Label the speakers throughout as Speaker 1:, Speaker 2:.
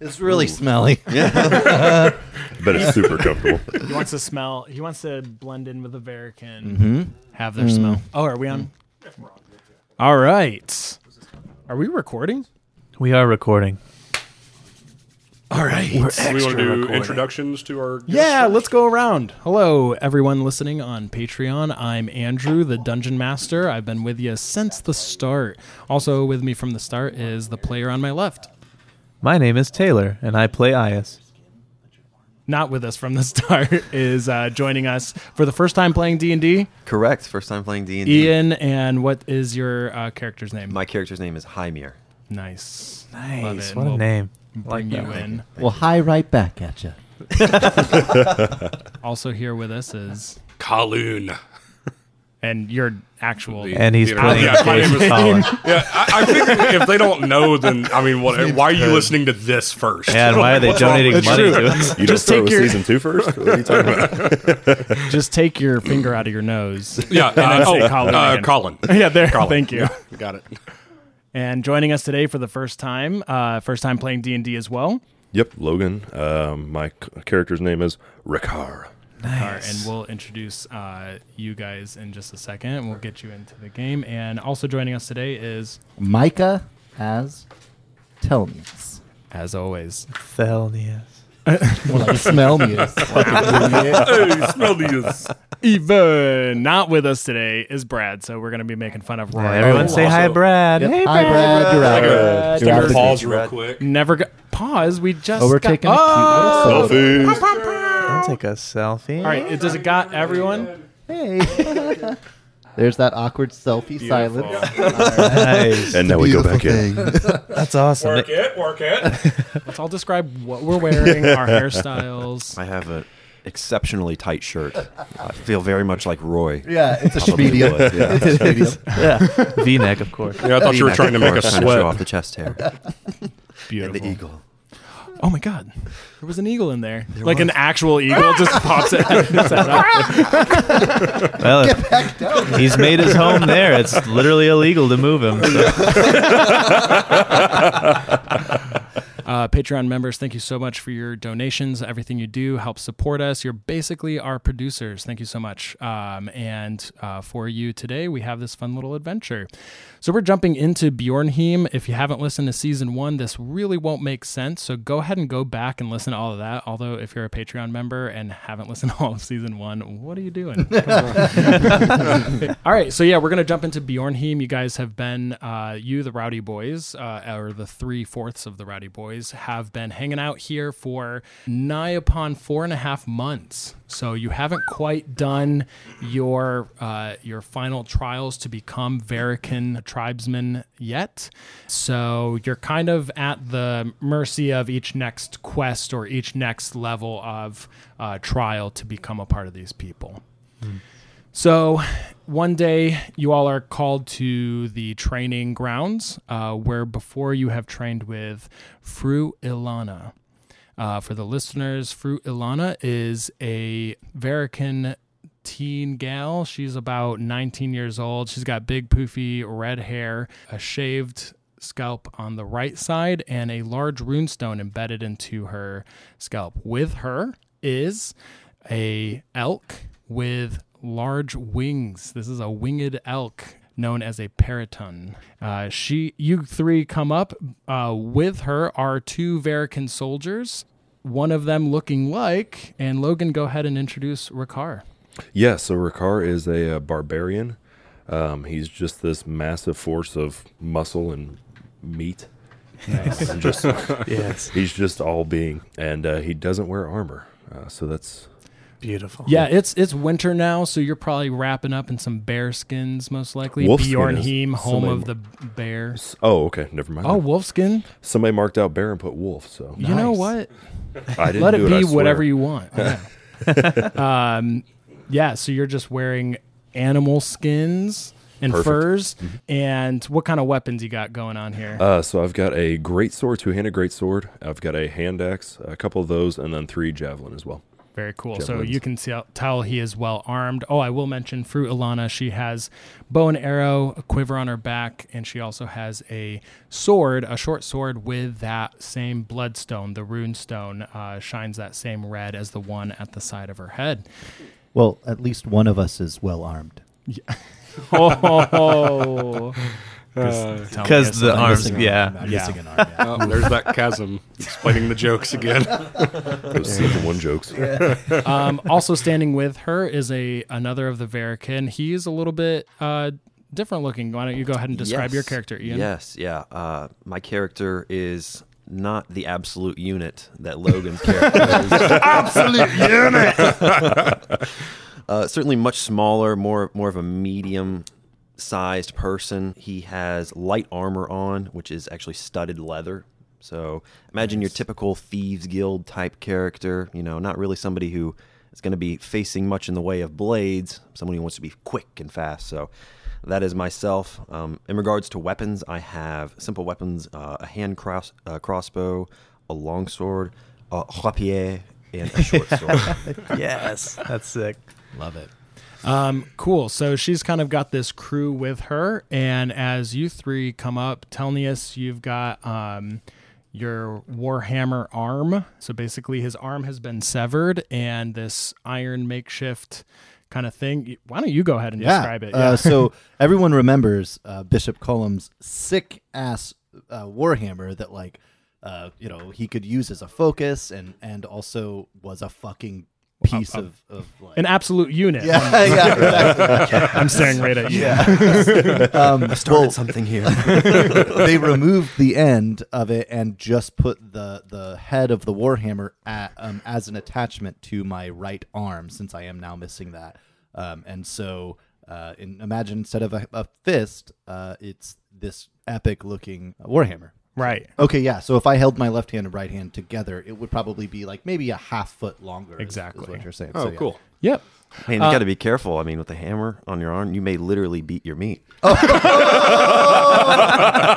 Speaker 1: It's really smelly.
Speaker 2: but it's super comfortable.
Speaker 3: He wants to smell. He wants to blend in with the American. Have their smell. Oh, are we on? All right. Are we recording?
Speaker 4: We are recording.
Speaker 3: All right.
Speaker 2: Do we want to do
Speaker 4: recording.
Speaker 2: introductions to our guests?
Speaker 3: Yeah, let's go around. Hello, everyone listening on Patreon. I'm Andrew, the Dungeon Master. I've been with you since the start. Also, with me from the start is the player on my left.
Speaker 4: My name is Taylor, and I play Ayas.
Speaker 3: Not with us from the start is uh, joining us for the first time playing D and D.
Speaker 5: Correct. First time playing
Speaker 3: Mm-hmm.
Speaker 5: D and D.
Speaker 3: Ian, and what is your uh, character's name?
Speaker 5: My character's name is Hymir.
Speaker 3: Nice. Love
Speaker 4: Nice.
Speaker 3: it.
Speaker 4: What
Speaker 3: We'll
Speaker 4: a name. I
Speaker 3: Bring
Speaker 4: Like
Speaker 3: you
Speaker 4: that.
Speaker 3: in.
Speaker 1: well, hi right back at you.
Speaker 3: Also here with us is
Speaker 2: Kaloon.
Speaker 3: and your actual
Speaker 4: And he's
Speaker 2: Yeah,
Speaker 4: playing
Speaker 2: yeah, my name
Speaker 4: Jason
Speaker 2: is-
Speaker 4: Colin.
Speaker 2: Yeah, I, I think if they don't know, then I mean, what? Why are you listening to this first?
Speaker 4: Yeah, and why are they
Speaker 2: What's wrong
Speaker 4: donating
Speaker 2: with-
Speaker 4: money to us?
Speaker 6: You
Speaker 3: Just
Speaker 6: just don't
Speaker 3: take
Speaker 6: throw
Speaker 3: your-
Speaker 6: your... season two first? What are you talking about?
Speaker 3: Just take your finger out of your nose.
Speaker 2: Yeah, uh,
Speaker 3: say
Speaker 2: oh,
Speaker 3: Colin
Speaker 2: Colin.
Speaker 3: again.
Speaker 2: Uh, Colin.
Speaker 3: yeah, there. Thank you.
Speaker 2: Got it.
Speaker 3: And joining us today for the first time, uh, first time playing D and D as well.
Speaker 6: Yep, Logan. Um, my c- character's name is Ricard.
Speaker 3: Are- Uh, and we'll introduce uh, you guys in just a second. We'll get you into the game. And also joining us today is,
Speaker 1: Micah as Telmius.
Speaker 3: as always,
Speaker 4: Thelnius.
Speaker 1: Well, like Smelmius.
Speaker 2: Hey, smell these.
Speaker 3: even not with us today is Brad. So we're going to be making fun of Oh, Roy.
Speaker 2: Oh,
Speaker 4: Everyone say hi,
Speaker 2: also-
Speaker 4: Brad. Hey,
Speaker 1: Hi,
Speaker 4: Brad.
Speaker 1: Brad. You're out.
Speaker 2: Brad.
Speaker 1: You're out of the
Speaker 2: Pause
Speaker 1: gate.
Speaker 2: real quick.
Speaker 3: Never go- pause. We just
Speaker 1: Oh, we're
Speaker 3: got-
Speaker 1: taking
Speaker 3: Oh!
Speaker 1: a cute little
Speaker 6: Selfies.
Speaker 4: Don't take a selfie.
Speaker 3: All right, it- does it got everyone?
Speaker 1: selfie. Hey. There's that awkward selfie silence.
Speaker 4: Nice.
Speaker 6: And now we go back in.
Speaker 4: That's awesome.
Speaker 2: Work it, work it.
Speaker 3: Let's all describe what we're wearing, our hairstyles.
Speaker 5: I have an exceptionally tight shirt. I feel very much like Roy.
Speaker 1: Yeah, it's a
Speaker 5: Probably
Speaker 1: schmedium.
Speaker 5: was, yeah.
Speaker 1: It's a schmedium.
Speaker 4: V-neck, of course.
Speaker 2: Yeah, I thought you were trying to make us
Speaker 5: Trying to show off
Speaker 2: sweat.
Speaker 5: the chest hair. and the
Speaker 3: Beautiful.
Speaker 5: eagle.
Speaker 3: Oh my god, there was an eagle in there. like an actual eagle just pops it. out of his head up.
Speaker 4: Well, he's made his home there. It's literally illegal to move him. so-
Speaker 3: Uh, Patreon members, thank you so much for your donations. Everything you do helps support us. You're basically our producers. Thank you so much. Um, and uh, for you today, we have this fun little adventure. So we're jumping into Bjornheim. If you haven't listened to season one, this really won't make sense. So go ahead and go back and listen to all of that. Although, if you're a Patreon member and haven't listened to all of season one, what are you doing? All right, so yeah, we're gonna jump into Bjornheim. You guys have been, uh, you the Rowdy Boys, uh, or the three fourths of the Rowdy Boys, have been hanging out here for nigh upon four and a half months. So you haven't quite done your uh, your final trials to become Varican tribesmen yet. So you're kind of at the mercy of each next quest or each next level of uh, trial to become a part of these people. So, one day you all are called to the training grounds, uh, where before you have trained with Fru Ilana. Uh, for the listeners, Fru Ilana is a Varican teen gal. She's about 19 years old. She's got big, poofy red hair, a shaved scalp on the right side, and a large runestone embedded into her scalp. With her is a elk with large wings. This is a winged elk known as a periton. Uh, she, you three come up. Uh, with her are two Varican soldiers. One of them looking like, and Logan, go ahead and introduce Ricard.
Speaker 6: Yeah, so Ricard is a, uh barbarian. Um, he's just this massive force of muscle and meat. And just,
Speaker 4: Yes.
Speaker 6: he's just all being. And uh, he doesn't wear armor. Uh, so that's.
Speaker 4: Beautiful.
Speaker 3: Yeah, it's it's winter now, so you're probably wrapping up in some bear skins, most likely.
Speaker 6: Wolf skin is
Speaker 3: Bjornheim, home
Speaker 6: somebody
Speaker 3: of the bear.
Speaker 6: Oh, okay. Never mind.
Speaker 3: Oh, wolf skin.
Speaker 6: Somebody marked out bear and put wolf. So
Speaker 3: You know
Speaker 4: Nice.
Speaker 3: what?
Speaker 6: I didn't
Speaker 3: Let
Speaker 6: do
Speaker 3: it
Speaker 6: I
Speaker 3: be
Speaker 6: swear.
Speaker 3: whatever you want. Yeah. um, yeah. So you're just wearing animal skins and
Speaker 6: Perfect. Mm-hmm.
Speaker 3: furs. And what kind of weapons you got going on here?
Speaker 6: Uh, so I've got a great sword, two-handed great sword. I've got a hand axe, a couple of those, and then three javelin as well.
Speaker 3: Very cool.
Speaker 6: Jeff
Speaker 3: so
Speaker 6: Lindsay.
Speaker 3: you can see, tell he is well armed. Oh, I will mention Fruit Alana. She has bow and arrow, a quiver on her back, and she also has a sword, a short sword with that same bloodstone. The rune stone uh, shines that same red as the one at the side of her head.
Speaker 1: Well, at least one of us is well armed.
Speaker 3: Oh,
Speaker 5: Uh,
Speaker 4: Because the arms, yeah.
Speaker 1: I'm
Speaker 3: Yeah.
Speaker 1: missing an arm. yeah.
Speaker 2: Oh, there's that chasm explaining the jokes again.
Speaker 6: Those season one jokes.
Speaker 3: um, also standing with her is a another of the Varican. He's a little bit uh, different looking. Why don't you go ahead and describe your
Speaker 5: Yes.
Speaker 3: character, Ian?
Speaker 5: Yes, yeah. Uh, my character is not the absolute unit that Logan's character is.
Speaker 1: Absolute unit.
Speaker 5: Uh, certainly much smaller, more more of a medium sized person. He has light armor on, which is actually studded leather. So imagine your typical thieves guild type character. You know, not really somebody who is going to be facing much in the way of blades. Somebody who wants to be quick and fast. So that is myself. Um, in regards to weapons, I have simple weapons: uh, a hand cross uh, crossbow, a longsword, a rapier, and a short sword.
Speaker 4: Yes, that's sick.
Speaker 1: Love it.
Speaker 3: Um, cool. So she's kind of got this crew with her, and as you three come up, Telnius, you've got um, your warhammer arm. So basically, his arm has been severed, and this iron makeshift kind of thing. Why don't you go ahead and
Speaker 1: Yeah.
Speaker 3: describe it?
Speaker 1: Uh, so everyone remembers uh, Bishop Column's sick ass uh, warhammer that, like, uh, you know, he could use as a focus, and and also was a fucking piece of, of like.
Speaker 3: An absolute unit.
Speaker 1: yeah, yeah, exactly.
Speaker 3: I'm staring right at you.
Speaker 1: Um, well,
Speaker 5: something here.
Speaker 1: they removed the end of it and just put the the head of the warhammer at, um, as an attachment to my right arm since I am now missing that. Um, and so, uh, in, imagine instead of a, a fist, uh, it's this epic looking warhammer.
Speaker 3: Right.
Speaker 1: Okay, yeah. So if I held my left hand and right hand together, it would probably be like maybe a half foot longer. is- is
Speaker 3: Exactly.
Speaker 1: what you're saying.
Speaker 2: Oh,
Speaker 1: So, yeah.
Speaker 2: cool.
Speaker 3: Yep.
Speaker 5: Man, you got to
Speaker 3: Uh,
Speaker 5: be careful. I mean, with a hammer on your arm, you may literally beat your meat.
Speaker 3: Oh.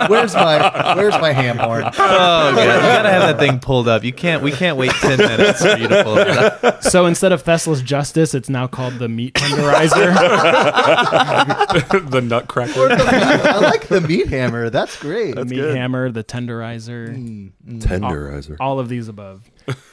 Speaker 1: Where's my Where's my ham horn?
Speaker 4: Oh, God. you gotta have that thing pulled up. You can't. We can't wait ten minutes for you to pull it up.
Speaker 3: So instead of Thessa's Justice, it's now called the Meat Tenderizer.
Speaker 2: the nutcracker.
Speaker 1: I like the meat hammer. That's great.
Speaker 3: the Meat Hammer, the Tenderizer.
Speaker 1: Hmm.
Speaker 6: Tenderizer.
Speaker 3: all of these above.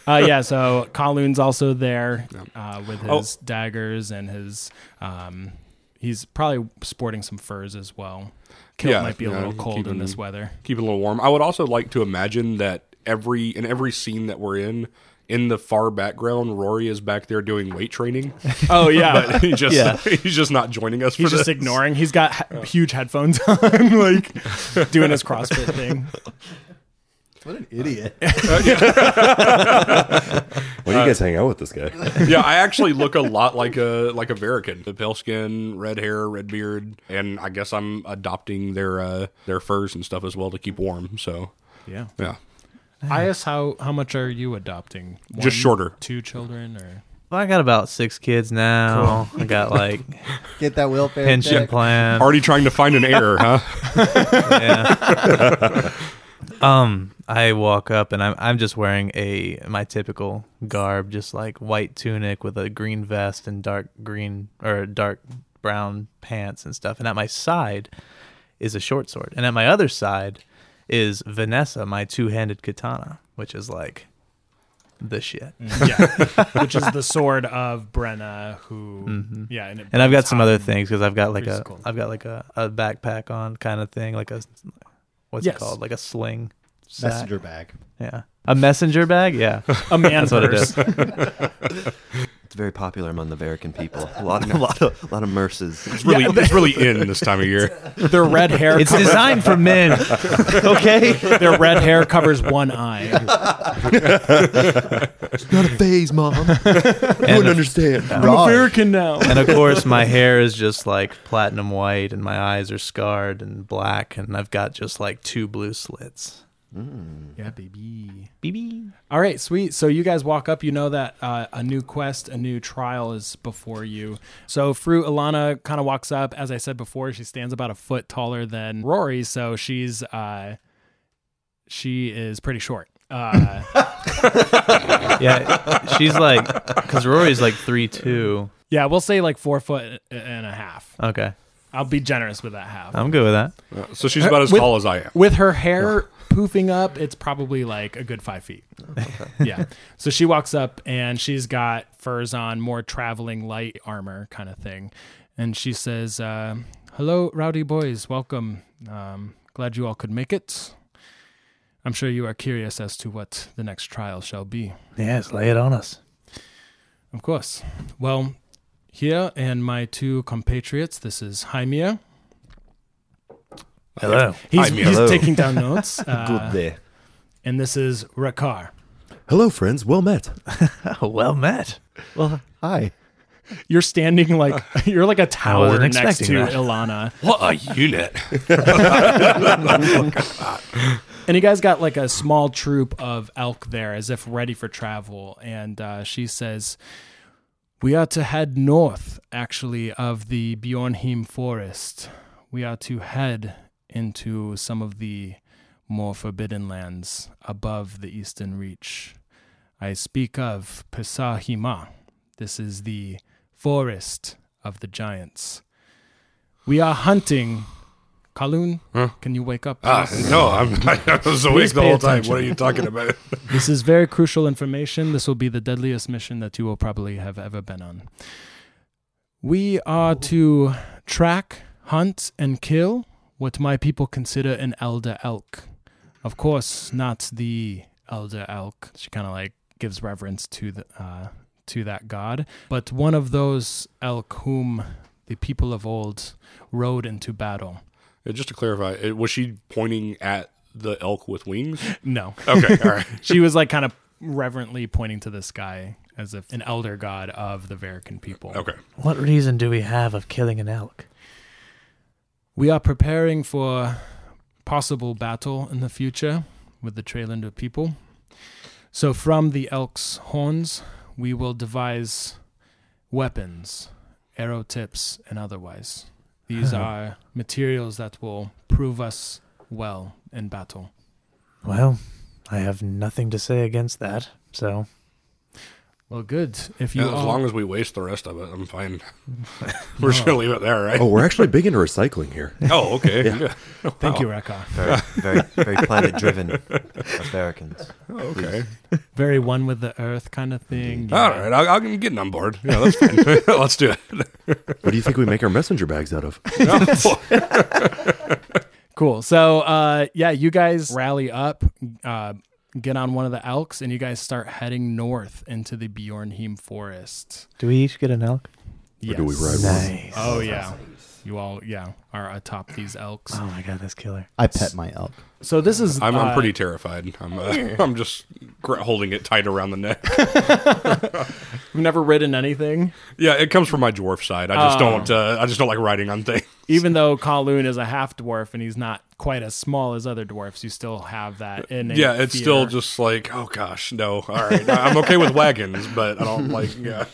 Speaker 3: Uh, yeah, so Kowloon's also there uh, with
Speaker 2: Oh.
Speaker 3: his daggers and his. Um, he's probably sporting some furs as well. Kilt
Speaker 2: Yeah,
Speaker 3: might be a
Speaker 2: yeah,
Speaker 3: little
Speaker 2: he's
Speaker 3: cold in
Speaker 2: keeping-
Speaker 3: this weather.
Speaker 2: Keep it a little warm. I would also like to imagine that every in every scene that we're in, in the far background, Rory is back there doing weight training.
Speaker 3: Oh yeah,
Speaker 2: But he just
Speaker 4: Yeah.
Speaker 2: he's just not joining us.
Speaker 3: he's
Speaker 2: for
Speaker 3: just
Speaker 2: this.
Speaker 3: ignoring. He's got ha- huge headphones on, like doing his CrossFit thing.
Speaker 1: What an idiot.
Speaker 6: Why do you
Speaker 2: uh,
Speaker 6: guys hang out with this guy?
Speaker 2: yeah, I actually look a lot like a like a Varican. The pale skin, red hair, red beard, and I guess I'm adopting their uh, their furs and stuff as well to keep warm. So
Speaker 3: Yeah,
Speaker 2: yeah,
Speaker 3: Ias, how how much are you adopting? One,
Speaker 2: Just shorter.
Speaker 3: two children or
Speaker 4: Well, I got about six kids now. I got like
Speaker 1: Get that welfare
Speaker 4: pension
Speaker 1: check.
Speaker 3: Um,
Speaker 4: plan.
Speaker 2: already trying to find an heir, huh?
Speaker 4: yeah. um, I walk up and I'm I'm just wearing a my typical garb, just like white tunic with a green vest and dark green or dark brown pants and stuff. And at my side is a short sword, and at my other side is Vanessa, my two-handed katana, which is like the shit.
Speaker 3: yeah, which is the sword of Brenna, who
Speaker 2: Mm-hmm.
Speaker 3: yeah, and, it
Speaker 4: And I've got
Speaker 3: burns
Speaker 4: some
Speaker 3: hot
Speaker 4: other
Speaker 3: and-
Speaker 4: things because I've got like
Speaker 3: Pretty
Speaker 4: a
Speaker 3: cool.
Speaker 4: have got like a, a backpack on kind of thing, like a what's
Speaker 3: Yes.
Speaker 4: it called, like a sling. sack.
Speaker 1: Messenger bag.
Speaker 4: Yeah. A messenger bag? Yeah.
Speaker 3: A man
Speaker 4: That's what it
Speaker 3: purse.
Speaker 4: is.
Speaker 5: It's very popular among the American people. A lot, a lot of, a lot of merces.
Speaker 2: It's really it's really in this time of year.
Speaker 3: Their red hair.
Speaker 4: It's designed for men. Okay.
Speaker 3: their red hair covers one eye.
Speaker 5: It's not a phase, mom.
Speaker 4: And of,
Speaker 6: understand.
Speaker 1: Raj.
Speaker 3: American now.
Speaker 4: and of course, my hair is just like platinum white, and my eyes are scarred and black, and I've got just like two blue slits.
Speaker 3: Yeah, baby.
Speaker 4: BB.
Speaker 3: All right, sweet. So you guys walk up. You know that uh, a new quest, a new trial is before you. So Fruit Alana kind of walks up. As I said before, she stands about a foot taller than Rory, so she's uh, she is pretty short. Uh,
Speaker 4: yeah, she's like, because Rory's like three two.
Speaker 3: Yeah, we'll say like four foot and a half.
Speaker 4: Okay,
Speaker 3: I'll be generous with that half.
Speaker 4: I'm good with that.
Speaker 2: So she's about as
Speaker 3: With-
Speaker 2: tall as I am.
Speaker 3: With her hair poofing up, it's probably like a good five feet. yeah. So she walks up and she's got furs on, more traveling light armor kind of thing. And she says, uh, Hello, rowdy boys. Welcome. Um, glad you all could make it. I'm sure you are curious as to what the next trial shall be.
Speaker 4: Yes, lay it on us.
Speaker 3: Of course. Well, here and my two compatriots, this is Jaime.
Speaker 4: Hello.
Speaker 3: He's,
Speaker 2: Jaime.
Speaker 3: he's
Speaker 5: Hello.
Speaker 3: taking down notes. Uh,
Speaker 5: Good day.
Speaker 3: and this is Rakar.
Speaker 6: Hello, friends. Well met.
Speaker 4: Oh, well met.
Speaker 1: Well, hi.
Speaker 3: You're standing like you're like a tower
Speaker 4: wasn't
Speaker 3: next to
Speaker 4: expecting that.
Speaker 3: Ilana,
Speaker 2: What a unit.
Speaker 3: and you guys got like a small troop of elk there, as if ready for travel. And uh, she says, "We are to head north, actually, of the Bjornheim forest. We are to head into some of the more forbidden lands above the eastern reach. I speak of Pesahima. This is the forest of the giants. We are hunting." Kalun, can you wake up?
Speaker 2: Ah,
Speaker 3: please?
Speaker 2: no, I'm, I was awake
Speaker 3: Please
Speaker 2: the
Speaker 3: pay
Speaker 2: whole time.
Speaker 3: attention.
Speaker 2: What are you talking about?
Speaker 3: This is very crucial information. This will be the deadliest mission that you will probably have ever been on. We are to track, hunt, and kill what my people consider an elder elk. Of course, not the elder elk. She kind of like gives reverence to the uh, to that god, but one of those elk whom the people of old rode into battle.
Speaker 2: Yeah, Just to clarify, it- was she pointing at the elk with wings?
Speaker 3: No,
Speaker 2: Okay, all right.
Speaker 3: she was like kind of reverently pointing to the sky as if an elder god of the Varican people.
Speaker 2: Okay.
Speaker 4: What reason do we have of killing an elk?
Speaker 3: We are preparing for possible battle in the future with the Trailander people. So from the elk's horns, we will devise weapons, arrow tips, and otherwise. These are materials that will prove us well in battle.
Speaker 4: Well, I have nothing to say against that. So
Speaker 3: Well, good. If you
Speaker 2: Yeah, as
Speaker 3: all-
Speaker 2: long as we waste the rest of it, I'm fine. We're just going to leave it there, right?
Speaker 6: Oh, we're actually big into recycling here.
Speaker 2: Oh, okay. Yeah.
Speaker 3: thank you, Rekka.
Speaker 5: Very, very, very planet driven Americans.
Speaker 2: Okay.
Speaker 3: Very one with the earth kind of thing.
Speaker 2: All right. I, I'm getting on board. Yeah, that's fine. Let's do it.
Speaker 6: What do you think we make our messenger bags out of?
Speaker 3: Cool. So, uh, yeah, you guys rally up, uh, get on one of the elks, and you guys start heading north into the Bjornheim forest.
Speaker 4: do we each get an elk?
Speaker 3: Yes.
Speaker 6: do we ride one?
Speaker 4: Nice.
Speaker 3: Oh yeah, you all yeah are atop these elks.
Speaker 4: Oh my god, that's killer.
Speaker 1: I pet my elk.
Speaker 3: So this is
Speaker 2: I'm, I'm
Speaker 3: uh,
Speaker 2: pretty terrified. I'm, uh, I'm just gra- holding it tight around the neck.
Speaker 3: I've never ridden anything,
Speaker 2: Yeah, it comes from my dwarf side. I just
Speaker 3: Oh.
Speaker 2: don't. Uh, I just don't like riding on things.
Speaker 3: even though Kowloon is a half dwarf and he's not quite as small as other dwarfs. You still have that innate.
Speaker 2: Uh, Yeah, it's still
Speaker 3: fear.
Speaker 2: just like, oh gosh, no. All right, I- I'm okay with wagons, but I don't like. Yeah,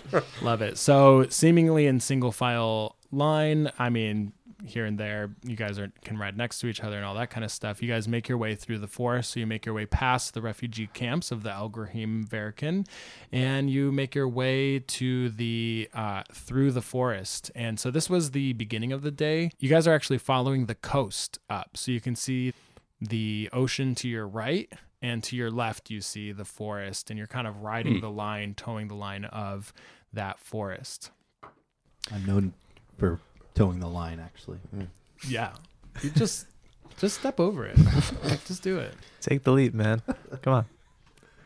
Speaker 3: Love it. So seemingly in single file line, I mean here and there, you guys are can ride next to each other and all that kind of stuff. You guys make your way through the forest, so you make your way past the refugee camps of the Algrahim Varican, and you make your way to the uh, through the forest. And so this was the beginning of the day. You guys are actually following the coast up, so you can see the ocean to your right and to your left you see the forest and you're kind of riding the line towing the line of that forest
Speaker 1: I'm known for towing the line, actually.
Speaker 3: yeah you just just step over it just do it
Speaker 4: Take the leap, man. Come on.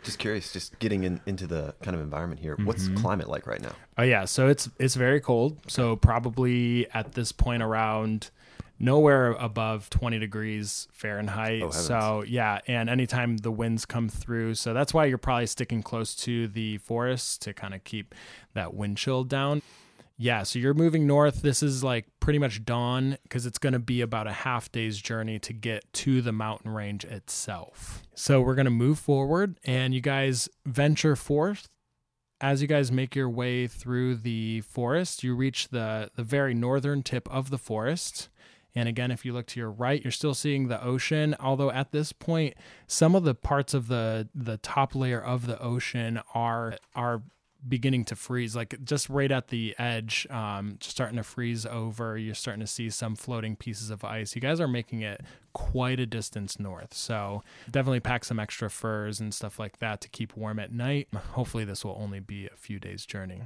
Speaker 5: Just curious, just getting in, into the kind of environment here. What's
Speaker 3: Mm-hmm.
Speaker 5: climate like right now?
Speaker 3: oh yeah so it's it's very cold so probably at this point around nowhere above 20 degrees fahrenheit
Speaker 5: Oh, heavens.
Speaker 3: so yeah and anytime the winds come through so that's why you're probably sticking close to the forest to kind of keep that wind chill down Yeah, so you're moving north. This is like pretty much dawn because it's going to be about a half day's journey to get to the mountain range itself. So we're going to move forward and you guys venture forth. As you guys make your way through the forest, you reach the, the very northern tip of the forest And again, if you look to your right, you're still seeing the ocean. Although at this point, some of the parts of the the top layer of the ocean are are beginning to freeze like just right at the edge um just starting to freeze over you're starting to see some floating pieces of ice you guys are making it quite a distance north so definitely pack some extra furs and stuff like that to keep warm at night hopefully this will only be a few days journey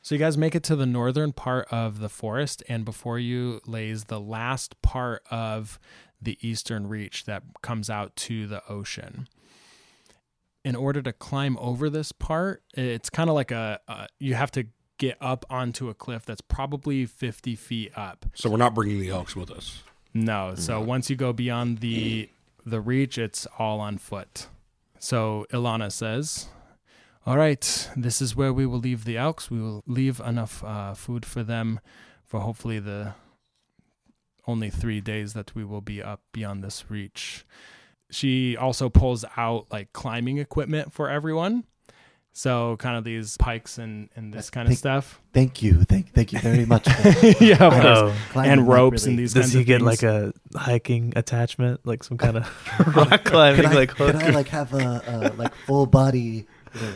Speaker 3: so you guys make it to the northern part of the forest, and before you lays the last part of the eastern reach that comes out to the ocean. In order to climb over this part, it's kind of like a uh, you have to get up onto a cliff that's probably 50 feet up.
Speaker 2: So we're not bringing the elks with us.
Speaker 3: No. So once you go beyond the the reach, it's all on foot. So Ilana says, "All right, this is where we will leave the elks. We will leave enough uh, food for them for hopefully the only three days that we will be up beyond this reach." She also pulls out like climbing equipment for everyone. So kind of these pikes and, and this kind of
Speaker 1: think-
Speaker 3: stuff.
Speaker 1: Thank you, thank thank you very much.
Speaker 3: yeah, of course.
Speaker 4: Oh,
Speaker 1: Climbing
Speaker 3: and
Speaker 1: up
Speaker 3: ropes and
Speaker 1: really-
Speaker 3: these
Speaker 4: does
Speaker 3: kinds
Speaker 4: he
Speaker 3: of
Speaker 4: get
Speaker 3: things.
Speaker 4: like a hiking attachment, like some kind of rock climbing,
Speaker 1: Could I,
Speaker 4: like
Speaker 1: could
Speaker 4: hook?
Speaker 1: I like have a, a like full body? you know,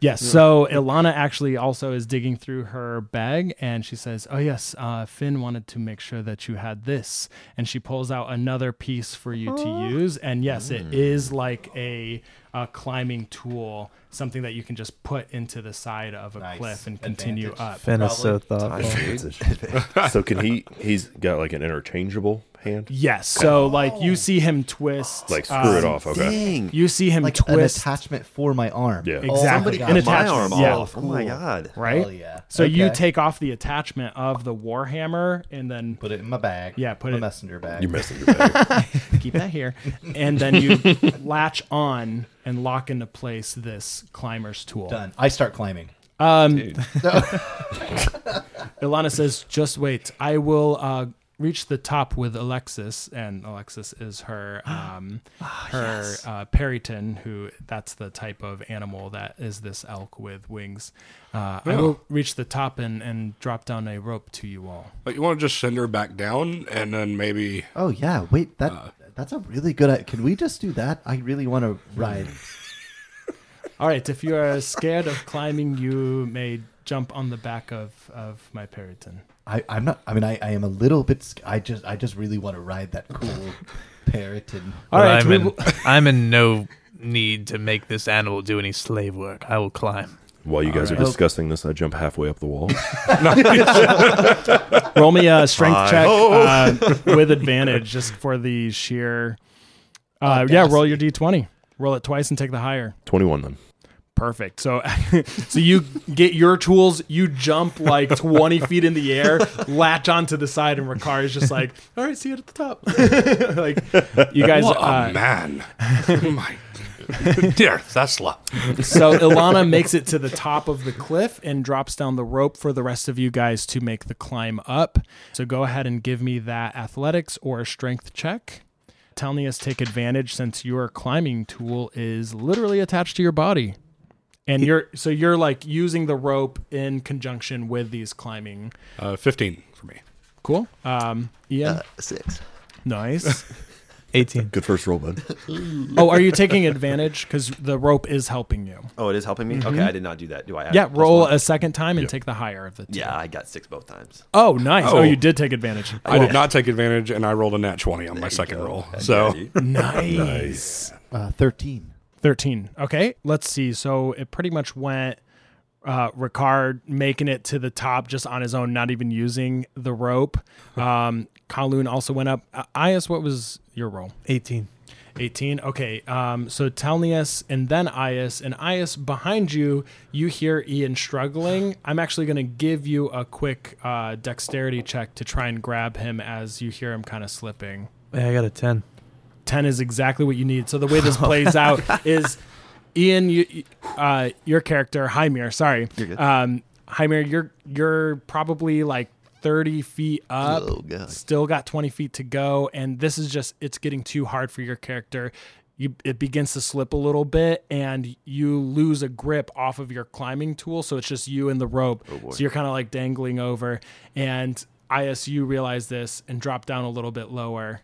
Speaker 3: Yes. So Ilana actually also is digging through her bag and she says, Oh, yes, uh, Finn wanted to make sure that you had this. And she pulls out another piece for you to use. And yes,
Speaker 1: Hmm.
Speaker 3: it is like a, a climbing tool, something that you can just put into the side of a
Speaker 1: Nice.
Speaker 3: cliff and continue
Speaker 1: Advantage.
Speaker 3: up.
Speaker 4: Finn is so thoughtful.
Speaker 6: so can he? He's got like an interchangeable hand.
Speaker 3: Yes. So, like,
Speaker 1: Oh.
Speaker 3: you see him twist.
Speaker 6: Like screw
Speaker 3: um,
Speaker 6: it
Speaker 2: Uh,
Speaker 6: off. Okay.
Speaker 5: Dang.
Speaker 3: You see him
Speaker 1: Like an
Speaker 3: twist.
Speaker 1: attachment for my arm.
Speaker 6: Yeah.
Speaker 3: Exactly.
Speaker 5: Somebody
Speaker 1: Oh
Speaker 5: cut
Speaker 3: An
Speaker 1: my gosh.
Speaker 5: my
Speaker 3: attachment,
Speaker 5: arm
Speaker 3: yeah.
Speaker 5: off. Oh my god.
Speaker 3: right?
Speaker 1: Hell yeah.
Speaker 3: So you
Speaker 1: Okay.
Speaker 3: take off the attachment of the warhammer and then
Speaker 1: Put it in my bag.
Speaker 3: Yeah, put
Speaker 1: my
Speaker 3: it-
Speaker 1: messenger bag.
Speaker 6: You're messing your bag.
Speaker 3: keep that here. And then you latch on and lock into place this climber's tool.
Speaker 1: Done. I start climbing.
Speaker 3: Um, Ilana says, just wait. I will uh, reach the top with Alexis. And Alexis is her um, her uh, Periton, who that's the type of animal that is this elk with wings. Uh, I will reach the top and, and drop down a rope to you all.
Speaker 2: But you want to just send her back down and then maybe
Speaker 1: Oh yeah. Wait. That that's a really good. i- Can we just do that? I really want to ride.
Speaker 3: All right, if you are scared of climbing, you may jump on the back of, of my Periton.
Speaker 1: I, I'm not. I mean, I, I am a little bit. sc- I just I just really want to ride that cool parrot and.
Speaker 3: All
Speaker 4: Well,
Speaker 3: right,
Speaker 4: I'm
Speaker 3: we
Speaker 4: in,
Speaker 3: will-
Speaker 4: I'm in no need to make this animal do any slave work. I will climb.
Speaker 6: While you guys
Speaker 3: All
Speaker 6: are
Speaker 3: right.
Speaker 6: discussing this, I jump halfway up the wall.
Speaker 3: roll me a strength
Speaker 5: Five.
Speaker 3: check
Speaker 2: Oh.
Speaker 3: uh, with advantage just for the sheer. Uh, yeah, roll your d20. Roll it twice and take the higher.
Speaker 6: Twenty-one then.
Speaker 3: Perfect. So, so you get your tools. You jump like twenty feet in the air, latch onto the side, and Ricard is just like, "All right, see you at the top." like, you guys.
Speaker 2: what
Speaker 3: uh,
Speaker 2: a man. Oh my dear Tesla.
Speaker 3: So Ilana makes it to the top of the cliff and drops down the rope for the rest of you guys to make the climb up. So go ahead and give me that athletics or strength check. Telnius, take advantage since your climbing tool is literally attached to your body. And you're so you're like using the rope in conjunction with these climbing.
Speaker 2: Uh, 15 for me.
Speaker 3: Cool. Um Ian.
Speaker 5: Uh, Six.
Speaker 3: nice.
Speaker 4: 18.
Speaker 6: Good first roll, bud.
Speaker 3: oh, are you taking advantage? Because the rope is helping you.
Speaker 5: Oh, it is helping me. Okay, I did not do that. Do I? Add
Speaker 3: Mm-hmm. Yeah,
Speaker 5: plus
Speaker 3: roll
Speaker 5: one?
Speaker 3: a second time and take the higher of the two.
Speaker 5: Yeah, I got six both times.
Speaker 3: Oh, nice. Oh,
Speaker 2: Oh.
Speaker 3: you did take advantage.
Speaker 2: I did not take advantage and I rolled a nat 20 on my second roll. So
Speaker 3: Nice.
Speaker 1: Uh, Thirteen.
Speaker 3: 13. Okay. Let's see. So it pretty much went uh, Ricard making it to the top just on his own, not even using the rope. Um, Kowloon also went up. Uh, Ayas, what was your roll?
Speaker 4: 18.
Speaker 3: 18. Okay. Um, so Telnius and then Ayas. And Ayas, behind you, you hear Ian struggling. I'm actually going to give you a quick uh, dexterity check to try and grab him as you hear him kind of slipping.
Speaker 4: Yeah, I got a 10.
Speaker 3: 10 is exactly what you need. So the way this plays out is Ian, you, you- uh, your character, Hymir, sorry. You're
Speaker 5: good.
Speaker 3: Um, Hymir, you're, you're probably like 30 feet up,
Speaker 5: Oh, God.
Speaker 3: still got 20 feet to go. And this is just, it's getting too hard for your character. You, it begins to slip a little bit and you lose a grip off of your climbing tool. So it's just you and the rope. so you're kind of like dangling over. And ISU realized this and dropped down a little bit lower.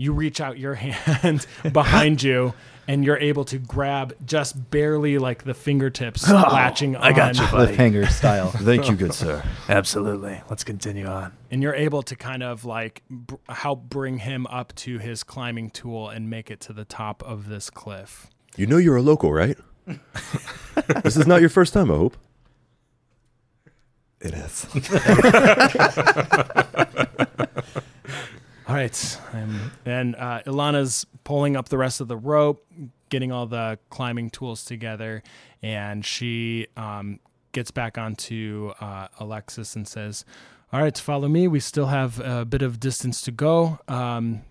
Speaker 3: You reach out your hand behind you, and you're able to grab just barely like the fingertips latching on.
Speaker 4: Oh, I got you, buddy.
Speaker 1: cliffhanger style.
Speaker 5: Thank you, good sir.
Speaker 4: Absolutely. Let's continue on.
Speaker 3: and you're able to kind of like br- help bring him up to his climbing tool and make it to the top of this cliff.
Speaker 6: You know you're a local, right? this is not your first time, I hope.
Speaker 5: It is.
Speaker 3: All right, I'm, and uh, Ilana's pulling up the rest of the rope, getting all the climbing tools together, and she um, gets back onto uh, Alexis and says, "All right, follow me. We still have a bit of distance to go. Um,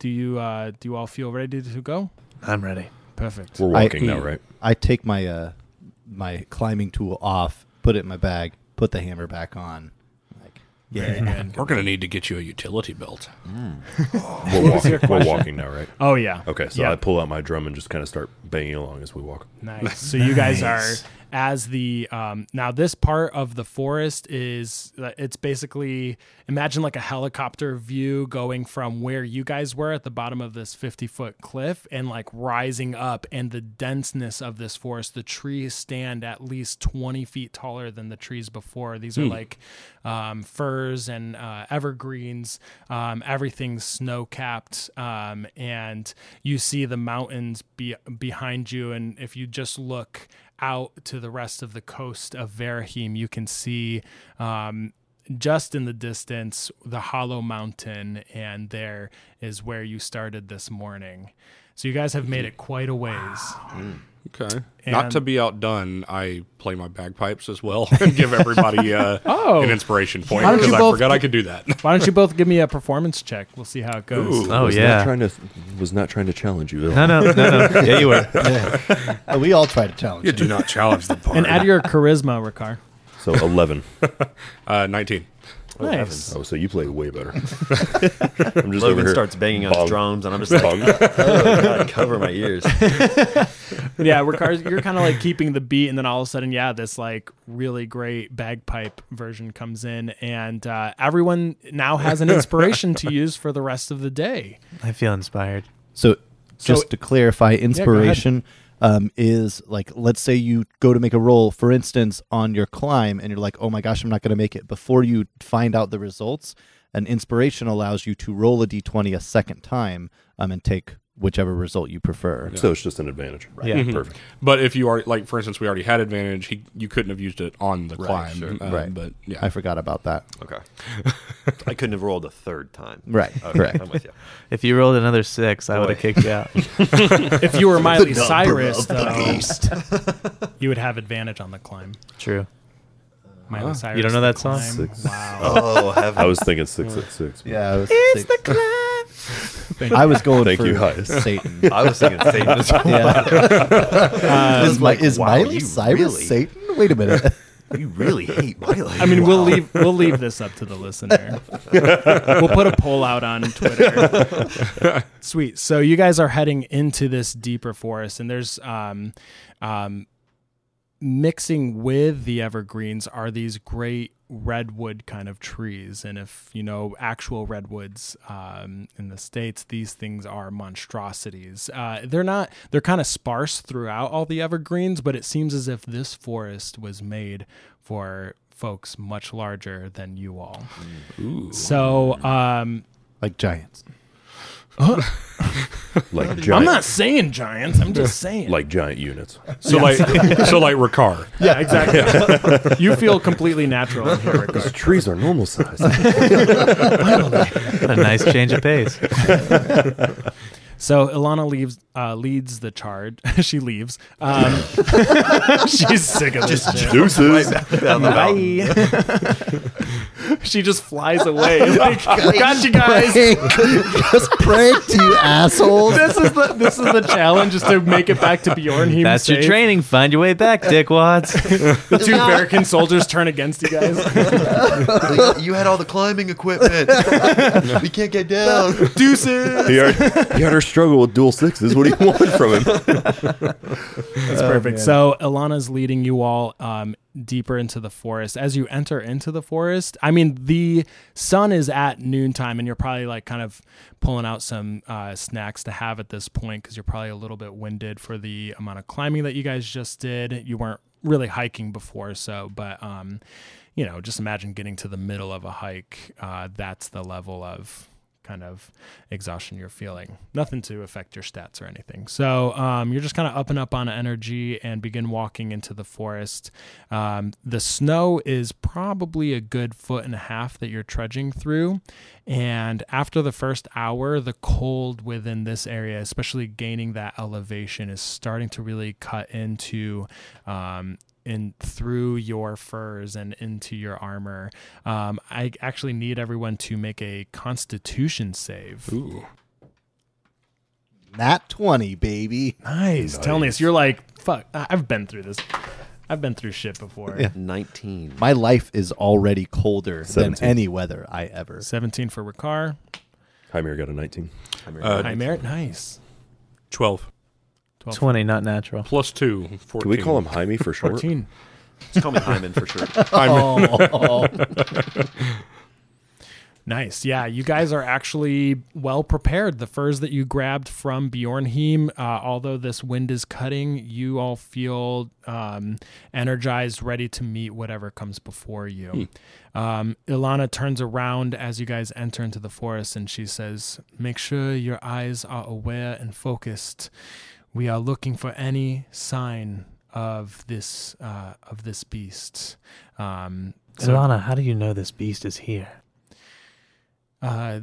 Speaker 3: do you uh, do you all feel ready to go?
Speaker 4: I'm ready.
Speaker 3: Perfect.
Speaker 6: We're
Speaker 1: I-
Speaker 6: walking now,
Speaker 4: e-
Speaker 6: right?
Speaker 1: I take my uh, my climbing tool off, put it in my bag, put the hammer back on. Like, yeah,
Speaker 2: We're gonna need to get you a utility belt.
Speaker 6: We're walking. We're walking now, right?
Speaker 3: Oh yeah.
Speaker 6: Okay, so
Speaker 3: Yeah.
Speaker 6: I pull out my drum and just kind of start banging along as we walk.
Speaker 3: Nice. So you guys are as the um, now this part of the forest is uh, it's basically imagine like a helicopter view going from where you guys were at the bottom of this 50 foot cliff and like rising up and the denseness of this forest the trees stand at least 20 feet taller than the trees before these are like um, firs and uh, evergreens um, everything's snow capped um, and you see the mountains be- behind you and if you just look out to the rest of the coast of Verahim, you can see um, just in the distance the Hollow Mountain, and there is where you started this morning. So you guys have made it quite a ways.
Speaker 2: Okay.
Speaker 3: And-
Speaker 2: Not to be outdone, I play my bagpipes as well and give everybody uh,
Speaker 3: Oh.
Speaker 2: an inspiration point
Speaker 3: Why don't
Speaker 2: because
Speaker 3: you
Speaker 2: I
Speaker 3: both-
Speaker 2: forgot I could do that.
Speaker 3: Why don't you both give me a performance check? We'll see how it goes.
Speaker 4: Oh,
Speaker 6: was
Speaker 4: yeah.
Speaker 6: Not trying to, was not trying to challenge you. at all.
Speaker 4: No, no, no, no. Yeah, you were.
Speaker 1: Uh, we all try to challenge. it.
Speaker 2: do not challenge the part.
Speaker 3: And add your charisma, Ricard.
Speaker 6: So eleven.
Speaker 2: uh, Nineteen.
Speaker 3: Nice.
Speaker 6: Oh, so you played way better. I'm just over
Speaker 5: Logan
Speaker 6: here.
Speaker 5: starts banging on his
Speaker 6: Bong.
Speaker 5: drums, and I'm just like,
Speaker 6: Bong.
Speaker 5: oh, God, cover my ears.
Speaker 3: yeah, Ricard, you're kind of like keeping the beat, and then all of a sudden, yeah, this like really great bagpipe version comes in, and uh, everyone now has an inspiration to use for the rest of the day.
Speaker 4: I feel inspired.
Speaker 1: So, just
Speaker 3: So-
Speaker 1: to clarify, inspiration um, is like, let's say you go to make a roll, for instance, on your climb, and you're like, oh my gosh, I'm not going to make it. Before you find out the results, an inspiration allows you to roll a d20 a second time um, and take whichever result you prefer.
Speaker 6: So it's just an advantage. Right.
Speaker 4: Yeah.
Speaker 6: Perfect.
Speaker 2: But if you are like, for instance, we already had advantage. He, you couldn't have used it on the climb. uh,
Speaker 1: Right.
Speaker 2: But yeah,
Speaker 1: I forgot about that.
Speaker 5: Okay. I couldn't have rolled a third time.
Speaker 1: Right,
Speaker 5: Okay,
Speaker 1: correct.
Speaker 5: I'm with you.
Speaker 4: If you rolled another six, I would have kicked you out.
Speaker 3: If you were Miley Cyrus, though, you would have advantage on the climb.
Speaker 4: True.
Speaker 3: Miley Cyrus.
Speaker 4: You don't know
Speaker 3: the
Speaker 4: that song?
Speaker 3: climb. Wow.
Speaker 5: Oh,
Speaker 6: I
Speaker 5: heaven.
Speaker 6: was thinking six at six.
Speaker 1: Yeah, I was, it's the climb. I was going
Speaker 6: Thank
Speaker 1: for
Speaker 6: you, guys.
Speaker 1: Satan. Um,
Speaker 5: I was thinking Satan as well.
Speaker 1: Yeah.
Speaker 5: Just
Speaker 1: is my,
Speaker 5: like,
Speaker 1: is
Speaker 5: wow,
Speaker 1: Miley
Speaker 5: you
Speaker 1: Cyrus
Speaker 5: really-
Speaker 1: Satan? Wait a minute.
Speaker 5: You really hate Miley.
Speaker 3: I mean, we'll leave we'll leave this up to the listener. we'll put a poll out on Twitter. Sweet. So you guys are heading into this deeper forest, and there's um, um, mixing with the evergreens are these great redwood kind of trees and if you know actual redwoods um, in the states these things are monstrosities uh, they're not they're kind of sparse throughout all the evergreens but it seems as if this forest was made for folks much larger than you all
Speaker 6: Mm.
Speaker 3: so um,
Speaker 1: like giants.
Speaker 6: Like
Speaker 3: i'm
Speaker 6: giant.
Speaker 3: not saying giants i'm just saying
Speaker 6: like giant units.
Speaker 2: so like, so like Ricard.
Speaker 3: yeah exactly you feel completely natural in here Ricardo.
Speaker 6: These trees are normal size.
Speaker 4: What a nice change of pace.
Speaker 3: So Ilana leaves, uh, leads the charge. she leaves. Um, she's sick of this. shit.
Speaker 6: Deuces.
Speaker 5: down the mountain.
Speaker 3: she just flies away. Like, got you guys.
Speaker 1: Just pranked you assholes.
Speaker 3: This is the this is the challenge, is to make it back to Bjorn.
Speaker 4: That's your training. Find your way back, dickwads.
Speaker 3: The two American soldiers turn against you guys.
Speaker 5: you had all the climbing equipment. we can't get down.
Speaker 3: Deuces.
Speaker 6: He already, he already struggled with dual sixes. What do you want from him?
Speaker 3: That's perfect. So Ilana's leading you all um, deeper into the forest. As you enter into the forest, I mean, the sun is at noontime, and you're probably like kind of pulling out some uh, snacks to have at this point because you're probably a little bit winded for the amount of climbing that you guys just did. You weren't really hiking before, so, but, um, you know, just imagine getting to the middle of a hike. Uh, that's the level of kind of exhaustion you're feeling. Nothing to affect your stats or anything. So um, you're just kind of up and up on energy and begin walking into the forest. Um, the snow is probably a good foot and a half that you're trudging through. And after the first hour, the cold within this area, especially gaining that elevation, is starting to really cut into. Um, in through your furs and into your armor. Um, I actually need everyone to make a Constitution save.
Speaker 2: Ooh.
Speaker 1: Nat 20, baby.
Speaker 3: Nice. Tell me, so you're like, fuck, I- I've been through this. I've been through shit before.
Speaker 5: 19.
Speaker 1: My life is already colder than
Speaker 6: 17.
Speaker 1: any weather I ever.
Speaker 3: 17 for Ricard.
Speaker 6: Hymir got a 19.
Speaker 2: Uh,
Speaker 3: High merit. Nice.
Speaker 2: 12.
Speaker 3: 12.
Speaker 4: 20, not natural.
Speaker 2: Plus 2. 14.
Speaker 6: Can we call him Jaime for short?
Speaker 3: 14.
Speaker 5: Just call me Hyman for sure.
Speaker 3: Nice. Yeah, you guys are actually well prepared. The furs that you grabbed from Bjornheim, uh, although this wind is cutting, you all feel um, energized, ready to meet whatever comes before you. Um, Ilana turns around as you guys enter into the forest and she says, Make sure your eyes are aware and focused. We are looking for any sign of this uh, of this beast. Um, so-
Speaker 4: Solana, how do you know this beast is here?
Speaker 3: uh,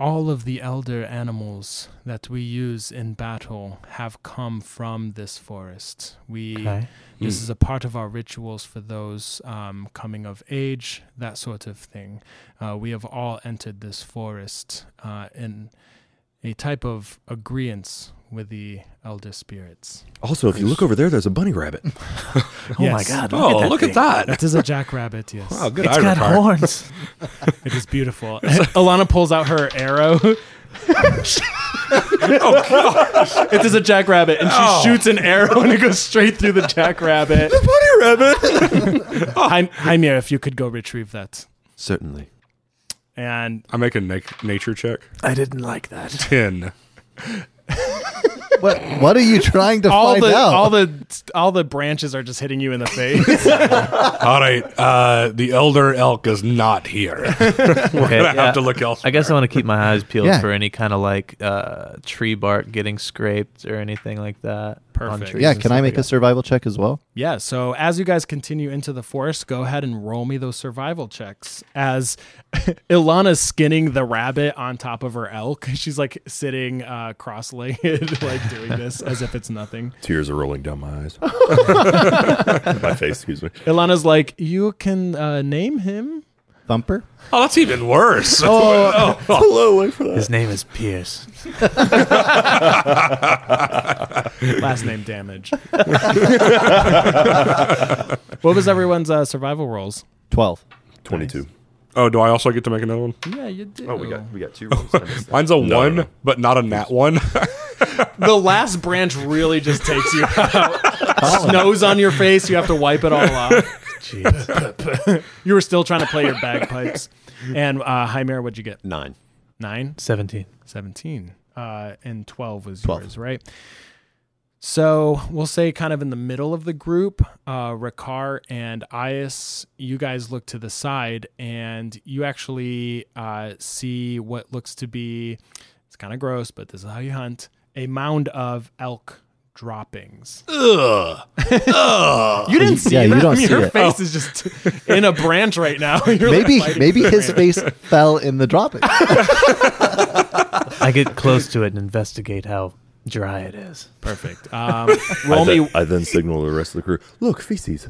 Speaker 3: all of the elder animals that we use in battle have come from this forest. We
Speaker 4: Okay.
Speaker 2: Hmm.
Speaker 3: this is a part of our rituals for those um, coming of age, that sort of thing. Uh, we have all entered this forest uh, in a type of agreement with the elder spirits.
Speaker 6: Also, if you look over there, there's a bunny rabbit.
Speaker 4: Oh
Speaker 3: Yes.
Speaker 4: my god. Look
Speaker 2: Oh,
Speaker 4: at that
Speaker 2: look
Speaker 4: thing.
Speaker 2: at that.
Speaker 3: That is a jackrabbit, yes.
Speaker 2: Wow, good
Speaker 4: It's
Speaker 2: eye,
Speaker 4: got
Speaker 2: Ricard.
Speaker 4: horns.
Speaker 3: It is beautiful. Alana pulls out her arrow. Oh, It is a jackrabbit, and she shoots an arrow, and it goes straight through the jackrabbit.
Speaker 6: bunny rabbit!
Speaker 3: Hy- Hymir, if you could go retrieve that.
Speaker 5: Certainly.
Speaker 3: And
Speaker 2: I make a na- nature check.
Speaker 4: I didn't like that.
Speaker 2: 10.
Speaker 1: What, what are you trying to
Speaker 3: all
Speaker 1: find
Speaker 3: the
Speaker 1: out?
Speaker 3: all the all the branches are just hitting you in the face.
Speaker 2: All right. Uh, the elder elk is not here.
Speaker 4: Okay,
Speaker 2: I
Speaker 4: yeah.
Speaker 2: have to look elsewhere.
Speaker 4: I guess I want to keep my eyes peeled
Speaker 1: Yeah.
Speaker 4: for any kind of like uh, tree bark getting scraped or anything like that. on
Speaker 3: Perfect.
Speaker 4: trees
Speaker 1: yeah,
Speaker 4: and
Speaker 1: can I
Speaker 4: stuff
Speaker 1: make a
Speaker 4: like
Speaker 1: survival check as well?
Speaker 3: yeah. So as you guys continue into the forest, go ahead and roll me those survival checks. As Ilana's skinning the rabbit on top of her elk, she's like sitting uh, cross-legged, like doing this as if it's nothing.
Speaker 6: Tears are rolling down my eyes. my face, excuse me.
Speaker 3: Ilana's like, you can uh, name him.
Speaker 1: Thumper?
Speaker 2: Oh, that's even worse.
Speaker 4: Oh.
Speaker 2: Oh.
Speaker 6: Hello, wait for that.
Speaker 4: that? His name is Pierce.
Speaker 3: Last name damage. what was everyone's uh, survival rolls?
Speaker 1: 12.
Speaker 6: 22.
Speaker 2: Oh, do I also get to make another one?
Speaker 3: Yeah, you do.
Speaker 5: Oh, we got two rolls.
Speaker 2: Mine's a
Speaker 6: No,
Speaker 2: one,
Speaker 6: no, no.
Speaker 2: but not a nat one.
Speaker 3: the last branch really just takes you out. Snow's on your face. You have to wipe it all off.
Speaker 4: Jeez.
Speaker 3: You were still trying to play your bagpipes. And uh, Hymir, what'd you get?
Speaker 5: Nine.
Speaker 3: Nine?
Speaker 4: 17.
Speaker 3: 17 uh, and 12 was
Speaker 1: 12.
Speaker 3: yours right so we'll say kind of in the middle of the group uh, Ricard and Ayas you guys look to the side and you actually uh, see what looks to be it's kind of gross but this is how you hunt a mound of elk droppings you didn't see
Speaker 1: Yeah, you
Speaker 3: that.
Speaker 1: don't
Speaker 3: I mean,
Speaker 1: see
Speaker 3: your
Speaker 1: it.
Speaker 3: face is just in a branch right now You're like
Speaker 1: Maybe
Speaker 3: fighting
Speaker 1: maybe
Speaker 3: the
Speaker 1: his
Speaker 3: branch.
Speaker 1: face fell in the dropping.
Speaker 4: I get close to it and investigate how dry it is.
Speaker 3: perfect um, roll
Speaker 6: I,
Speaker 3: me
Speaker 6: then, I then signal the rest of the crew look, feces.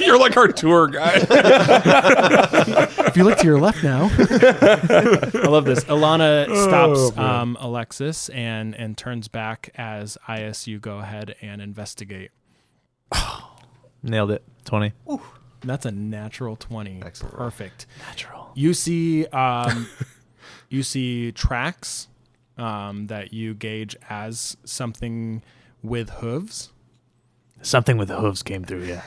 Speaker 2: You're like our tour guide.
Speaker 3: if you look to your left now i love this alana stops um, alexis and and turns back as isu go ahead and investigate
Speaker 4: Nailed it. 20.
Speaker 3: And that's a natural 20 perfect
Speaker 4: Natural.
Speaker 3: you see um, you see tracks um, that you gauge as something with hooves
Speaker 4: Something with the hooves came through, yeah.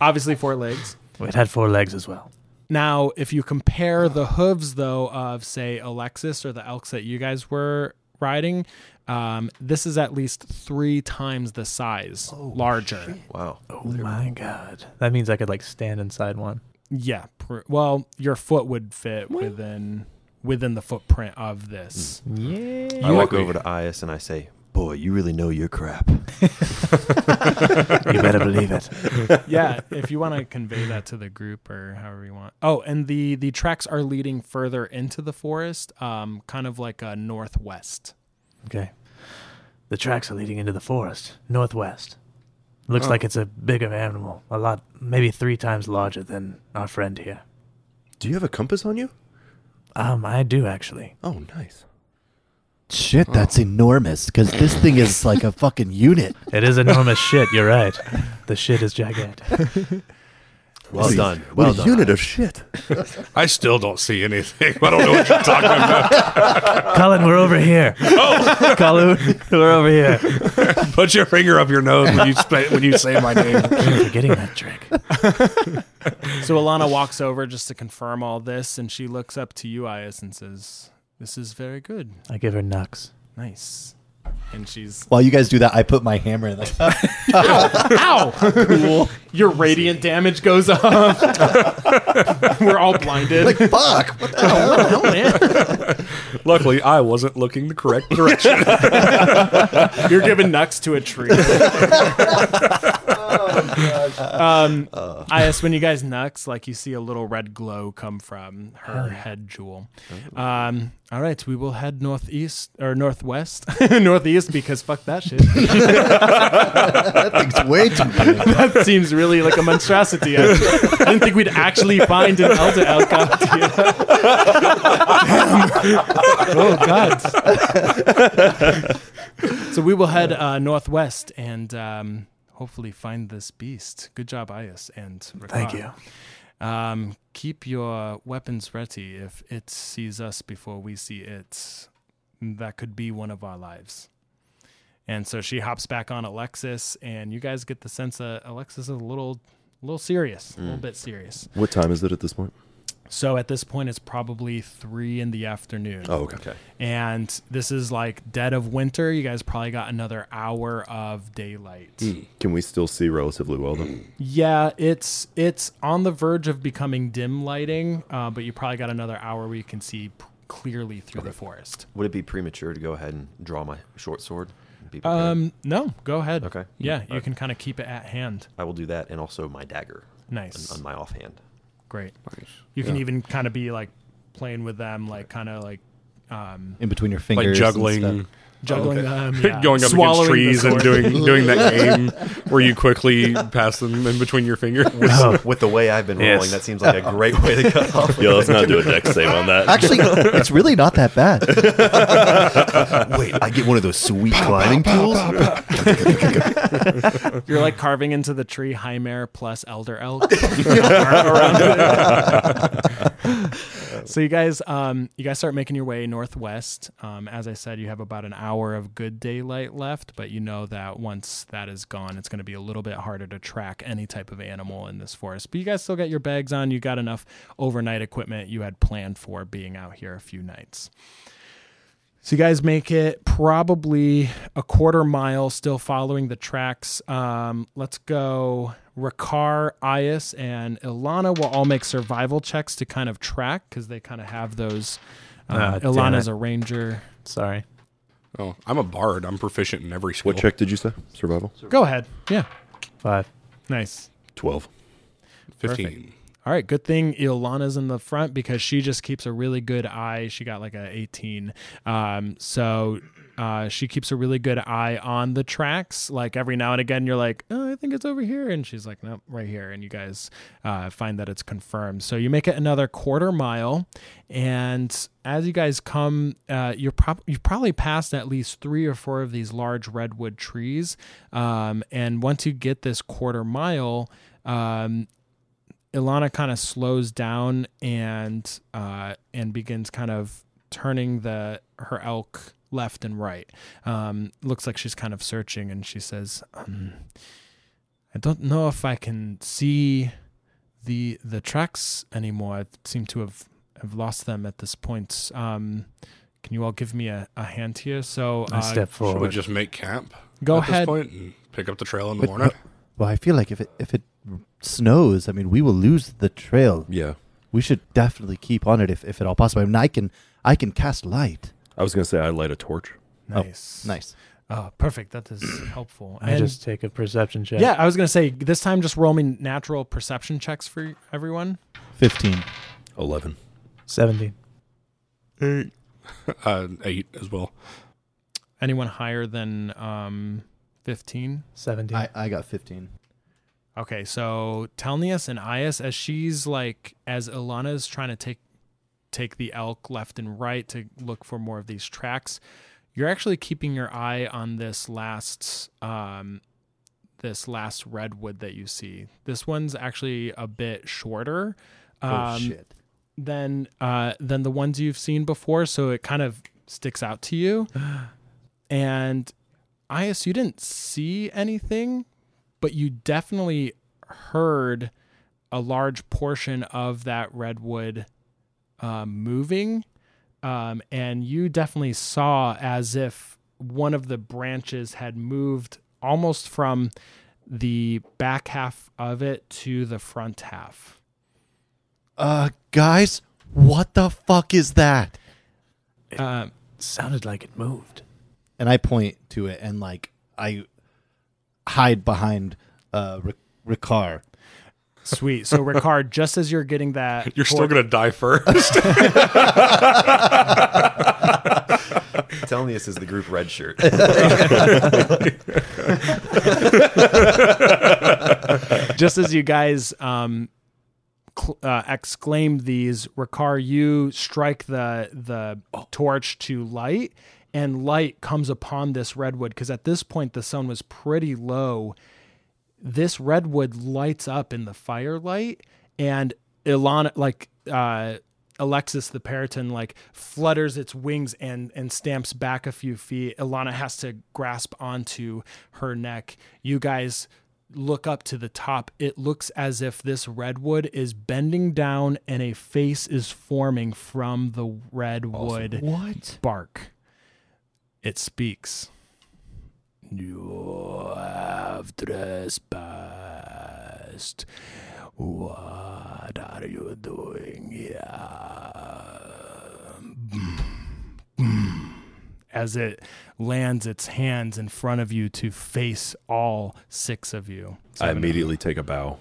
Speaker 3: Obviously, four legs.
Speaker 4: it had four legs as well.
Speaker 3: Now, if you compare the hooves, though, of say Alexis or the elks that you guys were riding, um, this is at least three times the size, larger.
Speaker 5: Wow.
Speaker 4: Oh my god. That means I could like stand inside one.
Speaker 3: Yeah. pr- Well, your foot would fit within within the footprint of this.
Speaker 4: Mm-hmm. Yeah.
Speaker 5: I walk
Speaker 2: ugly.
Speaker 5: over to Ayas and I say, "Boy, you really know your crap."
Speaker 4: you better believe it.
Speaker 3: yeah, if you want to convey that to the group or however you want. Oh, and the the tracks are leading further into the forest, um, kind of like a northwest.
Speaker 4: Okay. The tracks are leading into the forest, northwest. Looks like it's a bigger animal, a lot, maybe three times larger than our friend here.
Speaker 6: Do you have a compass on you?
Speaker 4: Um, I do actually.
Speaker 6: Oh, nice.
Speaker 1: Shit, that's enormous because this thing is like a fucking unit.
Speaker 4: It is enormous shit. You're right. The shit is gigantic.
Speaker 5: Well
Speaker 6: Jeez.
Speaker 5: done.
Speaker 6: What
Speaker 5: Well
Speaker 6: a
Speaker 5: done.
Speaker 6: unit of shit.
Speaker 2: I still don't see anything. I don't know what you're talking about.
Speaker 4: Colin, we're over here. Oh, Colin, we're over here.
Speaker 2: Put your finger up your nose when you sp- when you say my name.
Speaker 4: Keep forgetting that trick.
Speaker 3: So Alana walks over just to confirm all this, and she looks up to you, Ayas, and says, "This is very good,
Speaker 4: I give her knocks.
Speaker 3: nice." And she's
Speaker 1: While you guys do that, I put my hammer in. Like,
Speaker 3: ow, cool. Your radiant damage goes up. We're all blinded.
Speaker 1: fuck. What the hell?
Speaker 3: oh, man.
Speaker 2: Luckily, I wasn't looking the correct direction.
Speaker 3: You're giving nuts to a tree. Um, Ayas, when you guys nux, like you see a little red glow come from her head jewel. Um, all right, we will head northeast or northwest, northeast because fuck that shit.
Speaker 1: That thing's way too big.
Speaker 3: that seems really like a monstrosity. I didn't think we'd actually find an Elder Elk out here. oh God! so we will head uh, northwest and um, hopefully find this beast. Good job, Ayas, and Rakar.
Speaker 4: Thank you.
Speaker 3: Um, keep your weapons ready if it sees us before we see it. That could be one of our lives. And so she hops back on Alexis, and you guys get the sense that Alexis is a little, little serious, a little
Speaker 6: Mm.
Speaker 3: bit serious.
Speaker 6: What time is it at this point?
Speaker 3: So at this point, it's probably three in the afternoon.
Speaker 6: Oh, okay.
Speaker 3: And this is like dead of winter. You guys probably got another hour of daylight.
Speaker 6: Can we still see relatively well then?
Speaker 3: Yeah, it's it's on the verge of becoming dim lighting, uh, but you probably got another hour where you can see p- clearly through the forest.
Speaker 5: Would it be premature to go ahead and draw my short sword? and be prepared?
Speaker 3: Um, no, go ahead.
Speaker 5: Okay.
Speaker 2: Mm,
Speaker 3: Yeah, you can kind of keep it at hand.
Speaker 5: I will do that, and also my dagger
Speaker 3: Nice.
Speaker 5: on, on my offhand.
Speaker 3: Great. You can even kind of be like playing with them, like kind of like
Speaker 2: Oh,
Speaker 3: um,
Speaker 1: In between your fingers.
Speaker 2: Like
Speaker 1: and
Speaker 2: juggling,
Speaker 1: stuff.
Speaker 3: juggling them, yeah.
Speaker 2: going up
Speaker 3: Swallowing the
Speaker 2: against trees and
Speaker 3: sword.
Speaker 2: doing doing that game where you quickly pass them in between your fingers.
Speaker 5: With the way I've been rolling,
Speaker 4: Yes.
Speaker 5: that seems like a great way to cut off.
Speaker 6: Yeah, let's not do a deck save on that.
Speaker 1: Actually, it's really not that bad.
Speaker 5: Wait, I get one of those sweet climbing tools.
Speaker 3: You're like carving into the tree Hymir plus Elder Elk. Around it. so you guys, um, you guys start making your way northwest. Um, as I said, you have about an hour of good daylight left, but you know that once that is gone, it's going to be a little bit harder to track any type of animal in this forest. But you guys still got your bags on. You got enough overnight equipment you had planned for being out here a few nights. So you guys make it probably a quarter mile, still following the tracks. Um, let's go. Rakar, Ayas, and Ilana will all make survival checks to kind of track because they kind of have those. Uh,
Speaker 4: Ah, damn
Speaker 3: Ilana's
Speaker 4: it.
Speaker 3: a ranger.
Speaker 4: Sorry.
Speaker 2: Oh, I'm a bard. I'm proficient in every skill.
Speaker 6: What check did you say? Survival?
Speaker 3: Go ahead. Yeah.
Speaker 4: Five.
Speaker 3: Nice.
Speaker 6: 12.
Speaker 2: Fifteen.
Speaker 3: All right, good thing Ilana's in the front because she just keeps a really good eye. She got like a 18. Um, so uh, she keeps a really good eye on the tracks. Like every now and again, you're like, oh, I think it's over here. And she's like, nope, right here. And you guys uh, find that it's confirmed. So you make it another quarter mile. And as you guys come, uh, you're prob- you've probably passed at least three or four of these large redwood trees. Um, and once you get this quarter mile, um, Ilana kind of slows down and uh, and begins kind of turning the her elk left and right. Um, looks like she's kind of searching, and she says, um, "I don't know if I can see the the tracks anymore. I seem to have have lost them at this point. Um, can you all give me a, a hand here? So uh,
Speaker 4: I step
Speaker 2: Should we
Speaker 4: forward.
Speaker 2: just make camp?
Speaker 3: Go
Speaker 2: at
Speaker 3: ahead.
Speaker 2: This point and pick up the trail in the
Speaker 1: But-
Speaker 2: morning.
Speaker 1: Well, I feel like if it if it snows, I mean, we will lose the trail.
Speaker 6: Yeah.
Speaker 1: We should definitely keep on it if, if at all possible. I mean, I can I can cast light.
Speaker 6: I was gonna say I light a torch.
Speaker 1: Oh,
Speaker 3: nice,
Speaker 1: Nice.
Speaker 3: Oh, perfect. That is helpful.
Speaker 4: I
Speaker 3: And-
Speaker 4: just take a perception check.
Speaker 3: yeah, I was gonna say this time just roll me natural perception checks for everyone.
Speaker 1: Fifteen.
Speaker 6: Eleven.
Speaker 4: seventeen.
Speaker 2: Uh, eight as well.
Speaker 3: Anyone higher than um, fifteen?
Speaker 4: Seventeen.
Speaker 1: I, I got fifteen.
Speaker 3: Okay, so Telnius and Ayas, as she's like, as Ilana's trying to take take the elk left and right to look for more of these tracks, you're actually keeping your eye on this last um, this last redwood that you see. This one's actually a bit shorter. Um,
Speaker 1: oh shit.
Speaker 3: than uh, than the ones you've seen before, so it kind of sticks out to you. And Ias, you didn't see anything, but you definitely heard a large portion of that redwood uh, moving, um, and you definitely saw as if one of the branches had moved almost from the back half of it to the front half.
Speaker 1: Uh, guys, what the fuck is that?
Speaker 3: Um,
Speaker 4: sounded like it moved.
Speaker 1: And I point to it and like I hide behind uh Ric- Ricard.
Speaker 3: Sweet. So Ricard, just as you're getting that,
Speaker 2: You're still gonna die first.
Speaker 5: Telling us is the group red shirt.
Speaker 3: just as you guys um, cl- uh, exclaim these, Ricard, you strike the the
Speaker 2: Oh.
Speaker 3: torch to light, and light comes upon this redwood because at this point the sun was pretty low. This redwood lights up in the firelight, and Ilana, like uh, Alexis the Periton, like flutters its wings and and stamps back a few feet. Ilana has to grasp onto her neck. You guys look up to the top, it looks as if this redwood is bending down and a face is forming from the redwood
Speaker 1: What?
Speaker 3: bark. It speaks. You have trespassed. What are you doing here? As it lands its hands in front of you to face all six of you.
Speaker 6: I immediately take a bow.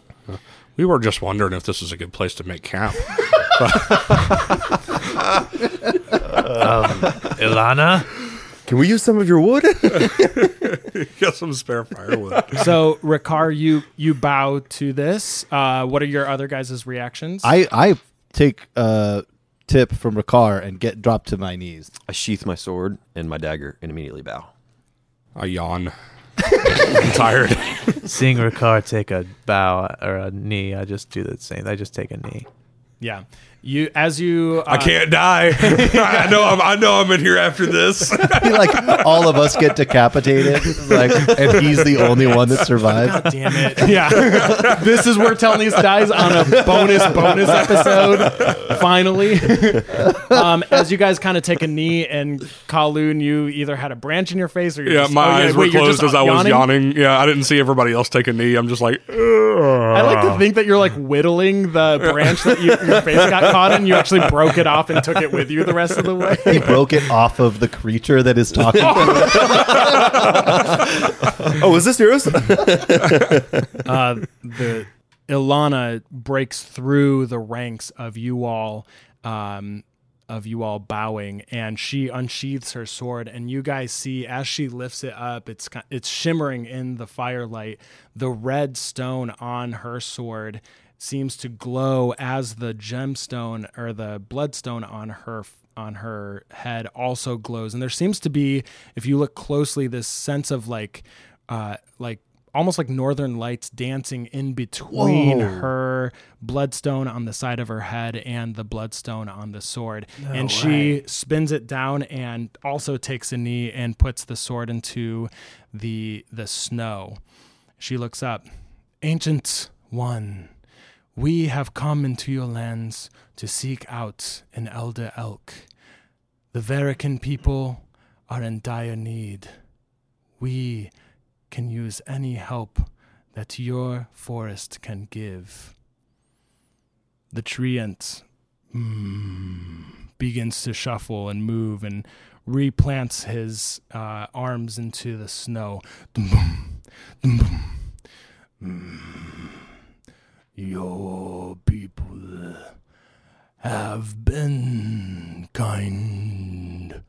Speaker 2: we were just wondering if this is a good place to make camp.
Speaker 4: Ilana,
Speaker 6: Can we use some of your wood?
Speaker 2: Get some spare firewood.
Speaker 3: So, Ricard, you you bow to this. Uh, what are your other guys' reactions?
Speaker 1: I I take uh tip from Ricard and get dropped to my knees.
Speaker 5: I sheath my sword and my dagger and immediately bow.
Speaker 2: I yawn. I'm tired.
Speaker 4: seeing Ricard take a bow or a knee, I just do the same. I just take a knee.
Speaker 3: yeah, you as you. Uh,
Speaker 2: I can't die. I know. I'm, I know. I'm in here after this.
Speaker 1: like all of us get decapitated, like, and he's the only one that survives.
Speaker 3: God damn it. Yeah. this is where Telnius dies on a bonus, bonus episode. Finally. um, as you guys kind of take a knee, and Kowloon, you either had a branch in your face or you're
Speaker 2: yeah,
Speaker 3: just,
Speaker 2: my
Speaker 3: oh,
Speaker 2: eyes were
Speaker 3: wait, you're
Speaker 2: closed
Speaker 3: just
Speaker 2: as I was yawning. Yeah, I didn't see everybody else take a knee. I'm just like,
Speaker 3: I like to think that you're like whittling the branch that you, your face got caught in. You actually broke it off and took it with you the rest of the way.
Speaker 1: He broke it off of the creature that is talking. to him.
Speaker 6: oh, is this yours?
Speaker 3: uh, the Ilana breaks through the ranks of you all, um, of you all bowing, and she unsheathes her sword. And you guys see as she lifts it up, it's ki- it's shimmering in the firelight. The red stone on her sword seems to glow as the gemstone or the bloodstone on her on her head also glows and there seems to be if you look closely this sense of like uh like almost like northern lights dancing in between
Speaker 1: Whoa.
Speaker 3: her bloodstone on the side of her head and the bloodstone on the sword. and she spins it down and also takes a knee and puts the sword into the the snow. She looks up. Ancient one, we have come into your lands to seek out an elder elk. The Varican people are in dire need. We can use any help that your forest can give. The treant mm, begins to shuffle and move and replants his uh, arms into the snow. Dum-bum, dum-bum. Mm. Your people have been kind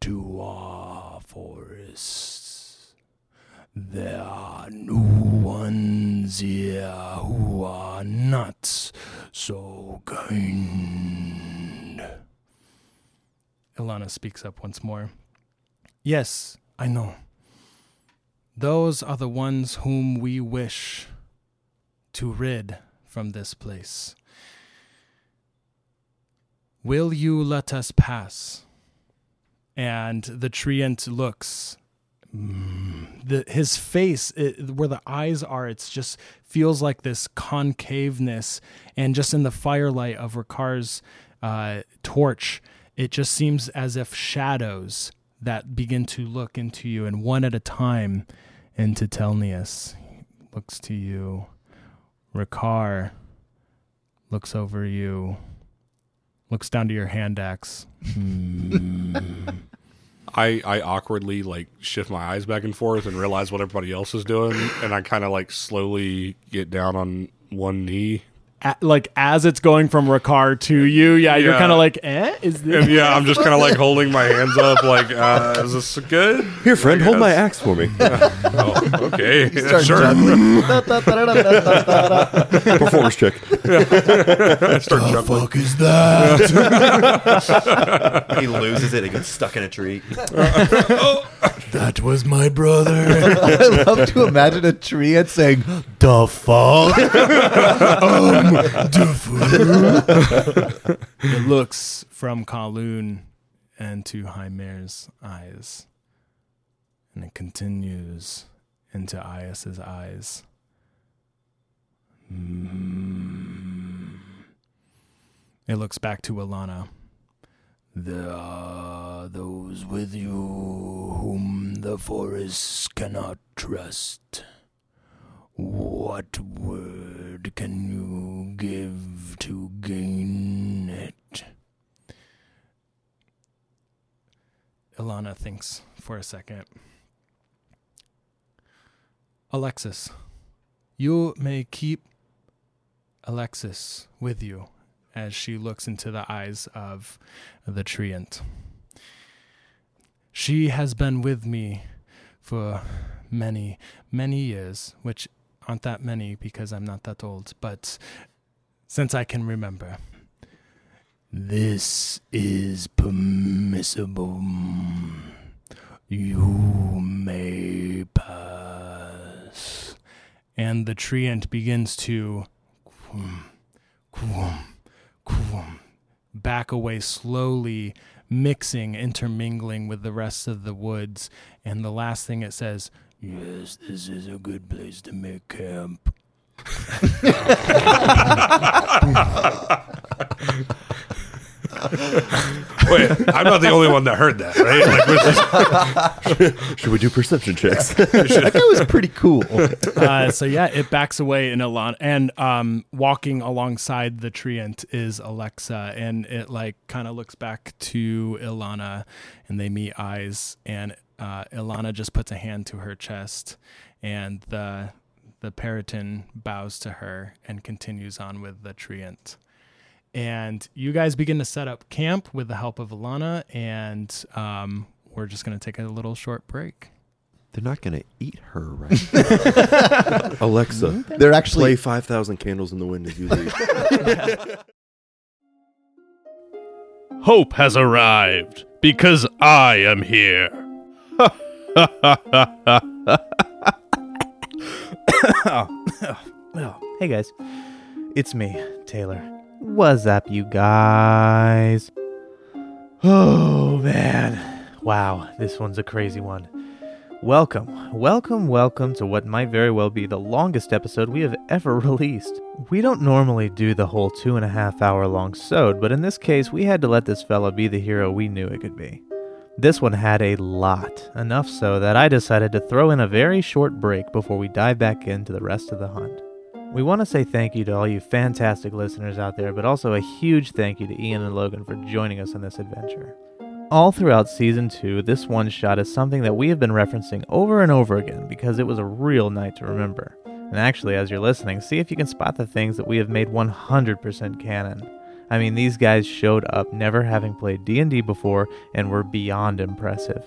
Speaker 3: to our forests. There are new ones here who are not so kind. Ilana speaks up once more. Yes, I know. Those are the ones whom we wish to rid from this place. Will you let us pass? And the treant looks. Mm, The, his face, it, where the eyes are, it's just feels like this concaveness, and just in the firelight of Rakar's uh, torch, it just seems as if shadows that begin to look into you, and one at a time, into Telnius looks to you. Rikar looks over you, looks down to your hand axe.
Speaker 2: I, I awkwardly like shift my eyes back and forth and realize what everybody else is doing, and I kind of like slowly get down on one knee.
Speaker 3: like as it's going from Rikar to you, yeah, you're
Speaker 2: Yeah.
Speaker 3: kind of like, eh, is this?
Speaker 2: And yeah, I'm just kind of like holding my hands up, like, uh, is this good?
Speaker 6: Here, friend, hold my
Speaker 2: Yes.
Speaker 6: axe for me.
Speaker 2: Oh, okay,
Speaker 1: Start
Speaker 2: sure.
Speaker 1: juggling. Da-da-da-da-da-da-da.
Speaker 6: Performance check.
Speaker 1: the fuck is that?
Speaker 5: he loses it. It gets stuck in a tree.
Speaker 3: that was my brother.
Speaker 1: I love to imagine a tree and saying, "The fuck." Um,
Speaker 3: it looks from Kowloon and to Hymer's eyes, and it continues into Ias's eyes. Mm. It looks back to Alana. There are those with you whom the forests cannot trust. What word can you give to gain it? Ilana thinks for a second. Alexis, you may keep Alexis with you as she looks into the eyes of the treant. She has been with me for many, many years, which aren't that many because I'm not that old, but since I can remember. This is permissible. You may pass. And the treant begins to quum, quum, quum, back away slowly, mixing, intermingling with the rest of the woods. And the last thing it says, Yes, this is a good place to make camp.
Speaker 2: Wait, I'm not the only one that heard that, right? Like, was this-
Speaker 6: Should we do perception checks?
Speaker 1: that guy was pretty cool.
Speaker 3: uh, so yeah, it backs away in Alon, and um, walking alongside the treant is Alexa, and it like kind of looks back to Ilana, and they meet eyes, and uh, Ilana just puts a hand to her chest, and the the Periton bows to her and continues on with the treant. And you guys begin to set up camp with the help of Alana, and um, we're just going to take a little short break.
Speaker 5: They're not gonna eat her, right?
Speaker 6: Alexa,
Speaker 1: They're
Speaker 6: play
Speaker 1: actually
Speaker 6: 5,000 Candles in the Wind as you leave.
Speaker 7: Hope has arrived because I am here.
Speaker 4: Hey guys, it's me, Taylor. What's up, you guys? Oh man. Wow, this one's a crazy one. Welcome, welcome, welcome to what might very well be the longest episode we have ever released. We don't normally do the whole two and a half hour long sode, but in this case, we had to let this fella be the hero we knew it could be. This one had a lot, enough so that I decided to throw in a very short break before we dive back into the rest of the hunt. We want to say thank you to all you fantastic listeners out there, but also a huge thank you to Ian and Logan for joining us on this adventure. All throughout season 2, this one shot is something that we have been referencing over and over again because it was a real night to remember. And actually, as you're listening, see if you can spot the things that we have made 100% canon. I mean, these guys showed up never having played D&D before and were beyond impressive.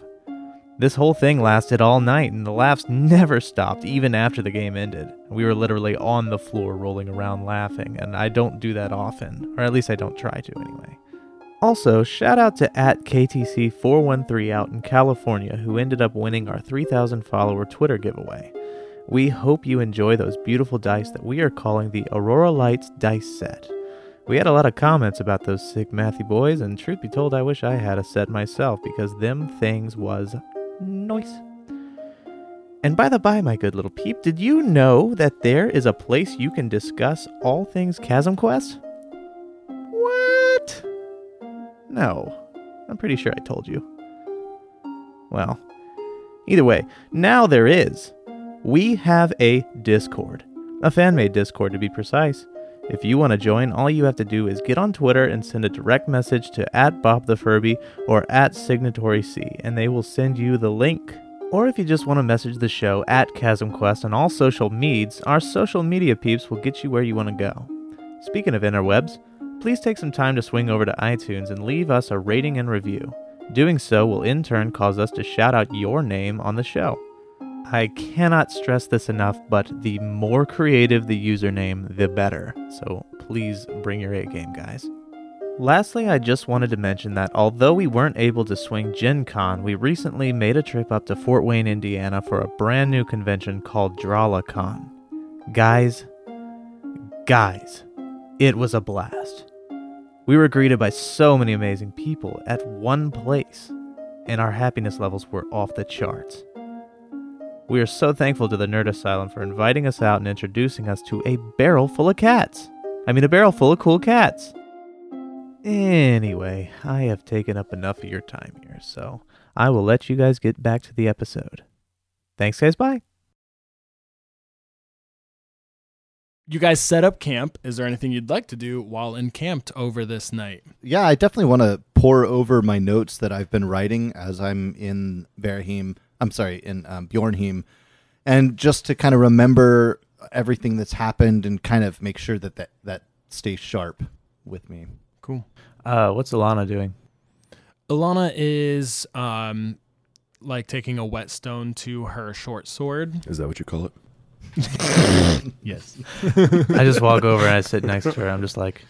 Speaker 4: This whole thing lasted all night, and the laughs never stopped even after the game ended. We were literally on the floor rolling around laughing, and I don't do that often, or at least I don't try to anyway. Also, shout out to at KTC413 out in California who ended up winning our 3,000 follower Twitter giveaway. We hope you enjoy those beautiful dice that we are calling the Aurora Lights dice set. We had a lot of comments about those sick Mathy boys, and truth be told, I wish I had a set myself because them things was Noise. And by the by, my good little peep, did you know that there is a place you can discuss all things Chasm Quest? What? No. I'm pretty sure I told you. Well, either way, now there is. We have a Discord, a fan made Discord to be precise. If you want to join, all you have to do is get on Twitter and send a direct message to at Bob the Furby or at Signatory C, and they will send you the link. Or if you just want to message the show at ChasmQuest on all social meds, our social media peeps will get you where you want to go. Speaking of interwebs, please take some time to swing over to iTunes and leave us a rating and review. Doing so will in turn cause us to shout out your name on the show. I cannot stress this enough, but the more creative the username, the better. So please bring your A game, guys. Lastly, I just wanted to mention that although we weren't able to swing Gen Con, we recently made a trip up to Fort Wayne, Indiana for a brand new convention called DrawlaCon. Guys, guys, it was a blast. We were greeted by so many amazing people at one place, and our happiness levels were off the charts. We are so thankful to the Nerd Asylum for inviting us out and introducing us to a barrel full of cats. I mean, a barrel full of cool cats. Anyway, I have taken up enough of your time here, so I will let you guys get back to the episode. Thanks, guys. Bye.
Speaker 3: You guys set up camp. Is there anything you'd like to do while encamped over this night?
Speaker 1: yeah, I definitely want to pour over my notes that I've been writing as I'm in Verheim. I'm sorry, in um, Bjornheim, and just to kind of remember everything that's happened and kind of make sure that that, that stays sharp with me.
Speaker 3: Cool.
Speaker 4: Uh, what's Alana doing?
Speaker 3: Alana is um like taking a whetstone to her short sword.
Speaker 6: Is that what you call it?
Speaker 3: Yes.
Speaker 4: I just walk over and I sit next to her. I'm just like,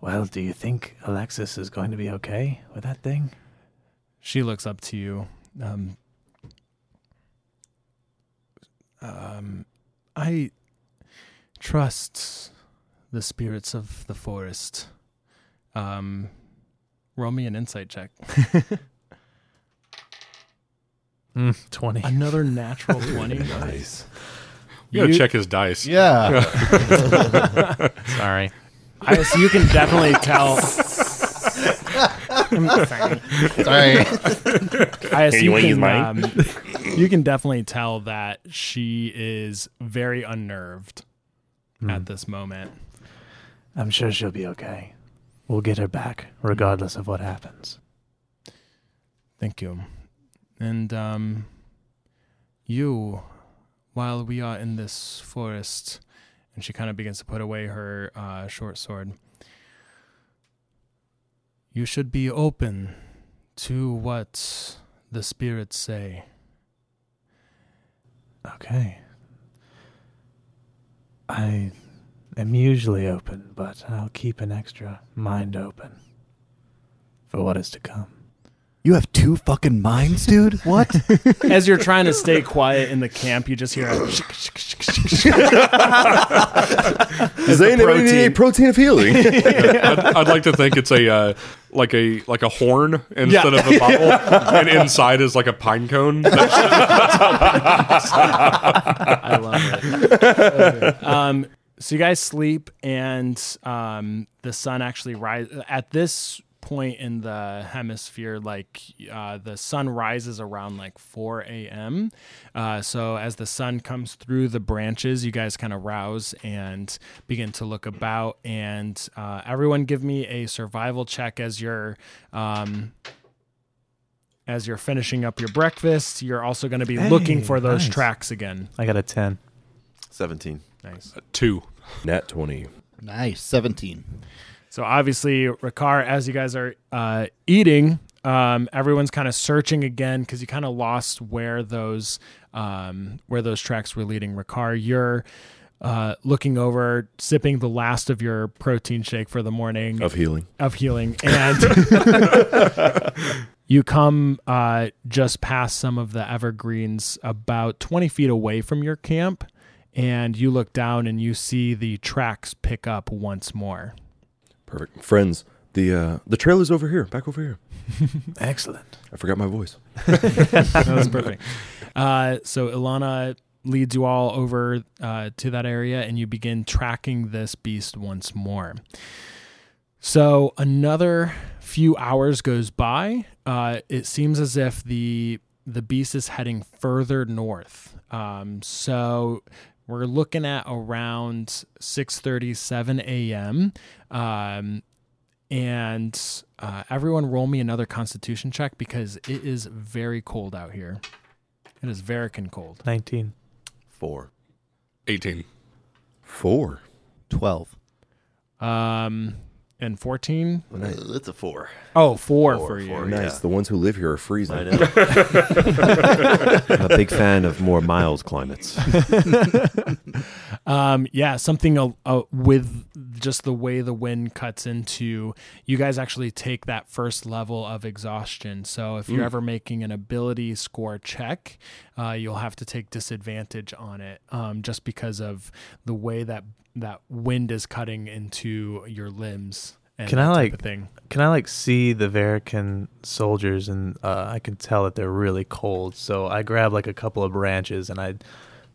Speaker 4: well, do you think Alexis is going to be okay with that thing?
Speaker 3: She looks up to you. Um, um, I trust the spirits of the forest. Um, roll me an insight check.
Speaker 4: Mm, 20.
Speaker 3: Another natural 20.
Speaker 6: Nice.
Speaker 2: You gotta
Speaker 3: You-
Speaker 2: check his dice.
Speaker 1: Yeah,
Speaker 4: Sorry.
Speaker 3: I, so you can definitely tell. I'm sorry.
Speaker 1: sorry.
Speaker 3: I assume
Speaker 7: you wanna
Speaker 3: can,
Speaker 7: use mine?
Speaker 3: um, you can definitely tell that she is very unnerved
Speaker 4: Hmm.
Speaker 3: at this moment.
Speaker 4: I'm sure she'll be okay. We'll get her back, regardless of what happens.
Speaker 3: Thank you. And um, you, while we are in this forest, and she kind of begins to put away her uh, short sword, you should be open to what the spirits say.
Speaker 4: Okay. I am usually open, but I'll keep an extra mind open for what is to come.
Speaker 1: You have two fucking minds, dude? What?
Speaker 3: As you're trying to stay quiet in the camp, you just hear a
Speaker 6: Does anybody need a protein of healing?
Speaker 2: I'd, I'd like to think it's a uh, like a like a horn instead of a bottle, and inside is like a pine cone. That's-
Speaker 3: I love it. um, so you guys sleep, and um, the sun actually rise at this point in the hemisphere. Like uh, the sun rises around like 4 a.m. Uh, so as the sun comes through the branches, you guys kind of rouse and begin to look about. And uh, everyone, give me a survival check as you're. Um, as you're finishing up your breakfast, you're also going to be looking
Speaker 4: Hey,
Speaker 3: for those
Speaker 4: nice.
Speaker 3: tracks again.
Speaker 4: I got a 10.
Speaker 5: 17.
Speaker 3: Nice.
Speaker 2: Two.
Speaker 6: Nat 20.
Speaker 1: nice. 17.
Speaker 3: So obviously, Ricard, as you guys are uh, eating, um, everyone's kind of searching again because you kind of lost where those um, where those tracks were leading. Ricard, you're uh, looking over, sipping the last of your protein shake for the morning
Speaker 6: Of healing.
Speaker 3: of healing and you come uh, just past some of the evergreens about 20 feet away from your camp and you look down and you see the tracks pick up once more
Speaker 6: Perfect. Friends, the uh, the trail is over here. Back over here.
Speaker 4: Excellent.
Speaker 6: I forgot my voice.
Speaker 3: that was perfect. Uh, so Ilana leads you all over uh, to that area, and you begin tracking this beast once more. So another few hours goes by. Uh, it seems as if the the beast is heading further north. Um, so we're looking at around 6:30, 7 a.m. Um, and uh, everyone roll me another constitution check because it is very cold out here. It is Varican cold.
Speaker 4: 19.
Speaker 5: 4.
Speaker 2: 18.
Speaker 6: Four.
Speaker 1: 12.
Speaker 3: Um, and 14?
Speaker 5: Uh, It's a 4.
Speaker 3: Oh, four
Speaker 5: Four,
Speaker 3: for you.
Speaker 5: four.
Speaker 6: Nice.
Speaker 5: Yeah.
Speaker 6: The ones who live here are freezing.
Speaker 5: I know. I'm a big fan of more mild climates.
Speaker 3: Um, yeah, something uh, uh, with just the way the wind cuts into you guys actually take that first level of exhaustion. So if
Speaker 4: Mm.
Speaker 3: you're ever making an ability score check, uh, you'll have to take disadvantage on it um, just because of the way that that wind is cutting into your limbs. And
Speaker 4: Can
Speaker 3: that
Speaker 4: I,
Speaker 3: type
Speaker 4: like-
Speaker 3: of thing?
Speaker 4: Can I like see the Varican soldiers and uh, I can tell that they're really cold. So I grab like a couple of branches and I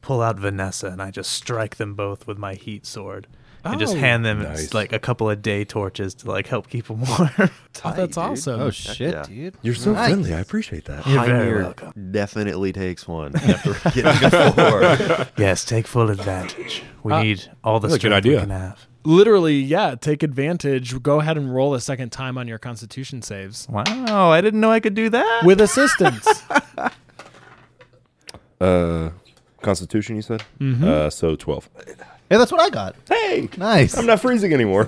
Speaker 4: pull out Vanessa and I just strike them both with my heat sword. And just
Speaker 3: Oh.
Speaker 4: hand them
Speaker 6: Nice.
Speaker 4: like a couple of day torches to like help keep them warm.
Speaker 3: Oh, that's awesome.
Speaker 1: Oh, shit,
Speaker 5: yeah.
Speaker 1: dude.
Speaker 6: You're so
Speaker 1: Nice.
Speaker 6: friendly. I appreciate that.
Speaker 4: You're very
Speaker 5: Pioneer
Speaker 4: welcome.
Speaker 5: Definitely takes one after getting a 4.
Speaker 4: yes, take full advantage. We
Speaker 3: Uh,
Speaker 4: need all the
Speaker 2: that's a good
Speaker 4: strength
Speaker 2: idea.
Speaker 4: we can have.
Speaker 3: Literally, yeah. Take advantage. Go ahead and roll a second time on your Constitution saves
Speaker 4: Wow, I didn't know I could do that.
Speaker 3: with assistance.
Speaker 6: Uh, Constitution, you said? Uh, so 12.
Speaker 1: Hey, that's what I got.
Speaker 6: Hey!
Speaker 1: Nice.
Speaker 6: I'm not freezing anymore.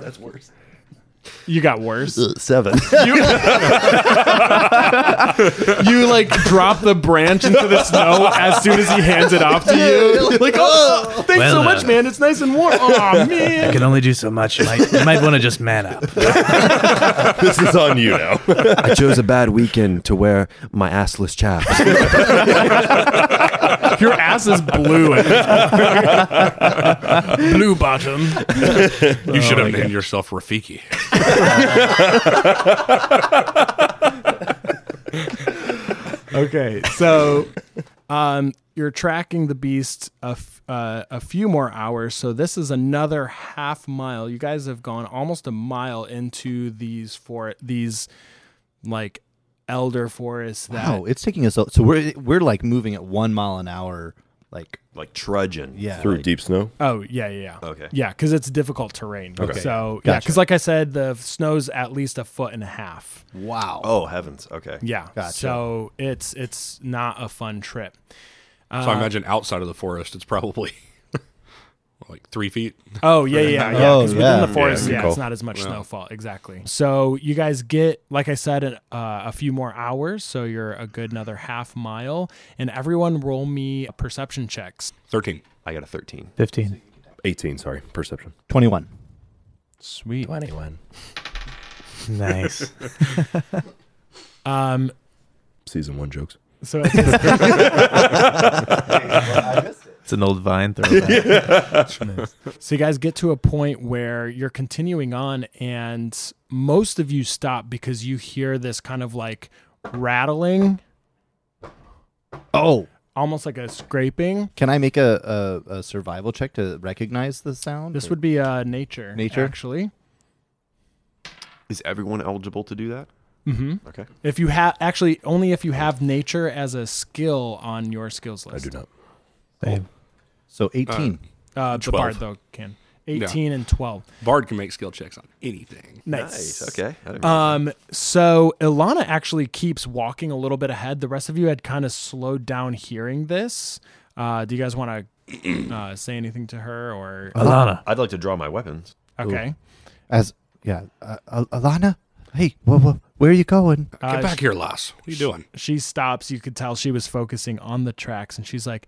Speaker 3: you got worse.
Speaker 5: 7.
Speaker 3: you like drop the branch into the snow as soon as he hands it off to you. Like, oh, thanks
Speaker 4: Well
Speaker 3: so
Speaker 4: done.
Speaker 3: much, man. It's nice and warm. Oh
Speaker 4: I
Speaker 3: man.
Speaker 4: can only do so much. You might, you might want to just man up.
Speaker 6: this is on you now.
Speaker 5: I chose a bad weekend to wear my assless chaps.
Speaker 3: Your ass is blue. at- blue bottom. Oh
Speaker 2: You should have named yourself Rafiki.
Speaker 3: Okay, so um, you're tracking the beast a, f- uh, a few more hours. So this is another half mile. You guys have gone almost a mile into these for these like elder forests that
Speaker 1: Wow, it's taking us. o- So we're we're like moving at one mile an hour. Like
Speaker 5: like trudging.
Speaker 1: yeah,
Speaker 6: Through deep snow.
Speaker 3: Oh yeah, yeah, yeah.
Speaker 5: Okay.
Speaker 3: Yeah, because it's difficult terrain. Okay. So yeah,
Speaker 1: Gotcha.
Speaker 3: because like I said, the snow's at least a foot and a half.
Speaker 1: wow.
Speaker 5: Oh heavens. Okay.
Speaker 3: Yeah.
Speaker 1: Gotcha.
Speaker 3: So it's it's not a fun trip.
Speaker 2: so
Speaker 3: Uh,
Speaker 2: I imagine outside of the forest, it's probably like three feet.
Speaker 3: Oh yeah, yeah, yeah.
Speaker 1: Oh,
Speaker 3: Because
Speaker 1: yeah.
Speaker 3: within the forest,
Speaker 6: Yeah, good
Speaker 3: yeah,
Speaker 6: call.
Speaker 3: it's not as much snowfall. Exactly. So you guys get, like I said, an, uh, a few more hours. So you're a good another half mile, and everyone roll me perception checks.
Speaker 2: 13.
Speaker 5: I got a 13.
Speaker 4: 15.
Speaker 6: 18, sorry. Perception.
Speaker 1: Twenty one.
Speaker 3: Sweet.
Speaker 6: 21.
Speaker 4: Nice.
Speaker 3: Um,
Speaker 6: season one jokes.
Speaker 3: So at this,
Speaker 4: It's an old vine throwback.
Speaker 3: So you guys get to a point where you're continuing on, and most of you stop because you hear this kind of like rattling,
Speaker 1: Oh,
Speaker 3: almost like a scraping.
Speaker 1: can I make a, a, a survival check to recognize the sound?
Speaker 3: This would be uh, nature.
Speaker 1: Nature?
Speaker 3: actually.
Speaker 5: Is everyone eligible to do that?
Speaker 3: Mm-hmm.
Speaker 5: Okay.
Speaker 3: If you have actually only if you have nature as a skill on your skills
Speaker 6: I
Speaker 3: list.
Speaker 6: do not.
Speaker 4: Same.
Speaker 1: so eighteen.
Speaker 3: Uh, the
Speaker 2: 12.
Speaker 3: bard though can eighteen and twelve.
Speaker 2: Bard can make skill checks on anything.
Speaker 3: Nice.
Speaker 5: Okay. I didn't
Speaker 3: Um, so Ilana actually keeps walking a little bit ahead. The rest of you had kind of slowed down hearing this. Uh, do you guys want to uh, say anything to her or
Speaker 4: Alana.
Speaker 5: I'd like to draw my weapons.
Speaker 2: Oh,
Speaker 3: okay?
Speaker 1: As yeah, uh, Al- Alana. Hey, wha- wha- where are you going?
Speaker 2: Get
Speaker 3: Uh,
Speaker 2: back here, Lass. What are you doing?
Speaker 3: She stops. You could tell she was focusing on the tracks, and she's like,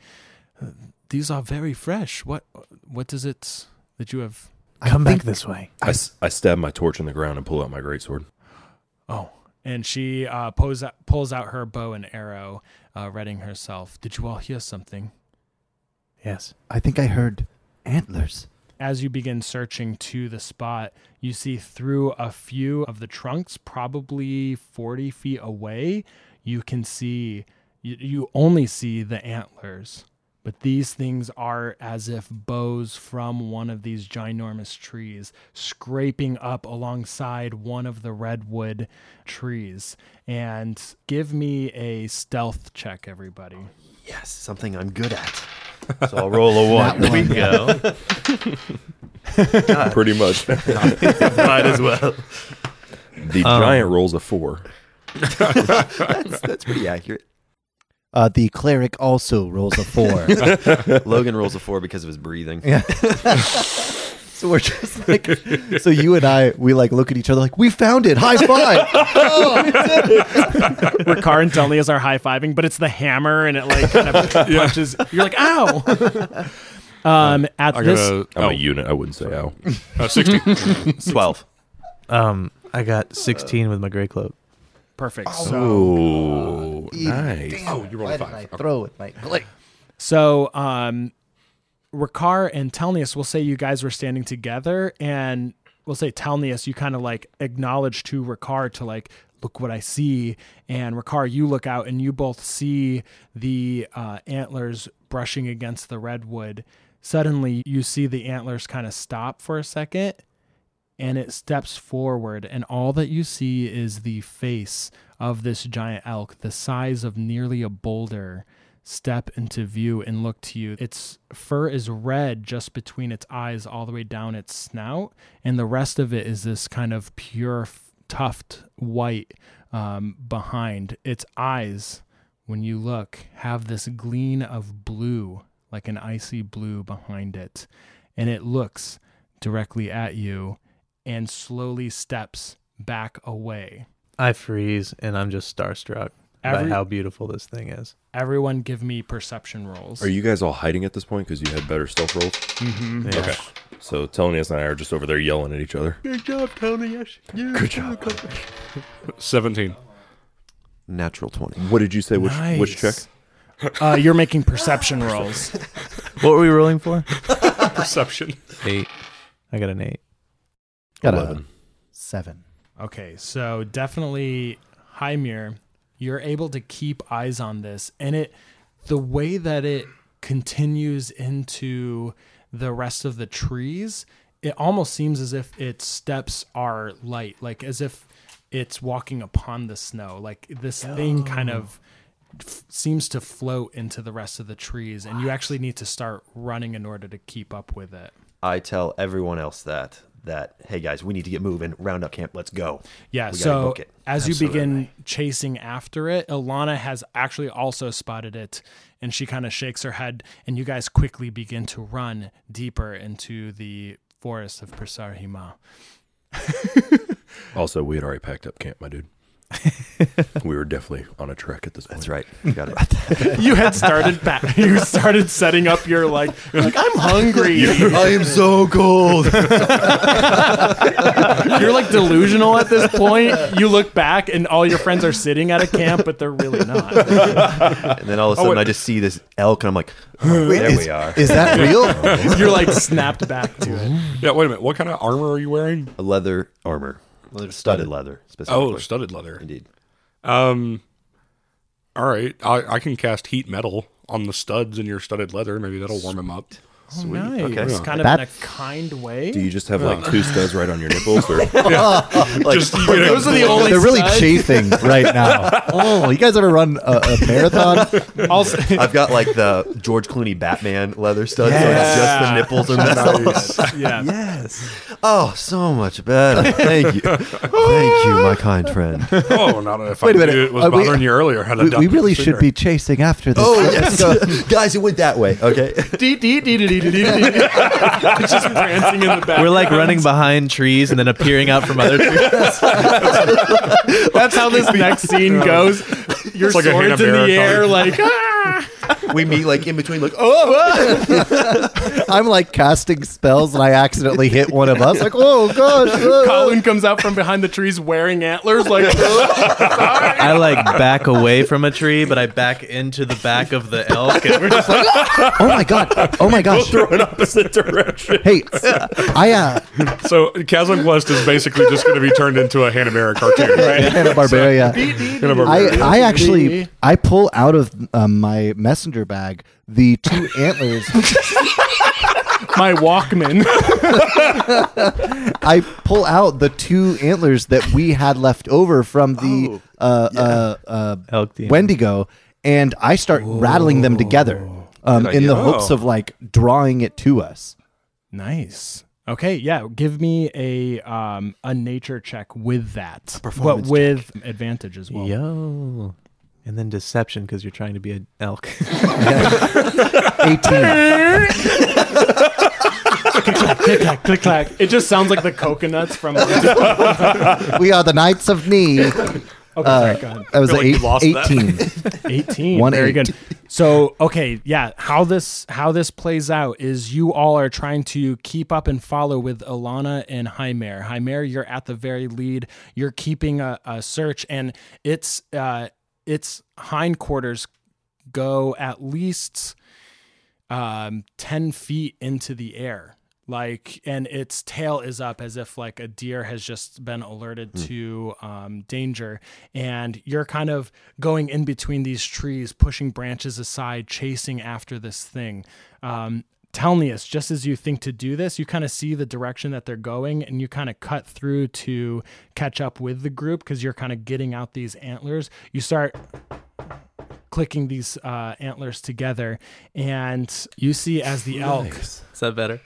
Speaker 3: "Uh, "These are very fresh. What what is it that you have?
Speaker 4: Come back this way.
Speaker 6: I, s- I stab my torch in the ground and pull out my greatsword.
Speaker 3: Oh." And she uh, pulls out, pulls out her bow and arrow, uh, readying herself. Did you all hear something?
Speaker 4: Yes.
Speaker 1: I think I heard antlers.
Speaker 3: as you begin searching to the spot, you see through a few of the trunks, probably 40 feet away, you can see, you, you only see the antlers. But these things are as if bows from one of these ginormous trees scraping up alongside one of the redwood trees. And give me a stealth check, everybody.
Speaker 5: Yes, something I'm good at. So I'll roll a one.
Speaker 1: That one.
Speaker 4: Go.
Speaker 6: Pretty much. the
Speaker 4: Might as well.
Speaker 6: giant rolls a four.
Speaker 5: that's, that's pretty accurate.
Speaker 1: Uh, the cleric also rolls a four.
Speaker 5: Logan rolls a four because of his breathing.
Speaker 1: yeah. so we're just like, so you and I, we like look at each other like, we found it. High five.
Speaker 3: Ricard and Delnius are high fiving, but it's the hammer and it like kind of punches. You're like, ow. um, at
Speaker 2: I got
Speaker 3: this,
Speaker 2: a,
Speaker 6: I'm
Speaker 2: oh, uh,
Speaker 6: a unit. I wouldn't say ow.
Speaker 2: a 60.
Speaker 5: Twelve.
Speaker 4: Um, I got 16 with my gray cloak.
Speaker 3: perfect. So,
Speaker 6: Oh, nice.
Speaker 1: oh, you rolled a five. I throw it, Mike. Like,
Speaker 3: so um, Ricard and Telnius will say you guys were standing together, and we'll say Telnius, you kind of like acknowledge to Ricard to like. Look what I see. And Ricard, you look out and you both see the uh, antlers brushing against the redwood. Suddenly, you see the antlers kind of stop for a second and it steps forward and all that you see is the face of this giant elk the size of nearly a boulder step into view and look to you its fur is red just between its eyes all the way down its snout and the rest of it is this kind of pure f- tuft white um, behind its eyes when you look have this gleam of blue like an icy blue behind it and it looks directly at you and slowly steps back away.
Speaker 4: I freeze and I'm just starstruck
Speaker 3: Every-
Speaker 4: by how beautiful this thing is.
Speaker 3: Everyone give me perception rolls.
Speaker 6: Are you guys all hiding at this point because you had better stealth rolls?
Speaker 4: Yeah.
Speaker 6: Okay. So Telenius and I are just over there yelling at each other.
Speaker 2: 17.
Speaker 5: Natural twenty.
Speaker 6: What did you say? Which which check?
Speaker 3: Nice. Uh, you're making perception rolls.
Speaker 4: What were we rolling for?
Speaker 2: Perception.
Speaker 4: Eight. I got an eight.
Speaker 1: got a
Speaker 6: Eleven.
Speaker 1: seven.
Speaker 3: Okay, so definitely Hymir, you're able to keep eyes on this and it the way that it continues into the rest of the trees, it almost seems as if its steps are light, like as if it's walking upon the snow. Like this thing kind of f- seems to float into the rest of the trees and you actually need to start running in order to keep up with it.
Speaker 5: I tell everyone else that that hey guys, we need to get moving. Round up camp. Let's go.
Speaker 3: Yeah,
Speaker 5: We gotta
Speaker 3: so
Speaker 5: book it.
Speaker 3: as you begin chasing after it, Ilana has actually also spotted it and she kind of shakes her head and you guys quickly begin to run deeper into the forest of Persarhima.
Speaker 6: Also, we had already packed up camp, my dude. we were definitely on a trek at this point.
Speaker 5: That's right. You Got it.
Speaker 3: you had started back. You started setting up your like. You're like I'm hungry.
Speaker 5: I am so cold.
Speaker 3: You're like delusional at this point. You look back and all your friends are sitting at a camp, but they're really not.
Speaker 5: And then all of a sudden, I just see this elk, and I'm like, oh, "There we are."
Speaker 1: Is that real?
Speaker 3: You're like snapped back to it.
Speaker 2: Yeah, wait a minute. What kind of armor are you wearing?
Speaker 5: A leather armor, studded leather, specifically.
Speaker 2: Oh, studded leather.
Speaker 5: indeed.
Speaker 2: Um, all right. I, I can cast heat metal on the studs in your studded leather. Maybe that'll warm him up.
Speaker 5: Sweet.
Speaker 3: Nice.
Speaker 5: Okay.
Speaker 3: It's kind of
Speaker 1: That-
Speaker 3: in a kind way.
Speaker 6: Do you just have like two studs right on your nipples, or
Speaker 5: Like,
Speaker 2: Just, you know,
Speaker 3: Those are the only.
Speaker 1: They're really
Speaker 3: studs.
Speaker 1: chafing right now. Oh, you guys ever run a, a marathon?
Speaker 3: Also,
Speaker 5: I've got like the George Clooney Batman leather studs, so it's just the
Speaker 3: Yeah.
Speaker 5: nipples are metal.
Speaker 3: yeah.
Speaker 5: Oh, so much better. Thank you, thank you, my kind friend.
Speaker 2: oh, not if I
Speaker 1: Wait a
Speaker 2: knew
Speaker 1: minute.
Speaker 2: it was
Speaker 1: Are we-
Speaker 2: bothering you earlier. Had I
Speaker 1: We,
Speaker 2: done
Speaker 1: we
Speaker 2: it
Speaker 1: really
Speaker 2: sooner.
Speaker 1: should be chasing after this.
Speaker 5: Oh yes, guys, it went that way. Okay,
Speaker 3: Dee, dee, dee, dee, dee, dee, dee, dee. It's just prancing in the back.
Speaker 4: We're like running behind trees and then appearing out from other trees.
Speaker 3: That's how this next scene goes. Your
Speaker 2: It's like a
Speaker 3: sword's in
Speaker 2: Hanna-Barbera
Speaker 3: the air,
Speaker 2: card.
Speaker 3: like ah!
Speaker 5: we meet like in between, like oh,
Speaker 1: I'm like casting spells and I accidentally hit one of us. Like, oh gosh. oh,
Speaker 3: Colin comes out from behind the trees wearing antlers, like.
Speaker 4: I like back away from a tree, but I back into the back of the elk. And we're just like,
Speaker 1: oh my god. Oh my gosh.
Speaker 2: in opposite direction.
Speaker 1: Hey, I uh,
Speaker 2: So Chasm Quest is basically just going to be turned into a Hanna-Barbera cartoon, right?
Speaker 1: Hanna Barbaria. I, uh,
Speaker 2: Hanna-Barbera.
Speaker 1: I actually I pull out of um, my messenger bag the two antlers.
Speaker 3: my Walkman.
Speaker 1: I pull out the two antlers that we had left over from the uh, uh, uh,
Speaker 4: Elk demon.
Speaker 1: Wendigo, and I start rattling them together um, in the hopes of like drawing it to us.
Speaker 3: nice. Okay, yeah. Give me a um a nature check with that, but with advantage as well.
Speaker 4: yo. And then deception because you're trying to be an elk.
Speaker 1: 18.
Speaker 3: Click clack, click clack. It just sounds like the coconuts from.
Speaker 1: we are the Knights of Nee.
Speaker 3: Okay,
Speaker 1: Uh,
Speaker 3: sorry, go ahead.
Speaker 1: that was
Speaker 2: like you
Speaker 1: eight-
Speaker 2: lost that.
Speaker 1: 18.
Speaker 3: 18
Speaker 1: One
Speaker 3: very
Speaker 1: eight.
Speaker 3: good so okay yeah how this how this plays out is you all are trying to keep up and follow with alana and Hymer. Hymer, you're at the very lead you're keeping a, a search and it's uh its hindquarters go at least um 10 feet into the air like and its tail is up as if like a deer has just been alerted to um, danger and you're kind of going in between these trees pushing branches aside chasing after this thing um, Telnius, just as you think to do this, you kind of see the direction that they're going and you kind of cut through to catch up with the group because you're kind of getting out these antlers. You start clicking these uh, antlers together, and you see as the elk.
Speaker 4: Is that better?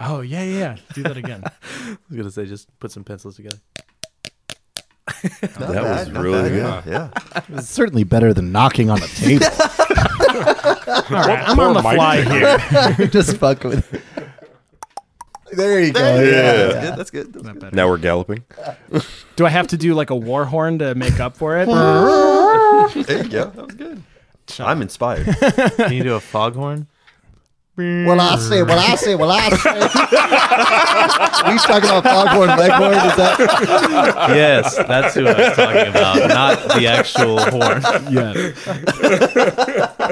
Speaker 3: Oh yeah, yeah, yeah. Do that again.
Speaker 4: I was gonna say just put some pencils together.
Speaker 6: that was really good.
Speaker 5: yeah, yeah.
Speaker 1: It's certainly better than knocking on a table.
Speaker 3: All right, I'm on the
Speaker 2: Poor
Speaker 3: fly
Speaker 2: Mike.
Speaker 3: here.
Speaker 1: Just fuck with There you go.
Speaker 5: Yeah,
Speaker 1: Yeah.
Speaker 5: That's good. That's good.
Speaker 6: Now we're galloping.
Speaker 3: Do I have to do like a war horn to make up for it?
Speaker 5: There you go. That was good. I'm inspired.
Speaker 4: Can you do a foghorn?
Speaker 1: Well, I say, well, I say, well, I say. we talking about foghorn leghorn? Is that
Speaker 4: yes, that's who I was talking about, not the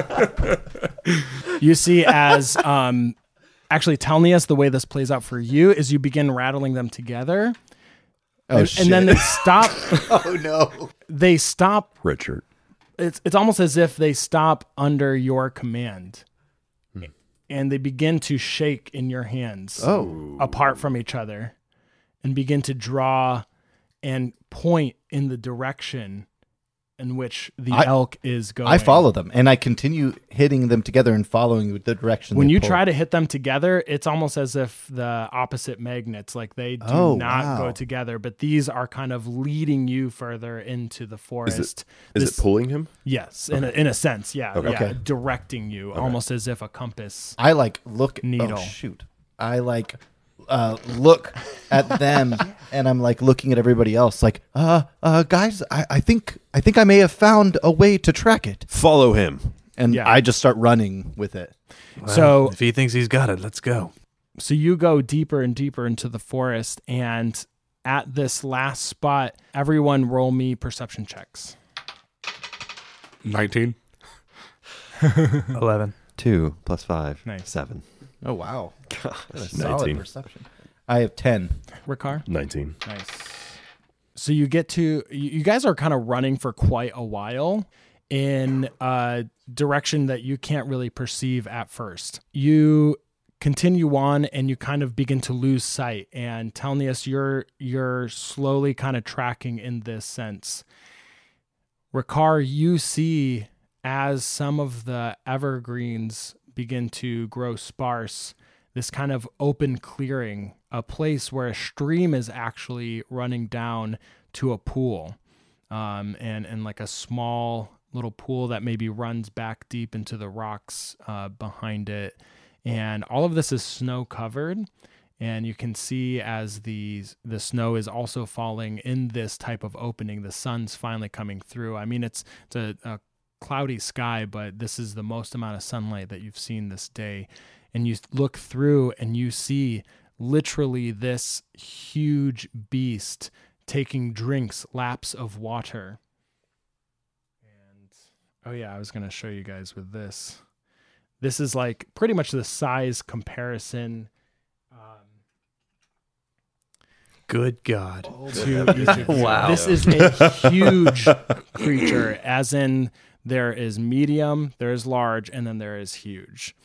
Speaker 4: actual horn.
Speaker 3: yeah. you see, as um, actually Telnius, the way this plays out for you is you begin rattling them together,
Speaker 1: Oh,
Speaker 3: and, and then they stop.
Speaker 1: oh no.
Speaker 3: They stop
Speaker 6: Richard.
Speaker 3: it's it's almost as if they stop under your command
Speaker 1: Hmm.
Speaker 3: and they begin to shake in your hands
Speaker 1: Oh.
Speaker 3: apart from each other and begin to draw and point in the direction in which the
Speaker 1: I-
Speaker 3: elk is going
Speaker 1: I follow them and I continue hitting them together and following with the direction.
Speaker 3: when
Speaker 1: they
Speaker 3: you
Speaker 1: pull.
Speaker 3: try to hit them together it's almost as if the opposite magnets like they do
Speaker 1: Oh,
Speaker 3: not go
Speaker 1: wow.
Speaker 3: together but these are kind of leading you further into the forest
Speaker 6: Is
Speaker 3: This-
Speaker 6: it pulling him?
Speaker 3: Yes, in, a, in a sense, yeah, yeah,
Speaker 1: Okay.
Speaker 3: directing you almost as if a compass.
Speaker 1: I like look.
Speaker 3: Needle.
Speaker 1: Oh, shoot. I like uh, look at them, and I'm like looking at everybody else, like, uh, uh, guys, I, I think I think I may have found a way to track it,
Speaker 5: Follow him.
Speaker 1: and
Speaker 3: Yeah.
Speaker 1: I just start running with it.
Speaker 3: So-
Speaker 4: if he thinks he's got it, let's go.
Speaker 3: so you go deeper and deeper into the forest and at this last spot everyone roll me perception checks
Speaker 2: 19.
Speaker 4: Eleven.
Speaker 5: Two plus five.
Speaker 3: Nice.
Speaker 5: Seven.
Speaker 1: Oh wow, solid
Speaker 6: 19.
Speaker 1: perception. I have ten.
Speaker 3: ricard
Speaker 6: 19.
Speaker 3: nice so you get to you you guys are kind of running for quite a while in a direction that you can't really perceive at first you continue on and you kind of begin to lose sight and telnius you're you're slowly kind of tracking in this sense Ricard, you see as some of the evergreens begin to grow sparse, this kind of open clearing, a place where a stream is actually running down to a pool, um, and and like a small little pool that maybe runs back deep into the rocks uh, behind it, and all of this is snow covered. And you can see as the the snow is also falling in this type of opening, the sun's finally coming through. I mean, it's it's a, a cloudy sky, but this is the most amount of sunlight that you've seen this day. And you look through and you see literally this huge beast taking drinks, laps of water. And oh yeah, I was gonna show you guys with this. This is like pretty much the size comparison. Um,
Speaker 4: Good God.
Speaker 3: to Egypt.
Speaker 4: Wow.
Speaker 3: Oh This is a huge creature, as in there is medium, there is large, and then there is huge.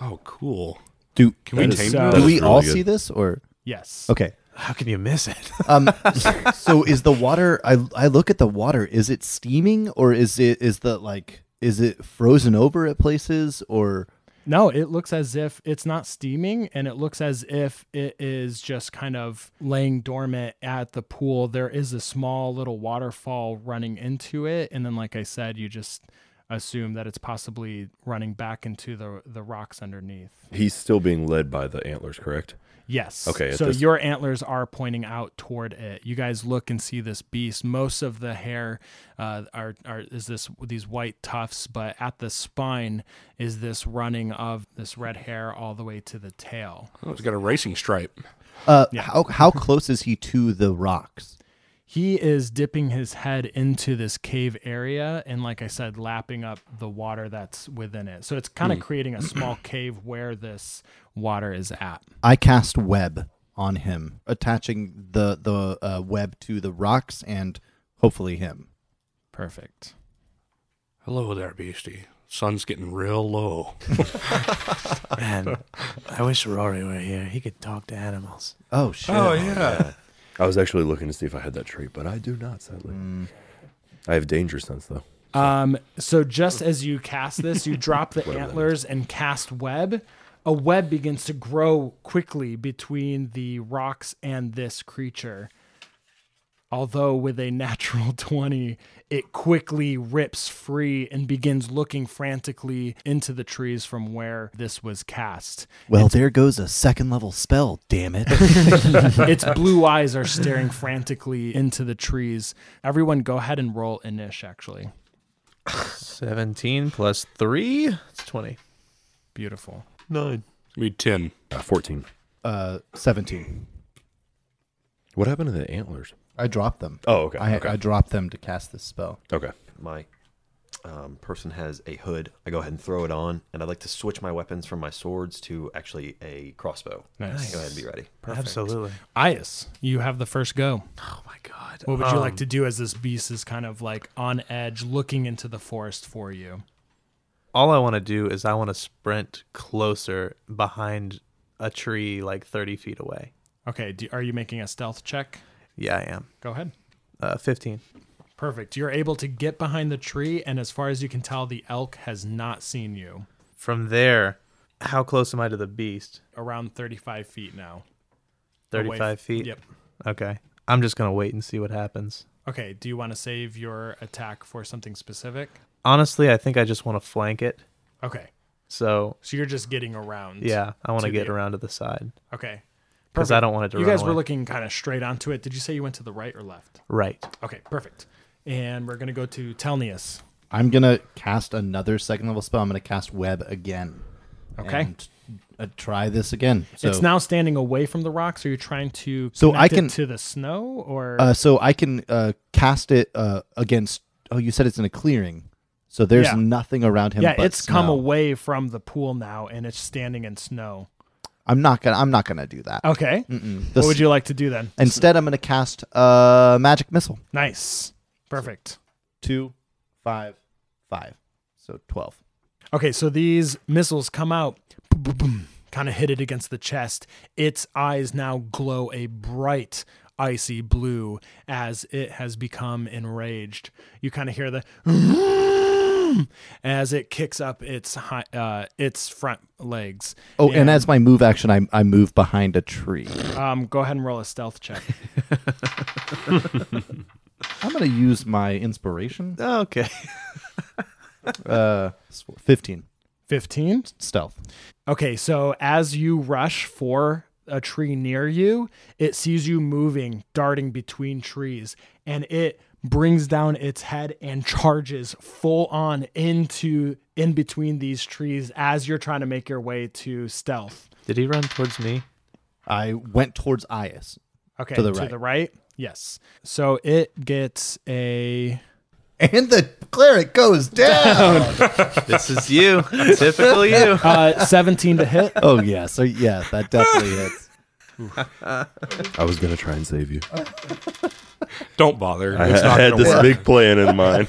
Speaker 2: Oh, cool.
Speaker 1: Do
Speaker 2: Can we
Speaker 3: That is
Speaker 2: tame
Speaker 3: so-
Speaker 2: this?
Speaker 1: do we
Speaker 6: really
Speaker 1: all
Speaker 6: good.
Speaker 1: see this or
Speaker 3: Yes.
Speaker 1: okay?
Speaker 4: How can you miss it?
Speaker 1: Um, so is the water? I I look at the water. Is it steaming or is it is the like is it frozen over at places or
Speaker 3: No, it looks as if it's not steaming and it looks as if it is just kind of laying dormant at the pool. There is a small little waterfall running into it. And then, like I said, you just assume that it's possibly running back into the, the rocks underneath.
Speaker 6: He's still being led by the antlers, correct?
Speaker 3: Yes.
Speaker 6: Okay, at
Speaker 3: So
Speaker 6: this-
Speaker 3: your antlers are pointing out toward it. You guys look and see this beast. Most of the hair uh, are are is this these white tufts, but at the spine is this running of this red hair all the way to the tail.
Speaker 2: Oh, it's got a racing stripe.
Speaker 1: uh how how close is he to the rocks?
Speaker 3: He is dipping his head into this cave area and, like I said, lapping up the water that's within it. So it's kind
Speaker 6: Hmm.
Speaker 3: of creating a small cave where this water is at.
Speaker 1: I cast web on him, attaching the the uh, web to the rocks and hopefully him.
Speaker 3: Perfect.
Speaker 2: Hello there, beastie. Sun's getting real low.
Speaker 4: Man, I wish Rory were here. He could talk to animals.
Speaker 1: Oh shit!
Speaker 2: yeah.
Speaker 6: I was actually looking to see if I had that trait, but I do not, sadly.
Speaker 3: Mm.
Speaker 6: I have danger sense, though.
Speaker 3: Um, so just as you cast this, you drop the antlers and cast web. A web begins to grow quickly between the rocks and this creature. Although with a natural 20, it quickly rips free and begins looking frantically into the trees from where this was cast.
Speaker 1: Well, there goes a second level spell. Damn it!
Speaker 3: its blue eyes are staring frantically into the trees. Everyone go ahead and roll Inish actually.
Speaker 4: Seventeen plus three. It's twenty.
Speaker 3: Beautiful.
Speaker 4: Nine.
Speaker 2: It's gonna be 10.
Speaker 6: Uh, 14.
Speaker 1: uh, Seventeen.
Speaker 6: What happened to the antlers?
Speaker 1: I dropped them.
Speaker 6: Oh, okay.
Speaker 1: I,
Speaker 6: okay.
Speaker 1: I dropped them to cast this spell.
Speaker 6: okay.
Speaker 5: My um, person has a hood. I go ahead and throw it on, and I'd like to switch my weapons from my swords to actually a crossbow.
Speaker 3: Nice.
Speaker 5: Go ahead and be ready.
Speaker 4: Absolutely.
Speaker 3: Ayas, you have the first go.
Speaker 4: Oh my god.
Speaker 3: What would you like
Speaker 4: Um,
Speaker 3: to do as this beast is kind of like on edge, looking into the forest for you?
Speaker 4: All I want to do is I want to sprint closer behind a tree, like thirty feet away.
Speaker 3: Okay, do, are you making a stealth check?
Speaker 4: Yeah, I am.
Speaker 3: Go ahead.
Speaker 4: Uh, Fifteen.
Speaker 3: Perfect. You're able to get behind the tree, and as far as you can tell, the elk has not seen you.
Speaker 4: From there, how close am I to the beast?
Speaker 3: Around 35 feet now. Away-
Speaker 4: Thirty-five feet.
Speaker 3: Yep.
Speaker 4: Okay. I'm just gonna wait and see what happens.
Speaker 3: Okay, do you want to save your attack for something specific?
Speaker 4: Honestly, I think I just want to flank it.
Speaker 3: Okay,
Speaker 4: So
Speaker 3: so you're just getting around.
Speaker 4: yeah, I want
Speaker 3: To
Speaker 4: to get
Speaker 3: the-
Speaker 4: around to the side.
Speaker 3: Okay.
Speaker 4: because I don't want it to
Speaker 3: You
Speaker 4: run
Speaker 3: guys were
Speaker 4: away.
Speaker 3: looking kind of straight onto it. Did you say you went to the right or left?
Speaker 4: right.
Speaker 3: Okay, perfect. And we're gonna go to Telnius.
Speaker 1: I'm gonna cast another second level spell. I'm gonna cast web again.
Speaker 3: Okay.
Speaker 1: And, uh, try this again. So
Speaker 3: it's now standing away from the rocks. Are you trying to
Speaker 1: So
Speaker 3: connect
Speaker 1: I
Speaker 3: it
Speaker 1: can-
Speaker 3: to the snow or
Speaker 1: Uh, so I can uh, cast it uh, against. Oh, you said it's in a clearing. So there's
Speaker 3: Yeah.
Speaker 1: nothing around him.
Speaker 3: yeah?
Speaker 1: but
Speaker 3: It's come
Speaker 1: snow.
Speaker 3: away from the pool now and it's standing in snow.
Speaker 1: I'm not gonna. I'm not gonna do that.
Speaker 3: Okay,
Speaker 1: Mm-mm. The
Speaker 3: what
Speaker 1: s-
Speaker 3: would you like to do then?
Speaker 1: Instead, I'm gonna cast uh, magic missile.
Speaker 3: Nice, perfect.
Speaker 1: Two, five, five. So twelve.
Speaker 3: Okay, so these missiles come out, kind of hit it against the chest. Its eyes now glow a bright icy blue as it has become enraged. You kind of hear the as it kicks up its hi- uh, its front legs.
Speaker 1: Oh, and as my move action, I, I move behind a tree.
Speaker 3: um, go ahead and roll a stealth check.
Speaker 1: I'm gonna use my inspiration.
Speaker 4: Okay.
Speaker 1: Uh, fifteen
Speaker 3: Fifteen.
Speaker 1: stealth.
Speaker 3: Okay, so as you rush for a tree near you, it sees you moving, darting between trees, and it brings down its head and charges full on into in between these trees as you're trying to make your way to stealth.
Speaker 4: Did he run towards me?
Speaker 1: I went towards Ias.
Speaker 3: Okay,
Speaker 1: To the
Speaker 3: To the right? Yes. So it gets a
Speaker 1: And the cleric goes down.
Speaker 4: This is you. Typical you.
Speaker 3: uh, 17 to hit.
Speaker 1: oh yeah, so yeah, that definitely hits.
Speaker 6: I was gonna try and save you.
Speaker 3: Oh,
Speaker 2: Don't bother.
Speaker 6: I,
Speaker 2: It's
Speaker 6: I
Speaker 2: not
Speaker 6: had
Speaker 2: going to
Speaker 6: this
Speaker 2: work.
Speaker 6: big plan in mind.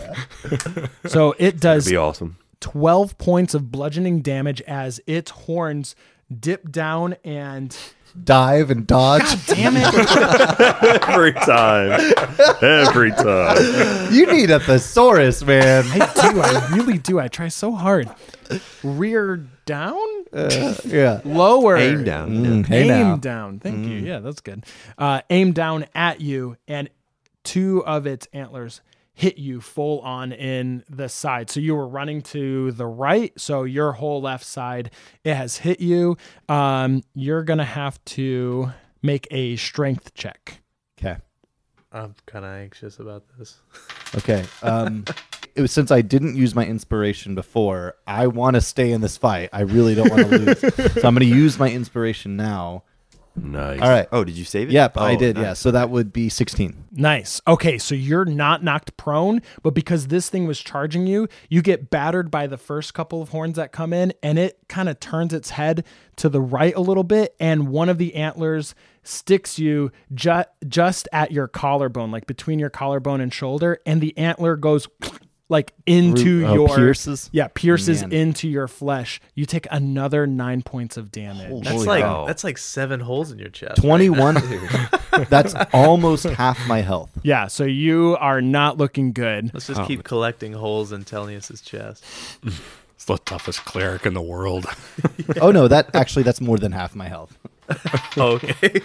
Speaker 3: So it does
Speaker 6: Be awesome.
Speaker 3: 12 points of bludgeoning damage as its horns dip down and
Speaker 1: Dive and dodge.
Speaker 3: damn it
Speaker 6: Every time. Every time.
Speaker 1: You need a thesaurus, man.
Speaker 3: I do. I really do. I try so hard. Rear down,
Speaker 1: Yeah.
Speaker 3: lower.
Speaker 5: Aim down. Mm-hmm.
Speaker 1: Mm, hey
Speaker 3: Aim
Speaker 1: now.
Speaker 3: down. Thank you. Yeah, that's good. Uh, aim down at you, and two of its antlers hit you full on in the side. So you were running to the right, so your whole left side it has hit you. Um, you're gonna have to make a strength check.
Speaker 1: Okay.
Speaker 4: I'm kind of anxious about this.
Speaker 1: Okay. Um, it was since I didn't use my inspiration before. I want to stay in this fight. I really don't want to lose. so I'm going to use my inspiration now.
Speaker 6: Nice.
Speaker 1: All right.
Speaker 5: Oh, did you save it?
Speaker 1: Yep, I
Speaker 5: Oh,
Speaker 1: did.
Speaker 5: nice.
Speaker 1: Yeah. So that would be 16.
Speaker 3: Nice. Okay, so you're not knocked prone, but because this thing was charging you, you get battered by the first couple of horns that come in, and it kind of turns its head to the right a little bit, and one of the antlers sticks you ju- just at your collarbone, like between your collarbone and shoulder, and the antler goes like into
Speaker 1: Through- oh,
Speaker 3: your
Speaker 1: pierces?
Speaker 3: Yeah, pierces
Speaker 1: Man.
Speaker 3: into your flesh. You take another nine points of damage.
Speaker 1: Holy
Speaker 4: That's
Speaker 1: Holy
Speaker 4: like
Speaker 1: cow.
Speaker 4: that's like seven holes in your chest.
Speaker 1: 21. that's almost half my health.
Speaker 3: Yeah, so you are not looking good.
Speaker 4: Let's just keep collecting holes in Telnius's chest.
Speaker 2: It's the toughest cleric in the world.
Speaker 1: Oh, no. That actually, that's more than half my health.
Speaker 4: Okay.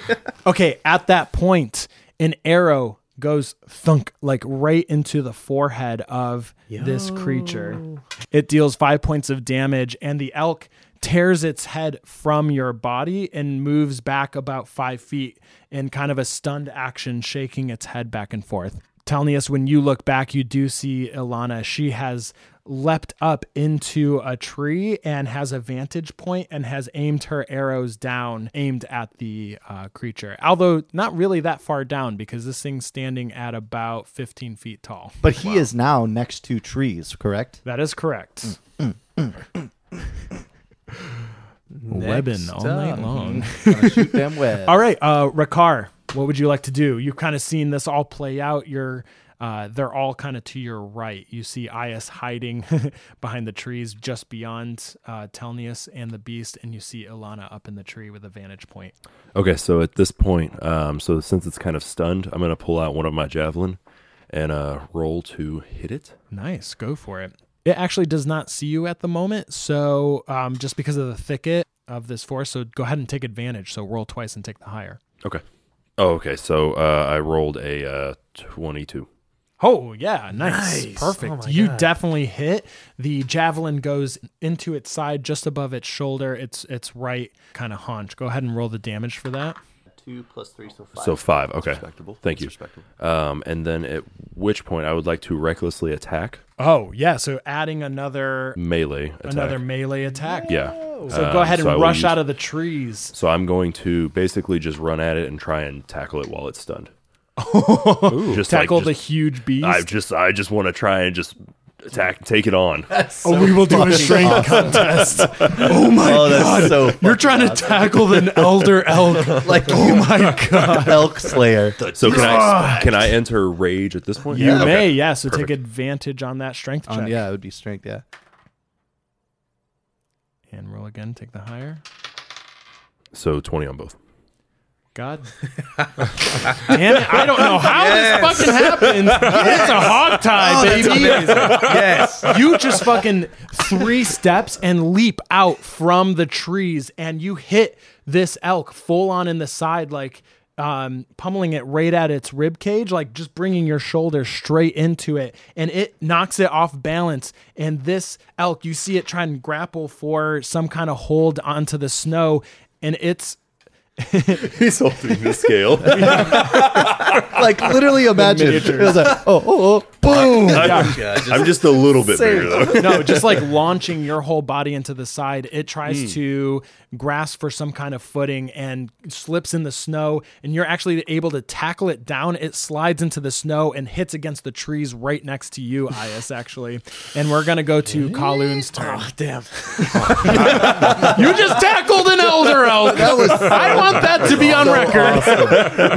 Speaker 3: Okay, at that point, an arrow goes thunk like right into the forehead of this creature. It deals five points of damage, and the elk tears its head from your body and moves back about five feet in kind of a stunned action, shaking its head back and forth. Telnius, when you look back, you do see Ilana. She has leapt up into a tree and has a vantage point and has aimed her arrows down, aimed at the uh, creature. Although not really that far down because this thing's standing at about 15 feet tall.
Speaker 1: But he is now next to trees, correct?
Speaker 3: That is correct.
Speaker 4: Next up.
Speaker 3: long.
Speaker 1: Gonna shoot them with.
Speaker 3: All right, uh, Rakar, what would you like to do? You've kind of seen this all play out. You're, uh, they're all kind of to your right. You see Is hiding behind the trees just beyond uh, Telnius and the beast, and you see Ilana up in the tree with a vantage point.
Speaker 6: Okay, so at this point, um, so since it's kind of stunned, I'm gonna pull out one of my javelin and uh, roll to hit it.
Speaker 3: Nice, go for it. It actually does not see you at the moment, so um, just because of the thicket of this forest, so go ahead and take advantage. So roll twice and take the higher.
Speaker 6: Okay. Oh, okay. So uh, I rolled a uh, 22.
Speaker 3: Oh yeah, nice,
Speaker 4: Nice.
Speaker 3: perfect.
Speaker 4: Oh my
Speaker 3: you
Speaker 4: God.
Speaker 3: definitely hit. The javelin goes into its side, just above its shoulder. It's its right kind of haunch. Go ahead and roll the damage for that.
Speaker 1: two plus three, so five.
Speaker 6: So five. Okay.
Speaker 5: Respectable.
Speaker 6: Thank
Speaker 5: That's
Speaker 6: you.
Speaker 5: Respectable.
Speaker 6: Um, and then at which point I would like to recklessly attack
Speaker 3: Oh yeah, so adding another
Speaker 6: melee. Attack.
Speaker 3: another melee attack.
Speaker 6: Yeah.
Speaker 3: So
Speaker 6: Um,
Speaker 3: go ahead and
Speaker 6: so I will
Speaker 3: rush
Speaker 6: use-
Speaker 3: out of the trees.
Speaker 6: So I'm going to basically just run at it and try and tackle it while it's stunned. just
Speaker 3: Tackle
Speaker 6: like,
Speaker 3: the
Speaker 6: just,
Speaker 3: huge beast.
Speaker 6: I just I just want to try and just attack, take it on.
Speaker 3: oh, we will do a strength contest. Oh my
Speaker 1: Oh,
Speaker 3: god!
Speaker 1: that's so
Speaker 3: You're trying to tackle an elder elk.
Speaker 1: like
Speaker 3: oh my god!
Speaker 1: elk slayer.
Speaker 6: So can I can I enter rage at this point?
Speaker 3: You
Speaker 6: Okay.
Speaker 3: may, yeah. So
Speaker 6: Perfect.
Speaker 3: take advantage on that strength check.
Speaker 1: Um, yeah, it would be strength. Yeah.
Speaker 3: And roll again. Take the higher.
Speaker 6: So twenty on both.
Speaker 3: God. Damn it. I don't know how this fucking happened. It's a hog tie, baby. yes. You just fucking three steps and leap out from the trees and you hit this elk full on in the side, like um, pummeling it right at its rib cage, like just bringing your shoulder straight into it. And it knocks it off balance. And this elk, you see it try and grapple for some kind of hold onto the snow. And it's
Speaker 6: He's holding the scale.
Speaker 1: Like literally, imagine it was like, oh, oh, oh, boom.
Speaker 6: I'm just a little bit bigger though.
Speaker 3: no, just like launching your whole body into the side. It tries
Speaker 5: Mm.
Speaker 3: to grasp for some kind of footing and slips in the snow, and you're actually able to tackle it down. It slides into the snow and hits against the trees right next to you, Ayas, actually. And we're going to go to Kaloon's turn. Oh, damn. you just tackled an elder elk. I want that to be on record.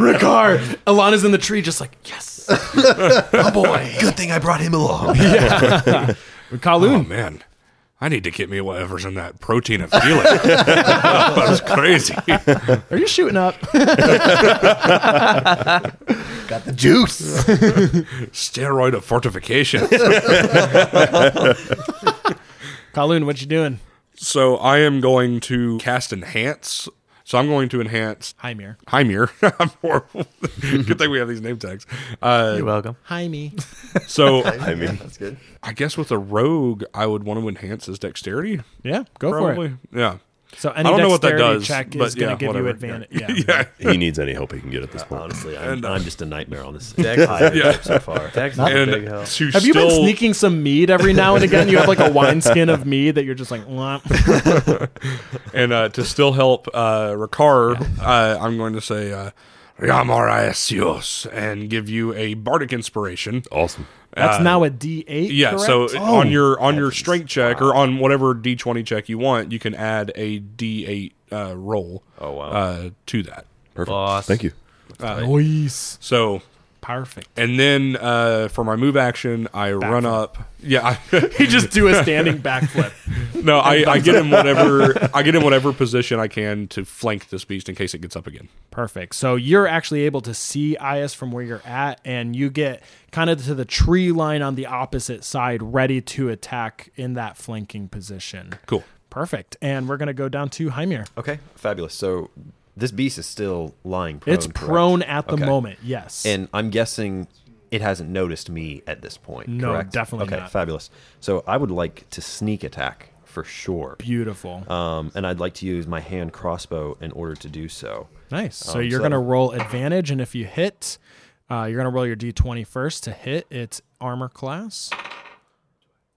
Speaker 3: Ricard, Alana's in the tree, just like, yes. oh, boy.
Speaker 5: Good thing I brought him along.
Speaker 3: Kaloon.
Speaker 2: Oh man, I need to get me whatever's in that protein and feel it. that was crazy.
Speaker 3: Are you shooting up?
Speaker 1: Got the juice.
Speaker 2: Steroid of fortification.
Speaker 3: Kaloon, what you doing?
Speaker 2: so I am going to cast enhance. So I'm going to enhance
Speaker 3: Hymir.
Speaker 2: Hymir. I'm horrible. Good thing we have these name tags. Uh,
Speaker 4: You're welcome.
Speaker 3: Jaime.
Speaker 2: so
Speaker 6: I mean,
Speaker 5: That's good.
Speaker 2: I guess with a rogue, I would want to enhance his dexterity.
Speaker 3: Yeah, go
Speaker 2: Probably. Yeah.
Speaker 3: So any
Speaker 2: I don't know what that
Speaker 3: dexterity
Speaker 2: does,
Speaker 3: check
Speaker 2: but
Speaker 3: is going to
Speaker 2: yeah,
Speaker 3: give
Speaker 2: whatever.
Speaker 3: you advantage. Yeah.
Speaker 2: Yeah.
Speaker 6: he needs any help he can get at this point.
Speaker 5: Honestly, I'm,
Speaker 2: And, uh,
Speaker 5: I'm just a nightmare on this
Speaker 4: Dex-
Speaker 5: entire
Speaker 2: Yeah.
Speaker 5: trip so far.
Speaker 4: Dex is a
Speaker 2: And
Speaker 4: big help.
Speaker 2: to
Speaker 3: Have you
Speaker 2: still,
Speaker 3: been sneaking some mead every now and again? You have like a wineskin of mead that you're just like, "Mwah."
Speaker 2: and uh, to still help uh, Ricard, uh, I'm going to say uh, Ramarasios and give you a bardic inspiration.
Speaker 6: Awesome.
Speaker 3: that's
Speaker 2: Uh,
Speaker 3: now a D8.
Speaker 2: Yeah,
Speaker 3: correct?
Speaker 2: so
Speaker 3: Oh.
Speaker 2: on your on your strength check or on whatever d20 check you want, you can add a d8 uh, roll.
Speaker 5: Oh, wow.
Speaker 2: uh, to that.
Speaker 6: Perfect.
Speaker 4: Boss.
Speaker 6: Thank you.
Speaker 2: uh,
Speaker 3: Nice.
Speaker 2: So
Speaker 3: Oh, perfect.
Speaker 2: and then uh, for my move action, I run up. Yeah, I,
Speaker 3: He just do a standing backflip.
Speaker 2: no, I, I get him whatever I get him whatever position I can to flank this beast in case it gets up again.
Speaker 3: Perfect. So you're actually able to see Ayas from where you're at, and you get kind of to the tree line on the opposite side, ready to attack in that flanking position.
Speaker 2: Cool.
Speaker 3: Perfect. And we're going to go down to Hymir.
Speaker 5: Okay, fabulous. So this beast is still lying prone.
Speaker 3: It's
Speaker 5: correct?
Speaker 3: prone at the
Speaker 5: Okay.
Speaker 3: moment. Yes.
Speaker 5: And I'm guessing it hasn't noticed me at this point.
Speaker 3: No,
Speaker 5: correct?
Speaker 3: definitely
Speaker 5: okay,
Speaker 3: not.
Speaker 5: fabulous. So I would like to sneak attack for sure.
Speaker 3: beautiful.
Speaker 5: Um, and I'd like to use my hand crossbow in order to do so.
Speaker 3: nice. So
Speaker 5: um,
Speaker 3: you're
Speaker 5: so-
Speaker 3: going to roll advantage, and if you hit, uh, you're going to roll your d20 first to hit. It's armor class.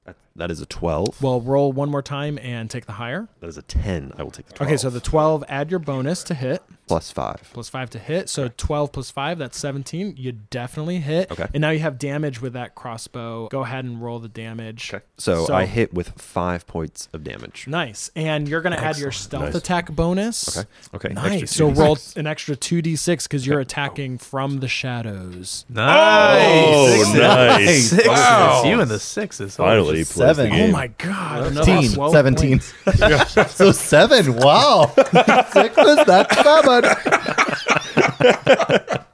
Speaker 5: That- That is a 12.
Speaker 3: Well, roll one more time and take the higher.
Speaker 5: that is a 10. I will take the 12.
Speaker 3: Okay, so the 12, add your bonus to hit,
Speaker 5: plus 5.
Speaker 3: plus 5 to hit. So 12 plus 5, that's 17. You definitely hit.
Speaker 5: Okay.
Speaker 3: And now you have damage with that crossbow. Go ahead and roll the damage.
Speaker 5: Okay. So, I hit with 5 points of damage.
Speaker 3: Nice. And you're going to add your stealth attack bonus.
Speaker 5: Okay. Okay. extra
Speaker 3: Nice. So
Speaker 5: 2d6.
Speaker 3: roll an extra 2d6 because you're attacking from the shadows.
Speaker 4: Nice.
Speaker 6: Oh, nice.
Speaker 4: Sixes.
Speaker 2: Wow.
Speaker 4: You and the sixes.
Speaker 6: Finally, he plays
Speaker 1: Seven.
Speaker 6: the
Speaker 1: Oh
Speaker 6: game.
Speaker 3: Oh my god. another
Speaker 1: 17.
Speaker 3: 12
Speaker 1: 17.
Speaker 3: points.
Speaker 1: so seven. Wow. Six was that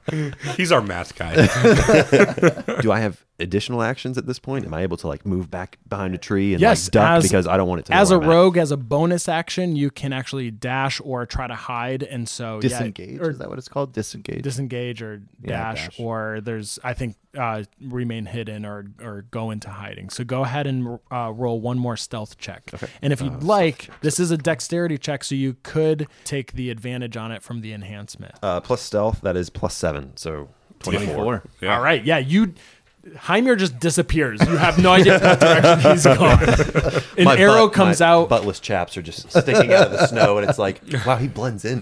Speaker 1: common.
Speaker 2: He's our math guy.
Speaker 5: Do I have additional actions at this point? Am I able to like move back behind a tree and
Speaker 3: Yes,
Speaker 5: like duck
Speaker 3: as-
Speaker 5: because I don't want it to? know
Speaker 3: as a
Speaker 5: where I'm at?
Speaker 3: rogue, as a bonus action, you can actually dash or try to hide, and so yeah,
Speaker 1: Disengage.
Speaker 3: or
Speaker 1: is that what it's called? Disengage.
Speaker 3: disengage or
Speaker 1: Yeah,
Speaker 3: dash,
Speaker 1: dash.
Speaker 3: or there's I think uh, remain hidden or or go into hiding. So go ahead and uh, roll one more stealth check, and if you'd like, this is a dexterity check, so you could take the advantage on it from the enhancement.
Speaker 5: Uh, plus stealth, that is plus seven, so twenty-four.
Speaker 2: Yeah.
Speaker 3: All right, yeah, you. Heimir just disappears. You have no idea what direction he's gone. An
Speaker 5: My
Speaker 3: arrow
Speaker 5: butt-
Speaker 3: comes
Speaker 5: my
Speaker 3: out.
Speaker 5: Buttless chaps are just sticking out of the snow, and it's like, wow, he blends in.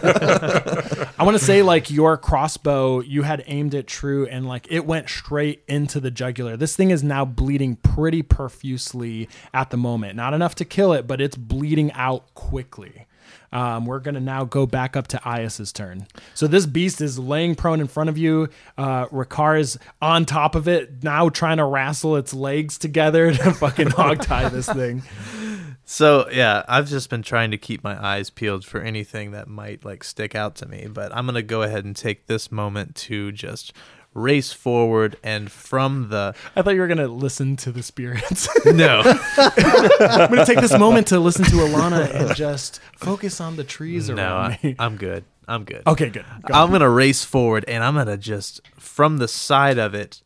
Speaker 3: I want to say like your crossbow, you had aimed it true and like it went straight into the jugular. This thing is now bleeding pretty profusely at the moment. Not enough to kill it, but it's bleeding out quickly. Um, we're gonna now go back up to Ias's turn. So this beast is laying prone in front of you. Uh, Rikar is on top of it now, trying to wrestle its legs together to fucking hogtie this thing.
Speaker 4: So yeah, I've just been trying to keep my eyes peeled for anything that might like stick out to me, but I'm gonna go ahead and take this moment to just race forward and from the
Speaker 3: I thought you were gonna listen to the spirits.
Speaker 4: no
Speaker 3: I'm gonna take this moment to listen to Alana and just focus on the trees
Speaker 4: no
Speaker 3: around
Speaker 4: I,
Speaker 3: me.
Speaker 4: I'm good I'm good
Speaker 3: Okay, good. Go.
Speaker 4: I'm gonna race forward and I'm gonna just from the side of it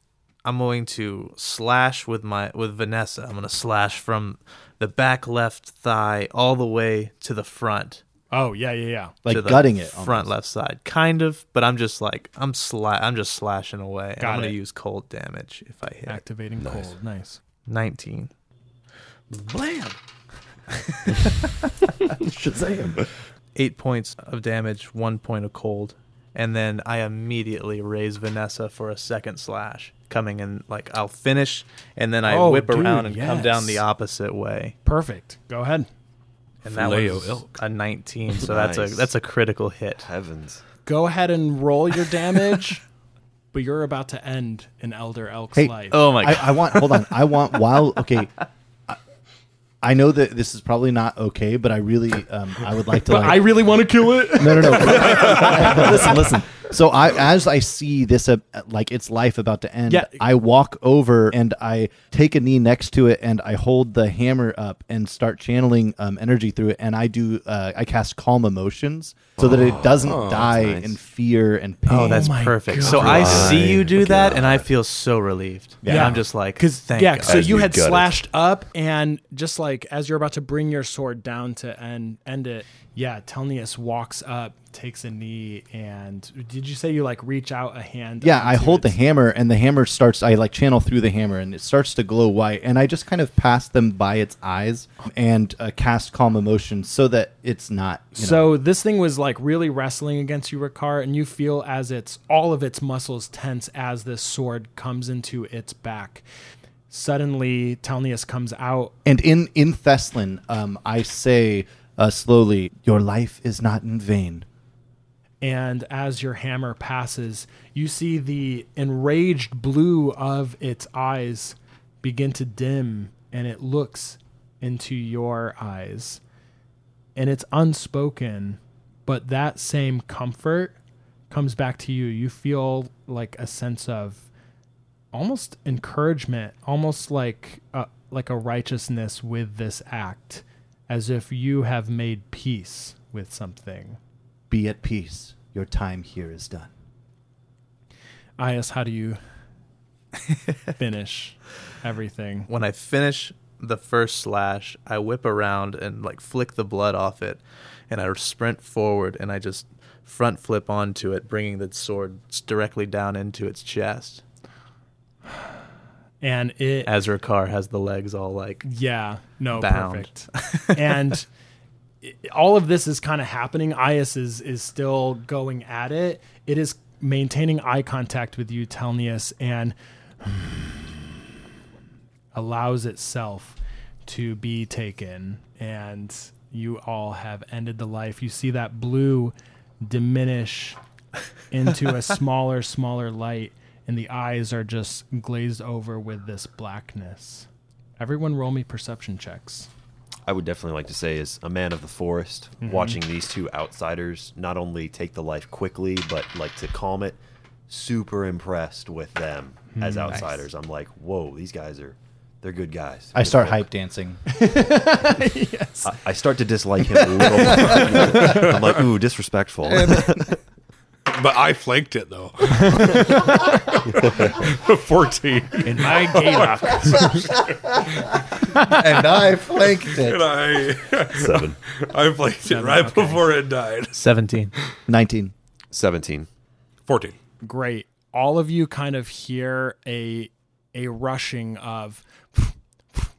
Speaker 4: I'm going to slash with my with Vanessa I'm gonna slash from the back left thigh all the way to the front
Speaker 3: oh yeah, yeah, yeah.
Speaker 4: to
Speaker 1: like
Speaker 4: the
Speaker 1: gutting it. Um,
Speaker 4: front left side kind of but i'm just like i'm sla- i'm just slashing away and
Speaker 3: Got
Speaker 4: i'm
Speaker 3: it.
Speaker 4: gonna use cold damage if i hit
Speaker 3: Activating cold. Nice.
Speaker 4: 19
Speaker 2: Blam.
Speaker 4: 8 points of damage 1 point of cold and then i immediately raise vanessa for a second slash coming in like i'll finish and then i
Speaker 3: Oh,
Speaker 4: whip
Speaker 3: dude,
Speaker 4: around and come down the
Speaker 3: yes.
Speaker 4: opposite way
Speaker 3: Perfect. Go ahead.
Speaker 4: and that
Speaker 2: Fillet-o
Speaker 4: was
Speaker 2: elk.
Speaker 4: a 19 so that's a
Speaker 5: Nice.
Speaker 4: that's a critical hit
Speaker 5: Heavens.
Speaker 3: Go ahead and roll your damage. but you're about to end an elder elk's
Speaker 1: Hey,
Speaker 3: life.
Speaker 4: oh my god
Speaker 1: I, I want. Hold on. I want. While okay. I- I know that this is probably not okay, but I really, um, I would like to.
Speaker 3: but
Speaker 1: like,
Speaker 3: I really want to kill it.
Speaker 1: No, no, no. listen, listen. So I, as I see this, uh, like its life about to end,
Speaker 3: Yeah.
Speaker 1: I walk over and I take a knee next to it and I hold the hammer up and start channeling um, energy through it. And I do, uh, I cast calm emotions so that it doesn't die
Speaker 5: nice.
Speaker 1: in fear and pain.
Speaker 4: Oh, that's
Speaker 3: my
Speaker 4: perfect.
Speaker 3: God.
Speaker 4: So I see you
Speaker 5: My
Speaker 4: do that, and I feel so relieved. Yeah,
Speaker 3: Yeah.
Speaker 4: I'm just like,
Speaker 3: Because
Speaker 4: thank
Speaker 3: yeah,
Speaker 4: God.
Speaker 3: so
Speaker 6: As
Speaker 3: you
Speaker 6: you
Speaker 3: had
Speaker 6: gut it.
Speaker 3: slashed up, and just like as you're about to bring your sword down to end end it, yeah, Telnius walks up, takes a knee, and did you say you like reach out a hand?
Speaker 1: Yeah,
Speaker 3: onto
Speaker 1: I hold the
Speaker 3: its-
Speaker 1: hammer and the hammer starts I like channel through the hammer and it starts to glow white and I just kind of pass them by its eyes and uh, cast calm emotion so that it's not you know,
Speaker 3: So this thing was like really wrestling against you, Ricard, and you feel as it's all of its muscles tense as this sword comes into its back. Suddenly, Telnius comes out.
Speaker 1: and in in Thessalon um I say uh, slowly your life is not in vain.
Speaker 3: and as your hammer passes, you see the enraged blue of its eyes begin to dim and it looks into your eyes. And it's unspoken, but that same comfort comes back to you. You feel like a sense of almost encouragement, almost like a, like a righteousness with this act, as if you have made peace with something.
Speaker 1: Be at peace. Your time here is done.
Speaker 3: Ayas, how do you finish everything?
Speaker 4: when I finish the first slash, I whip around and like flick the blood off it, and I sprint forward and I just front flip onto it, bringing the sword s- directly down into its chest.
Speaker 3: And it,
Speaker 4: As her car has the legs all like,
Speaker 3: yeah, no,
Speaker 4: Bound.
Speaker 3: perfect. and i- all of this is kind of happening. Ayas is is still going at it. It is maintaining eye contact with you, Telnius, and allows itself to be taken. And you all have ended the life. You see that blue diminish into a smaller, smaller light, and the eyes are just glazed over with this blackness. Everyone, roll me perception checks.
Speaker 5: I would definitely like to say is a man of the forest,
Speaker 1: Mm-hmm.
Speaker 5: watching these two outsiders not only take the life quickly, but like to calm it. Super impressed with them
Speaker 1: Hmm,
Speaker 5: as outsiders. I'm like, whoa, these guys are, they're good guys.
Speaker 1: I
Speaker 5: Good
Speaker 1: start
Speaker 5: folk."
Speaker 1: hype dancing.
Speaker 5: I, I start to dislike him a little. bit. I'm like, ooh, disrespectful.
Speaker 2: But I flanked it though. 14.
Speaker 7: In my game,
Speaker 1: and I flanked
Speaker 2: And
Speaker 1: it.
Speaker 2: I
Speaker 6: Seven.
Speaker 2: I flanked it right before it died.
Speaker 4: 17.
Speaker 1: 19.
Speaker 5: 17.
Speaker 2: 14.
Speaker 3: great. All of you kind of hear a a rushing of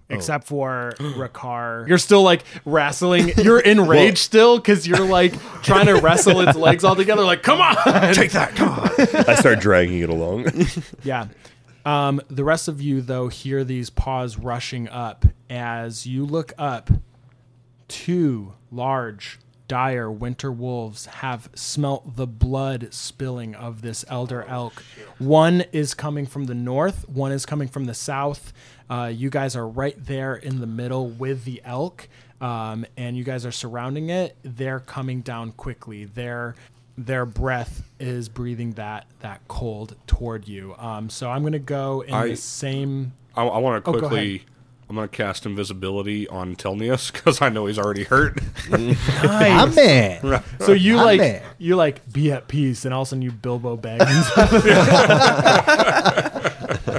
Speaker 3: except for Rakar. Oh. You're still like wrestling. You're enraged still cuz you're like trying to wrestle its legs all together like come on.
Speaker 2: Take that. Come on.
Speaker 6: I start dragging it along.
Speaker 3: Yeah. Um, the rest of you though hear these paws rushing up as you look up two large dire winter wolves have smelt the blood spilling of this elder elk one is coming from the north one is coming from the south uh, you guys are right there in the middle with the elk um, and you guys are surrounding it they're coming down quickly their their breath is breathing that that cold toward you um, so i'm gonna go in
Speaker 2: I-
Speaker 3: the same
Speaker 2: I, I want to
Speaker 3: go
Speaker 2: quickly. I'm going to cast invisibility on Telnius because I know he's already hurt.
Speaker 1: My man.
Speaker 3: So you
Speaker 1: My
Speaker 3: like
Speaker 1: man.
Speaker 3: you like be at peace, and all of a sudden you Bilbo Baggins.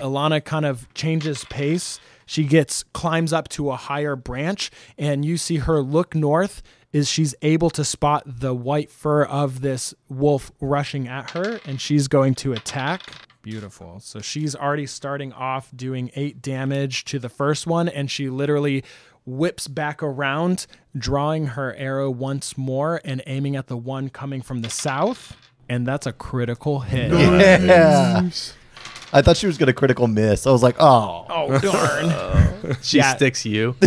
Speaker 3: Alana kind of changes pace. She gets climbs up to a higher branch, and you see her look north. Is she's able to spot the white fur of this wolf rushing at her, and she's going to attack. Beautiful. So she's already starting off doing eight damage to the first one, and she literally whips back around, drawing her arrow once more and aiming at the one coming from the south. And that's a critical hit.
Speaker 1: Yeah. I thought she was going to critical miss. I was like, oh.
Speaker 3: Oh, darn.
Speaker 4: She
Speaker 3: Yeah.
Speaker 4: sticks you.
Speaker 1: You're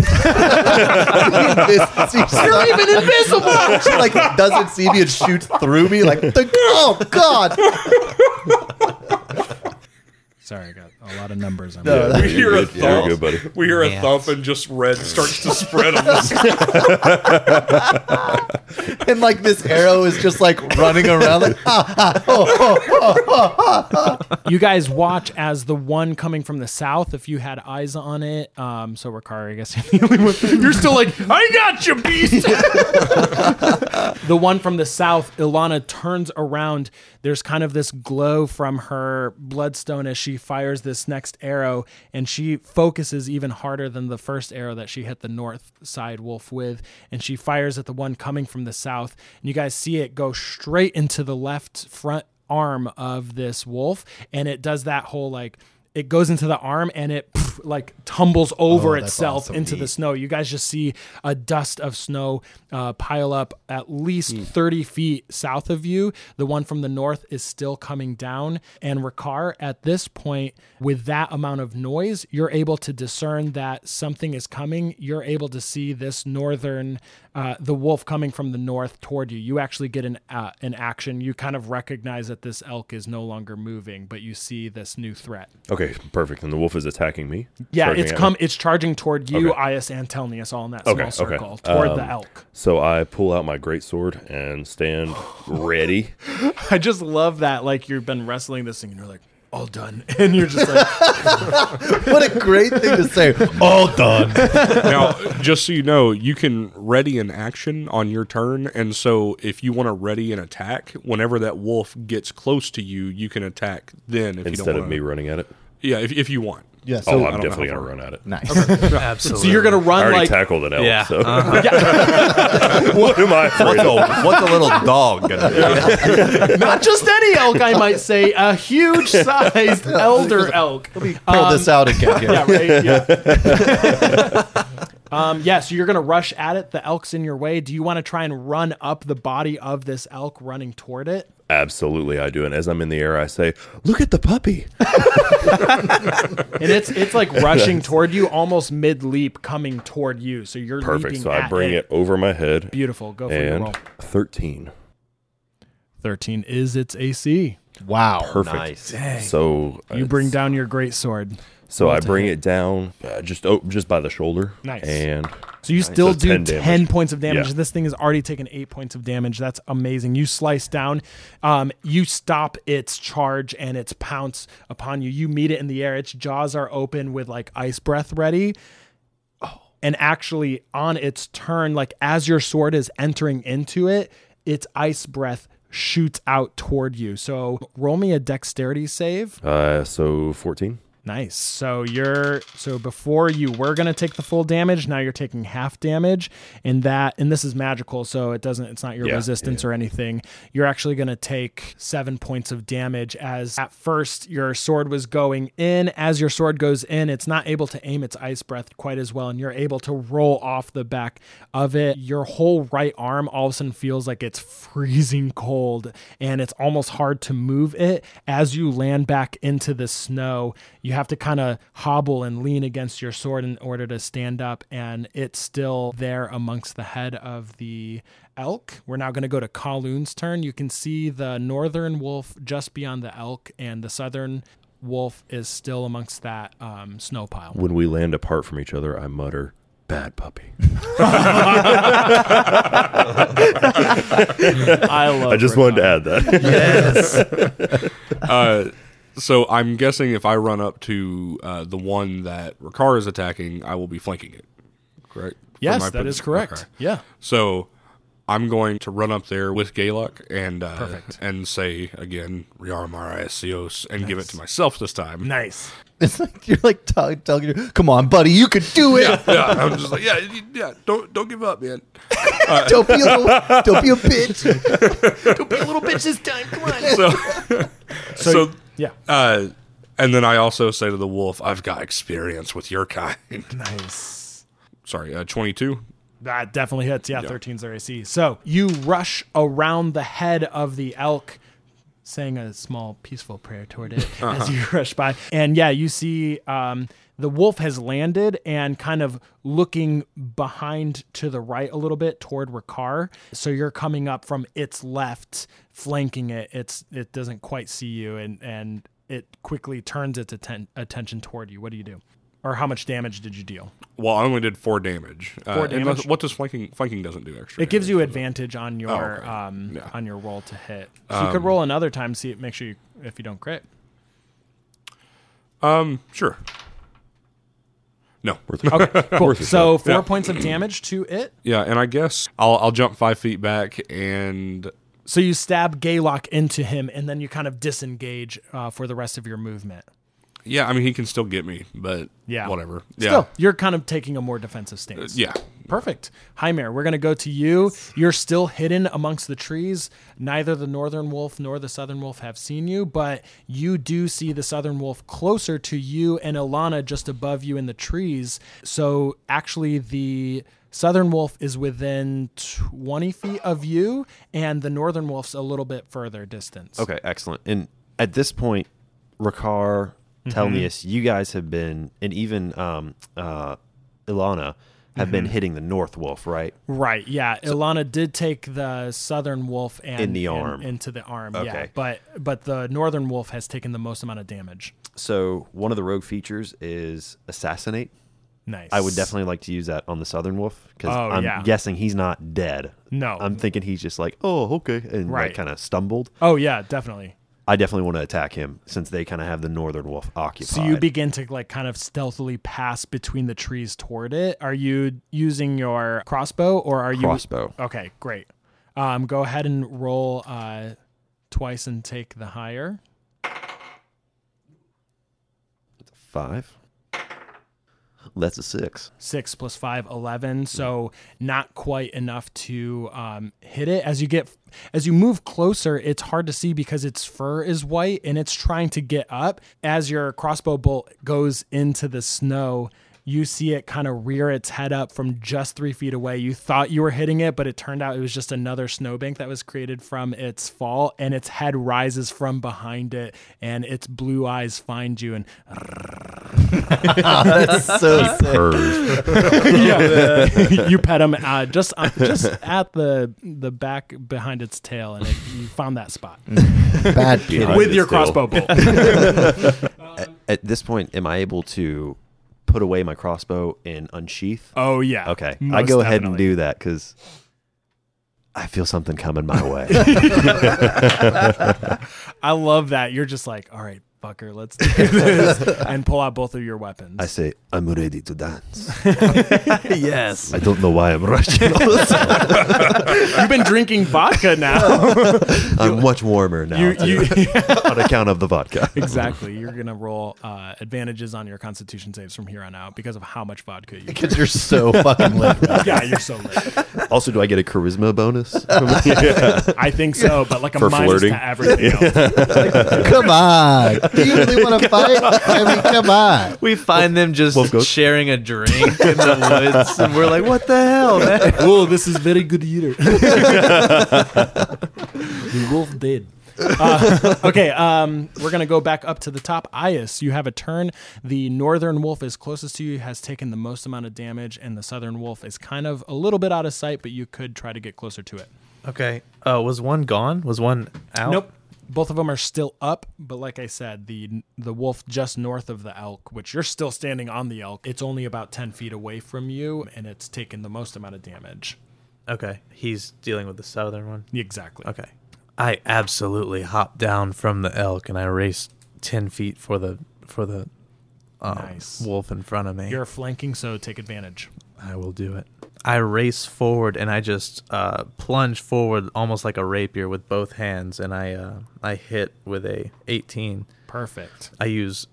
Speaker 1: even invisible. she like doesn't see me and shoots through me like, the, oh, God.
Speaker 3: Sorry, I got a lot of numbers. I'm
Speaker 1: No, that-
Speaker 2: we hear a
Speaker 6: good. Yeah, you're good,
Speaker 2: thump.
Speaker 6: buddy.
Speaker 2: We hear a
Speaker 4: Yeah.
Speaker 2: thump and just red starts to spread on this.
Speaker 1: and like this arrow is just like running around like, ah, ah, oh, oh, oh.
Speaker 3: you guys watch as the one coming from the south, if you had eyes on it. Um, so Ricari, I guess you're the only one. You're still like, I got you, beast. the one from the south, Ilana turns around. There's kind of this glow from her bloodstone as she fires this next arrow, and she focuses even harder than the first arrow that she hit the north side wolf with. And she fires at the one coming from the south, and you guys see it go straight into the left front arm of this wolf and it does that whole like it goes into the arm and it pff, like tumbles over
Speaker 1: Oh, that's
Speaker 3: itself
Speaker 1: awesome.
Speaker 3: into the snow you guys just see a dust of snow uh, pile up at least 30 feet south of you the one from the north is still coming down and Ricard at this point with that amount of noise you're able to discern that something is coming you're able to see this northern uh, the wolf coming from the north toward you you actually get an uh, an action you kind of recognize that this elk is no longer moving but you see this new threat
Speaker 6: Okay, perfect. And the wolf is attacking me.
Speaker 3: yeah
Speaker 6: charging
Speaker 3: it's
Speaker 6: at me.
Speaker 3: come it's charging toward you
Speaker 6: Okay.
Speaker 3: is antelnius all in that
Speaker 6: Okay,
Speaker 3: small
Speaker 6: okay.
Speaker 3: circle toward the
Speaker 6: Um,
Speaker 3: elk
Speaker 6: So I pull out my greatsword and stand ready.
Speaker 3: i just love that like you've been wrestling this thing and you're like all done and you're just like
Speaker 1: What a great thing to say. All done.
Speaker 2: now, just so you know, you can ready an action on your turn, and so if you want to ready an attack, whenever that wolf gets close to you, you can attack then. If you
Speaker 6: Instead
Speaker 2: don't
Speaker 6: of
Speaker 2: wanna-
Speaker 6: me running at it.
Speaker 2: yeah, if, if you want.
Speaker 1: Yeah,
Speaker 6: Oh,
Speaker 1: so
Speaker 6: I'm
Speaker 2: don't
Speaker 6: definitely
Speaker 2: know
Speaker 6: going to run
Speaker 2: how
Speaker 6: at it.
Speaker 1: nice.
Speaker 4: Absolutely.
Speaker 3: so you're gonna
Speaker 6: I
Speaker 3: run
Speaker 6: already
Speaker 3: like
Speaker 6: tackled an elf,
Speaker 4: Yeah.
Speaker 6: so
Speaker 4: Uh-huh.
Speaker 3: uh-huh.
Speaker 6: what am I afraid
Speaker 5: What's a,
Speaker 6: of?
Speaker 5: what's a little dog going to do?
Speaker 3: not just any elk i might say a huge sized elder elk
Speaker 1: Pull this out again. here.
Speaker 3: Um, yeah, right. Yeah. um, yeah, so you're going to rush at it. The elk's in your way. Do you want to try and run up the body of this elk running toward it?
Speaker 6: Absolutely, I do. And as I'm in the air, I say, "Look at the puppy."
Speaker 3: And it's it's like rushing toward you, almost mid leap, coming toward you. So you're
Speaker 6: Perfect.
Speaker 3: leaping
Speaker 6: So I
Speaker 3: at
Speaker 6: bring it over my head
Speaker 3: Beautiful. Go for your roll.
Speaker 6: and 13.
Speaker 3: 13 is its AC.
Speaker 1: Wow.
Speaker 6: Perfect.
Speaker 5: Nice.
Speaker 6: So
Speaker 3: Oh,
Speaker 6: uh,
Speaker 3: You bring down your great sword.
Speaker 6: So
Speaker 3: Roll
Speaker 6: I
Speaker 3: to
Speaker 6: bring
Speaker 3: hit.
Speaker 6: it down uh, just oh, just by the shoulder.
Speaker 3: Nice.
Speaker 6: And
Speaker 3: So you still
Speaker 6: So
Speaker 3: do 10,
Speaker 6: 10 damage.
Speaker 3: points of damage.
Speaker 6: Yeah.
Speaker 3: This thing has already taken eight points of damage. That's amazing. You slice down. Um, you stop its charge and its pounce upon you. You meet it in the air. Its jaws are open with like ice breath ready. And actually, on its turn, like as your sword is entering into it, its ice breath shoots out toward you. So roll me a dexterity save.
Speaker 6: Uh, so 14.
Speaker 3: Nice. So you're so before you were gonna take the full damage, now you're taking half damage, and that and this is magical, so it doesn't it's not your
Speaker 6: Yeah,
Speaker 3: resistance or anything. You're actually gonna take seven points of damage as at first your sword was going in. As your sword goes in, it's not able to aim its ice breath quite as well, and you're able to roll off the back of it. Your whole right arm all of a sudden feels like it's freezing cold and it's almost hard to move it. As you land back into the snow, you have to kind of hobble and lean against your sword in order to stand up, and it's still there amongst the head of the elk. We're now going to go to Kowloon's turn. You can see the northern wolf just beyond the elk, and the southern wolf is still amongst that um, snow pile.
Speaker 6: When we land apart from each other, I mutter, bad puppy.
Speaker 3: I love
Speaker 6: I just wanted to add that.
Speaker 2: Uh, so I'm guessing if I run up to uh, the one that Rakar is attacking, I will be flanking it. Correct. For my
Speaker 3: Yes, that
Speaker 2: pos-
Speaker 3: is correct.
Speaker 2: Okay.
Speaker 3: Yeah.
Speaker 2: So I'm going to run up there with Gaylock and uh, and say again Riarmara Sios and give it to myself this time.
Speaker 3: Nice.
Speaker 1: It's like you're like tell- telling you, come on, buddy, you could do it.
Speaker 2: Yeah, yeah, I'm just like yeah, y- yeah. Don't don't give up, man.
Speaker 1: Don't be a little, don't be a bitch. don't be a little bitch this time. Come on.
Speaker 2: So so,
Speaker 3: Yeah.
Speaker 2: uh, and then I also say to the wolf, I've got experience with your kind.
Speaker 3: Nice.
Speaker 2: Sorry, uh, 22.
Speaker 3: That definitely hits. Yeah, 13's their AC. So you rush around the head of the elk, saying a small peaceful prayer toward it as you rush by. And yeah, you see um, the wolf has landed and kind of looking behind to the right a little bit toward Rakar. So you're coming up from its left, flanking it. It's it doesn't quite see you, and and it quickly turns its atten- attention toward you. What do you do? Or how much damage did you deal?
Speaker 2: Well, I only did four damage.
Speaker 3: Four
Speaker 2: uh, and
Speaker 3: damage?
Speaker 2: what does flanking flanking doesn't do extra?
Speaker 3: It gives you
Speaker 2: damage, does
Speaker 3: advantage on your
Speaker 2: Oh, okay.
Speaker 3: um,
Speaker 2: Yeah. Um,
Speaker 3: on your roll to hit. So you could roll another time. See, make sure you if you don't crit.
Speaker 2: it? Sure. No.
Speaker 3: Okay, cool. So four
Speaker 2: Yeah.
Speaker 3: points of damage to it.
Speaker 2: Yeah, and I guess I'll I'll jump five feet back and
Speaker 3: So you stab Gaylock into him, and then you kind of disengage uh, for the rest of your movement.
Speaker 2: yeah, I mean he can still get me, but
Speaker 3: Yeah.
Speaker 2: whatever.
Speaker 3: Still, you're kind of taking a more defensive stance.
Speaker 2: Yeah. Yeah.
Speaker 3: Perfect. Hymir, we're going to go to you. You're still hidden amongst the trees. Neither the northern wolf nor the southern wolf have seen you, but you do see the southern wolf closer to you and Alana just above you in the trees. So actually, the southern wolf is within 20 feet of you, and the northern wolf's a little bit further distance.
Speaker 5: Okay, excellent. And at this point, Rakar,
Speaker 1: Mm-hmm.
Speaker 5: Telnius, you guys have been, and even um, uh, Ilana have been
Speaker 1: Mm-hmm.
Speaker 5: hitting the North Wolf, right?
Speaker 3: Right. Yeah. Ilana did take the southern wolf and
Speaker 5: In the
Speaker 3: and-
Speaker 5: arm.
Speaker 3: into the arm. Yeah.
Speaker 5: Okay.
Speaker 3: But but the northern wolf has taken the most amount of damage.
Speaker 5: So one of the rogue features is assassinate.
Speaker 3: Nice.
Speaker 5: I would definitely like to use that on the Southern Wolf because
Speaker 3: Oh,
Speaker 5: I'm
Speaker 3: yeah.
Speaker 5: guessing he's not dead.
Speaker 3: No.
Speaker 5: I'm thinking he's just like, oh, okay, and
Speaker 3: Right.
Speaker 5: like kind of stumbled.
Speaker 3: Oh yeah, definitely.
Speaker 5: I definitely want to attack him since they kind of have the Northern Wolf occupied.
Speaker 3: So you begin to like kind of stealthily pass between the trees toward it. Are you using your crossbow or are you
Speaker 5: crossbow.
Speaker 3: Okay, great. Um, go ahead and roll uh, twice and take the higher.
Speaker 5: Five. That's a six.
Speaker 3: six plus five, 11. So not quite enough to um, hit it. As you get, as you move closer, it's hard to see because its fur is white and it's trying to get up. As your crossbow bolt goes into the snow, you see it kind of rear its head up from just three feet away. You thought you were hitting it, but it turned out it was just another snowbank that was created from its fall, and its head rises from behind it, and its blue eyes find you and
Speaker 1: That's so sick.
Speaker 6: Purrs.
Speaker 3: you pet him uh, just uh, just at the the back behind its tail, and it, you found that spot
Speaker 1: Bad kitty.
Speaker 6: With your
Speaker 5: crossbow
Speaker 3: bolt.
Speaker 5: At this point, am I able to put away my crossbow and unsheath?
Speaker 3: Oh yeah.
Speaker 5: Okay, I
Speaker 3: Most
Speaker 5: go ahead and
Speaker 3: definitely.
Speaker 5: do that because I feel something coming my way.
Speaker 3: I love that. You're just like, all right, fucker, let's do this, and pull out both of your weapons.
Speaker 5: I say I'm ready to dance.
Speaker 4: yes.
Speaker 5: I don't know why I'm rushing.
Speaker 3: You've been drinking vodka now.
Speaker 5: I'm much warmer now
Speaker 3: you,
Speaker 5: too,
Speaker 3: you,
Speaker 5: on account of the vodka.
Speaker 3: exactly. You're gonna roll uh, advantages on your Constitution saves from here on out because of how much vodka you.
Speaker 1: because you're so fucking lit.
Speaker 3: yeah, you're so late.
Speaker 5: Also, do I get a charisma bonus?
Speaker 3: I think so, but like a
Speaker 6: For
Speaker 3: minus
Speaker 6: flirting.
Speaker 3: to everything else.
Speaker 1: Come on, do you really want to fight? I mean, come on.
Speaker 4: We find them just
Speaker 5: Wolf goat.
Speaker 4: sharing a drink in the woods, and we're like, "What the hell?" man?"
Speaker 3: oh, this is very good eater. the wolf did. Uh, okay, um, we're gonna go back up to the top. Ias, you have a turn. The northern wolf is closest to you, has taken the most amount of damage, and the southern wolf is kind of a little bit out of sight, but you could try to get closer to it.
Speaker 4: Okay. Uh, was one gone? Was one out?
Speaker 3: Nope. Both of them are still up, but like I said, the the wolf just north of the elk, which you're still standing on the elk, it's only about ten feet away from you, and it's taken the most amount of damage.
Speaker 4: Okay. He's dealing with the southern one.
Speaker 3: Exactly.
Speaker 4: Okay. I absolutely hopped down from the elk and I raced ten feet for the for the um,
Speaker 3: Nice.
Speaker 4: wolf in front of me.
Speaker 3: You're flanking, so take advantage.
Speaker 4: I will do it. I race forward and I just uh, plunge forward almost like a rapier with both hands, and I uh, I hit with a 18.
Speaker 3: Perfect.
Speaker 4: I use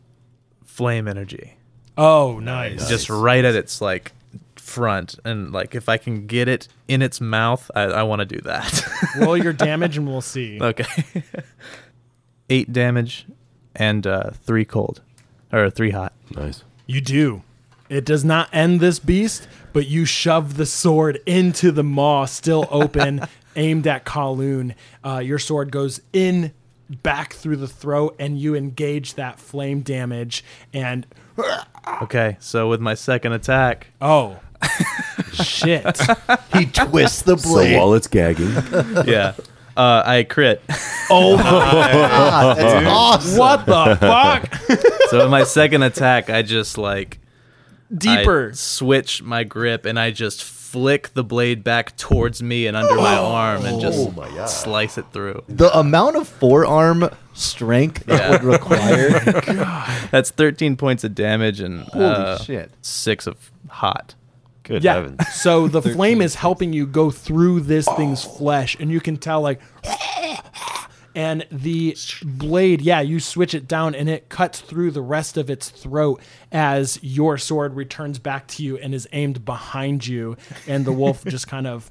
Speaker 4: flame energy
Speaker 3: Oh, nice.
Speaker 4: just right at its like front, and like if I can get it in its mouth, I, I want to do that.
Speaker 3: roll your damage and we'll see.
Speaker 4: okay, eight damage and uh, three cold or three hot.
Speaker 6: Nice.
Speaker 3: You do. It does not end this beast, but you shove the sword into the maw, still open, aimed at Kowloon. Uh, your sword goes in back through the throat, and you engage that flame damage. And
Speaker 4: Okay, so with my second attack,
Speaker 3: oh, shit.
Speaker 1: He twists the
Speaker 6: So
Speaker 1: blade.
Speaker 6: while it's gagging,
Speaker 4: yeah, uh, I crit.
Speaker 1: Ah, that's awesome.
Speaker 3: What the fuck?
Speaker 4: So in my second attack, I just like
Speaker 3: Deeper.
Speaker 4: I switch my grip and I just flick the blade back towards me and under
Speaker 1: Oh.
Speaker 4: my arm and just slice it through.
Speaker 1: The amount of forearm strength that
Speaker 4: Yeah.
Speaker 1: would require.
Speaker 4: That's 13 points of damage and
Speaker 1: Holy
Speaker 4: uh,
Speaker 1: shit.
Speaker 4: six of hot.
Speaker 5: Good
Speaker 3: yeah.
Speaker 5: heavens!
Speaker 3: So the flame is helping you go through this thing's
Speaker 1: Oh.
Speaker 3: flesh, and you can tell like. And the blade, yeah, you switch it down and it cuts through the rest of its throat as your sword returns back to you and is aimed behind you. And the wolf just kind of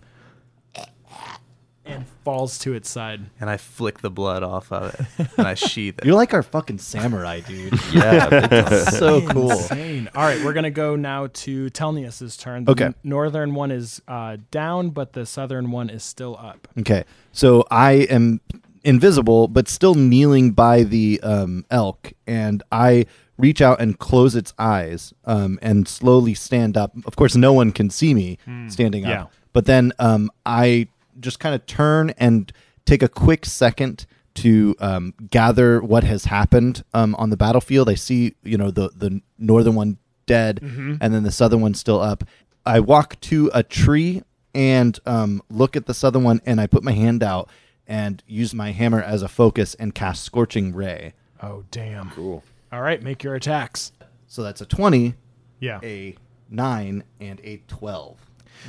Speaker 3: and falls to its side.
Speaker 4: And I flick the blood off of it and I sheath it.
Speaker 1: You're like our fucking samurai, dude.
Speaker 5: Yeah,
Speaker 1: so Oh, cool.
Speaker 3: Insane. All right, we're going to go now to Telnius's turn. The
Speaker 1: Okay.
Speaker 3: n- northern one is uh, down, but the southern one is still up.
Speaker 1: Okay. So I am invisible, but still kneeling by the um, elk, and I reach out and close its eyes um, and slowly stand up. Of course, no one can see me standing up,
Speaker 3: yeah.
Speaker 1: but then um, I just kind of turn and take a quick second to um, gather what has happened um, on the battlefield. I see, you know, the the northern one dead, and then the southern one still up. I walk to a tree and um, look at the southern one, and I put my hand out and use my hammer as a focus and cast scorching ray.
Speaker 3: Oh, damn. Cool. All right, make your attacks.
Speaker 1: So that's a twenty,
Speaker 3: Yeah.
Speaker 1: a nine, and a twelve.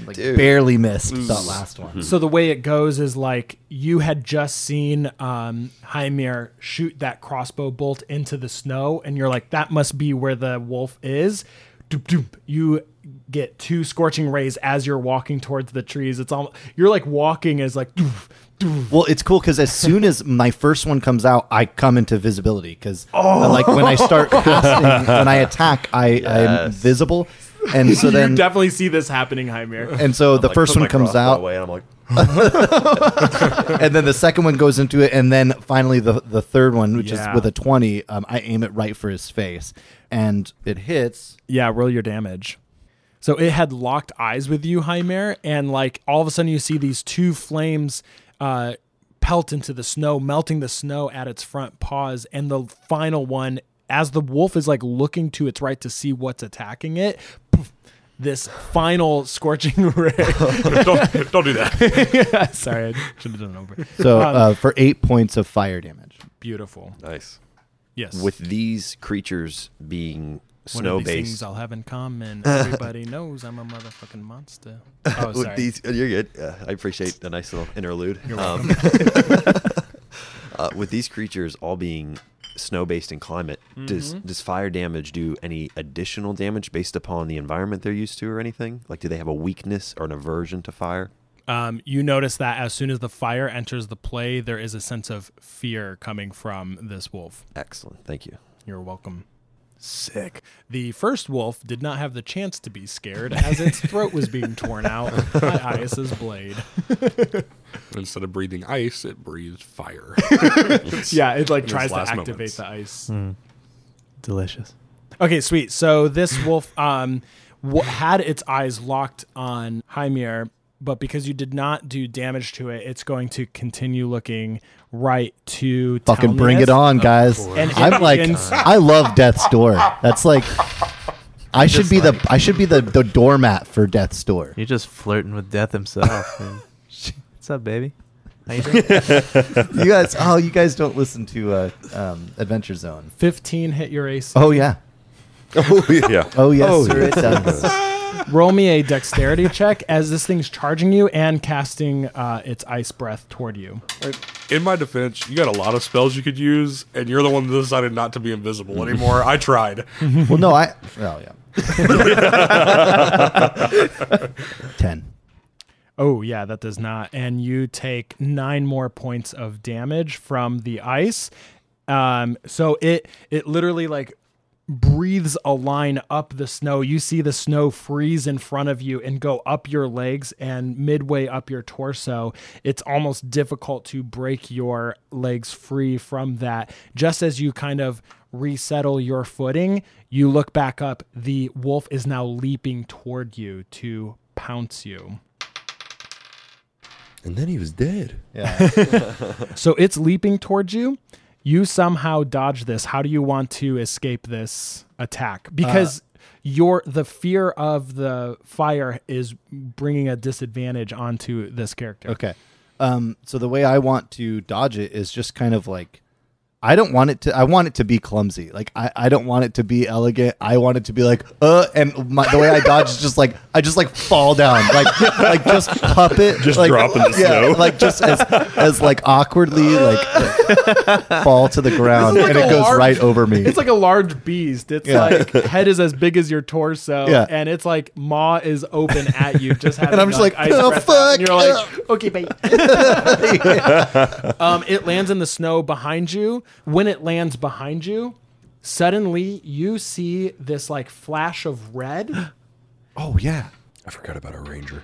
Speaker 1: Like barely missed that last one.
Speaker 3: So the way it goes is like you had just seen um, Hymir shoot that crossbow bolt into the snow, and you're like, that must be where the wolf is. Doop, doop. You get two scorching rays as you're walking towards the trees. It's all you're like walking as like. Doof, doof.
Speaker 1: Well, it's cool because as soon as my first one comes out, I come into visibility because like when I start casting, when I attack, I I'm visible, and so
Speaker 3: you
Speaker 1: then
Speaker 3: definitely see this happening, Hymir.
Speaker 1: and so the first one comes out,
Speaker 5: Away, and I'm like,
Speaker 1: and then the second one goes into it, and then finally the the third one, which
Speaker 3: Yeah.
Speaker 1: is with a twenty, um, I aim it right for his face, and it hits.
Speaker 3: Yeah, roll your damage. So it had locked eyes with you, Hymir, and like all of a sudden you see these two flames uh, pelt into the snow, melting the snow at its front paws, and the final one as the wolf is like looking to its right to see what's attacking it, poof, this final scorching ray.
Speaker 2: don't, don't do that.
Speaker 3: Sorry, I should have done it over.
Speaker 1: So uh, for eight points of fire damage.
Speaker 3: Beautiful.
Speaker 6: Nice.
Speaker 3: Yes.
Speaker 5: With these creatures being
Speaker 8: One
Speaker 5: snow
Speaker 8: of these things
Speaker 5: based.
Speaker 8: I'll have in common. Everybody knows I'm a motherfucking monster. Oh,
Speaker 5: With
Speaker 8: sorry.
Speaker 5: these, uh, you're good. Uh, I appreciate the nice little interlude. Um, uh, with these creatures all being snow based in climate, does
Speaker 8: Mm-hmm.
Speaker 5: does fire damage do any additional damage based upon the environment they're used to or anything? Like, do they have a weakness or an aversion to fire?
Speaker 8: Um, you notice that as soon as the fire enters the play, there is a sense of fear coming from this wolf.
Speaker 5: Excellent. Thank you.
Speaker 8: You're welcome. Sick. The first wolf did not have the chance to be scared as its throat was being torn out by Ias's blade.
Speaker 2: Instead of breathing ice, it breathes fire.
Speaker 3: yeah, it like
Speaker 2: Those
Speaker 3: tries to
Speaker 2: last
Speaker 3: activate
Speaker 2: moments.
Speaker 3: the ice.
Speaker 4: Delicious.
Speaker 3: Okay, sweet. So this wolf um, w- had its eyes locked on Hymir, but because you did not do damage to it, it's going to continue looking right to
Speaker 1: Fucking bring it
Speaker 3: Talness.
Speaker 1: on, guys.
Speaker 3: And
Speaker 1: I'm
Speaker 3: it
Speaker 1: like,
Speaker 3: begins-
Speaker 1: I love Death's Door. That's like, I should be the I should be the, the doormat for Death's Door.
Speaker 4: You're just flirting with death himself. man. What's up, baby? How you doing?
Speaker 1: You guys, oh, you guys don't listen to uh, um, Adventure Zone.
Speaker 3: 15 hit your AC.
Speaker 1: Oh yeah,
Speaker 6: Oh yeah.
Speaker 1: oh yes,
Speaker 6: Oh,
Speaker 1: sir,
Speaker 6: yeah.
Speaker 1: it does.
Speaker 3: Roll me a dexterity check as this thing's charging you and casting uh, its ice breath toward you.
Speaker 2: In my defense, you got a lot of spells you could use, and you're the one that decided not to be invisible anymore. I tried.
Speaker 1: Well, no, I. Oh yeah. Ten.
Speaker 3: Oh, yeah, that does not. And you take nine more points of damage from the ice. Um, so it it literally like breathes a line up the snow. You see the snow freeze in front of you and go up your legs and midway up your torso. It's almost difficult to break your legs free from that. Just as you kind of resettle your footing, you look back up. The wolf is now leaping toward you to pounce you.
Speaker 6: And then he was dead.
Speaker 1: Yeah.
Speaker 3: So it's leaping towards you. You somehow dodge this. How do you want to escape this
Speaker 1: Uh,
Speaker 3: attack? Because your the fear of the fire is bringing a disadvantage onto this character.
Speaker 1: Okay. Um, so the way I want to dodge it is just kind of like I don't want it to I want it to be clumsy. Like I, I don't want it to be elegant. I want it to be like uh and my, the way I dodge is just like I just like fall down. Like like just puppet
Speaker 6: Just
Speaker 1: like,
Speaker 6: drop in the
Speaker 1: yeah,
Speaker 6: snow.
Speaker 1: Like just as as like awkwardly like fall to the ground
Speaker 3: This is like
Speaker 1: and it
Speaker 3: a
Speaker 1: goes
Speaker 3: large-
Speaker 1: right over me.
Speaker 3: It's like a large beast. It's
Speaker 1: Yeah.
Speaker 3: like head is as big as your torso,
Speaker 1: Yeah.
Speaker 3: and it's like maw is open at you. Just having
Speaker 1: And I'm just
Speaker 3: like,
Speaker 1: like,
Speaker 3: ice
Speaker 1: "Oh,
Speaker 3: breath out," and
Speaker 1: fuck,
Speaker 3: you're like, okay, bye. um, it lands in the snow behind you. When it lands behind you, suddenly you see this like flash of red.
Speaker 1: oh yeah.
Speaker 6: I forgot about our ranger.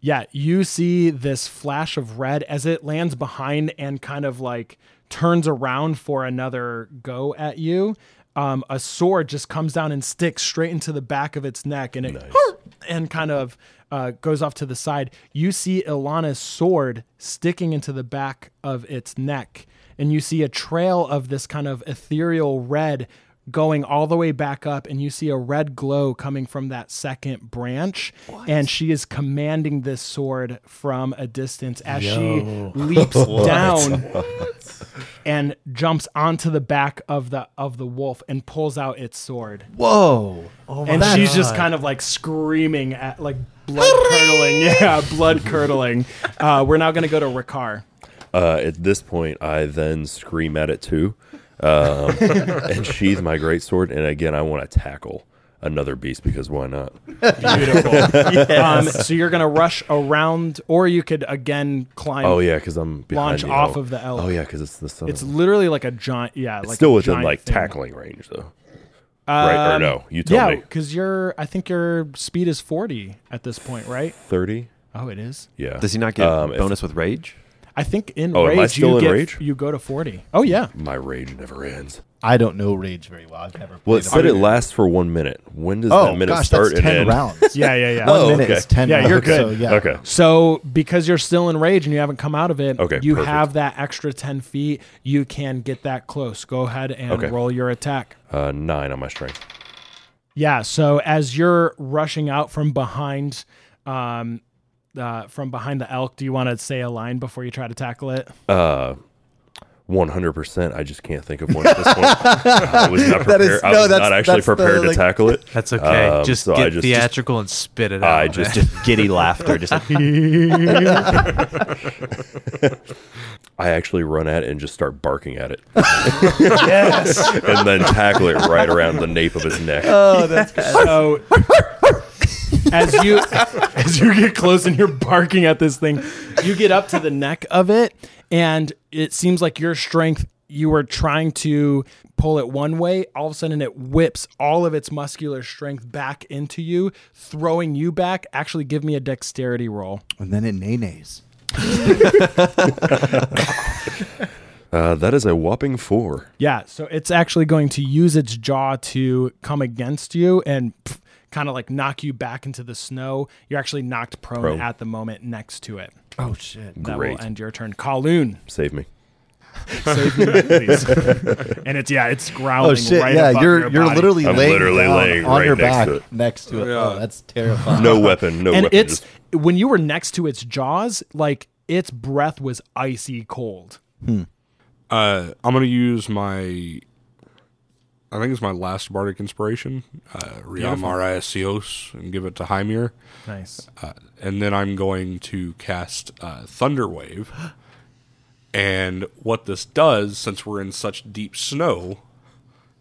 Speaker 3: Yeah, you see this flash of red as it lands behind and kind of like turns around for another go at you. Um, a sword just comes down and sticks straight into the back of its neck and it and kind of uh, goes off to the side. You see Ilana's sword sticking into the back of its neck, and you see a trail of this kind of ethereal red going all the way back up and you see a red glow coming from that second branch and she is commanding this sword from a distance as she leaps down and jumps onto the back of the of the wolf and pulls out its sword
Speaker 1: Whoa. Oh
Speaker 3: and she's just kind of like screaming at like blood curdling yeah blood curdling uh, we're now going to go to ricard
Speaker 6: Uh, at this point, I then scream at it too, um, and sheathe my greatsword. And again, I want to tackle another beast because why not?
Speaker 3: beautiful um, so you're going to rush around or you could again climb
Speaker 6: Oh yeah, because I'm behind you.
Speaker 3: Launch off
Speaker 6: Oh.
Speaker 3: of the elk.
Speaker 6: Oh yeah, because it's the sun.
Speaker 3: It's literally like a giant. Yeah, like
Speaker 6: still
Speaker 3: a
Speaker 6: within
Speaker 3: giant
Speaker 6: like
Speaker 3: thing.
Speaker 6: tackling range though. right or
Speaker 3: Um,
Speaker 6: no? You tell
Speaker 3: Yeah,
Speaker 6: me.
Speaker 3: because you're. I think your speed is forty at this point, right?
Speaker 6: Thirty.
Speaker 3: Oh, it is.
Speaker 6: Yeah.
Speaker 5: Does he not get
Speaker 6: Um, if-
Speaker 5: bonus with rage?
Speaker 3: I think in
Speaker 6: Oh, am I
Speaker 3: rage
Speaker 6: still
Speaker 3: you
Speaker 6: in
Speaker 3: get,
Speaker 6: rage?
Speaker 3: you go to forty. Oh yeah,
Speaker 6: My rage never ends.
Speaker 1: I don't know Rage very well. I've never.
Speaker 6: Well,
Speaker 1: played
Speaker 6: it said
Speaker 1: them.
Speaker 6: it lasts for one minute. When does
Speaker 1: Oh
Speaker 6: that minute
Speaker 1: gosh,
Speaker 6: start
Speaker 1: that's
Speaker 6: and
Speaker 1: ten
Speaker 6: end?
Speaker 1: rounds.
Speaker 9: Yeah, yeah, yeah.
Speaker 1: One
Speaker 6: Oh,
Speaker 1: minute
Speaker 6: okay.
Speaker 1: is ten.
Speaker 9: Yeah,
Speaker 1: rounds,
Speaker 9: you're
Speaker 1: So,
Speaker 9: good.
Speaker 1: yeah.
Speaker 6: Okay.
Speaker 3: So because you're still in rage and you haven't come out of it,
Speaker 6: Okay,
Speaker 3: you
Speaker 6: perfect.
Speaker 3: have that extra 10 feet. You can get that close. Go ahead and
Speaker 6: Okay.
Speaker 3: roll your attack.
Speaker 6: Uh, nine on my strength.
Speaker 3: Yeah. So as you're rushing out from behind, um, uh, from behind the elk, do you want to say a line before you try to tackle it?
Speaker 6: Uh, 100%. I just can't think of one at this point. I was not
Speaker 1: That
Speaker 6: prepared.
Speaker 1: is-
Speaker 6: I
Speaker 1: no,
Speaker 6: was
Speaker 1: that's-
Speaker 6: not actually
Speaker 1: that's the,
Speaker 6: prepared to
Speaker 1: like-
Speaker 6: tackle it.
Speaker 4: That's okay.
Speaker 6: Um,
Speaker 4: just
Speaker 6: so I
Speaker 4: get
Speaker 6: just-
Speaker 4: theatrical and spit it out.
Speaker 6: I just-
Speaker 4: man.
Speaker 5: Just giddy laughter. Just like,
Speaker 6: I actually run at it and just start barking at it. and then tackle it right around the nape of his neck.
Speaker 1: Oh.
Speaker 3: So as you as you get close and you're barking at this thing, you get up to the neck of it, and it seems like your strength. You were trying to pull it one way, all of a sudden it whips all of its muscular strength back into you, throwing you back. Actually, give me a dexterity roll.
Speaker 1: And then it nay-nays.
Speaker 6: Uh, that is a whopping four.
Speaker 3: Yeah, so it's actually going to use its jaw to come against you and kind of like knock you back into the snow. You're actually knocked prone,
Speaker 6: Prone.
Speaker 3: at the moment next to it.
Speaker 1: Oh shit.
Speaker 3: That
Speaker 6: Great.
Speaker 3: will end your turn. Kowloon.
Speaker 6: Save me.
Speaker 3: Save me, please. and it's yeah, it's growling.
Speaker 1: Oh shit!
Speaker 3: Right
Speaker 1: yeah,
Speaker 3: above
Speaker 1: you're
Speaker 3: your
Speaker 1: you're
Speaker 3: body.
Speaker 1: literally
Speaker 6: I'm
Speaker 1: laying
Speaker 6: literally
Speaker 1: down
Speaker 6: laying
Speaker 1: on
Speaker 6: right
Speaker 1: your
Speaker 6: next
Speaker 1: back
Speaker 6: to it.
Speaker 1: next to it.
Speaker 2: Yeah.
Speaker 1: Oh, that's terrifying.
Speaker 6: No weapon. No
Speaker 3: and
Speaker 6: weapon.
Speaker 3: it's
Speaker 6: just-
Speaker 3: when you were next to its jaws, like its breath was icy cold.
Speaker 2: Uh, I'm gonna use my. I think it's my last bardic inspiration, uh, Riam Risios, and give it to Hymir,
Speaker 3: Nice.
Speaker 2: and then I'm going to cast uh, Thunder Wave. And what this does, since we're in such deep snow,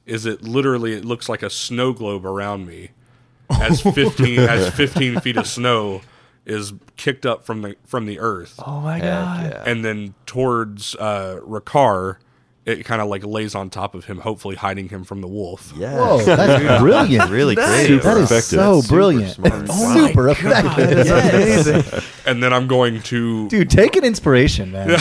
Speaker 2: is it literally it looks like a snow globe around me, as fifteen as fifteen feet of snow is kicked up from the from the earth
Speaker 4: oh my god.
Speaker 5: heck yeah.
Speaker 2: and then towards uh Rakar, it kind of like lays on top of him, hopefully hiding him from the wolf.
Speaker 5: Yes.
Speaker 1: Whoa, that's brilliant.
Speaker 5: Really creative.
Speaker 1: That is
Speaker 6: effective.
Speaker 1: so
Speaker 6: That's
Speaker 5: super
Speaker 1: brilliant.
Speaker 5: smart.
Speaker 1: It's
Speaker 5: Oh my
Speaker 1: super effective.
Speaker 2: And then I'm going to
Speaker 1: Dude, take an inspiration, man.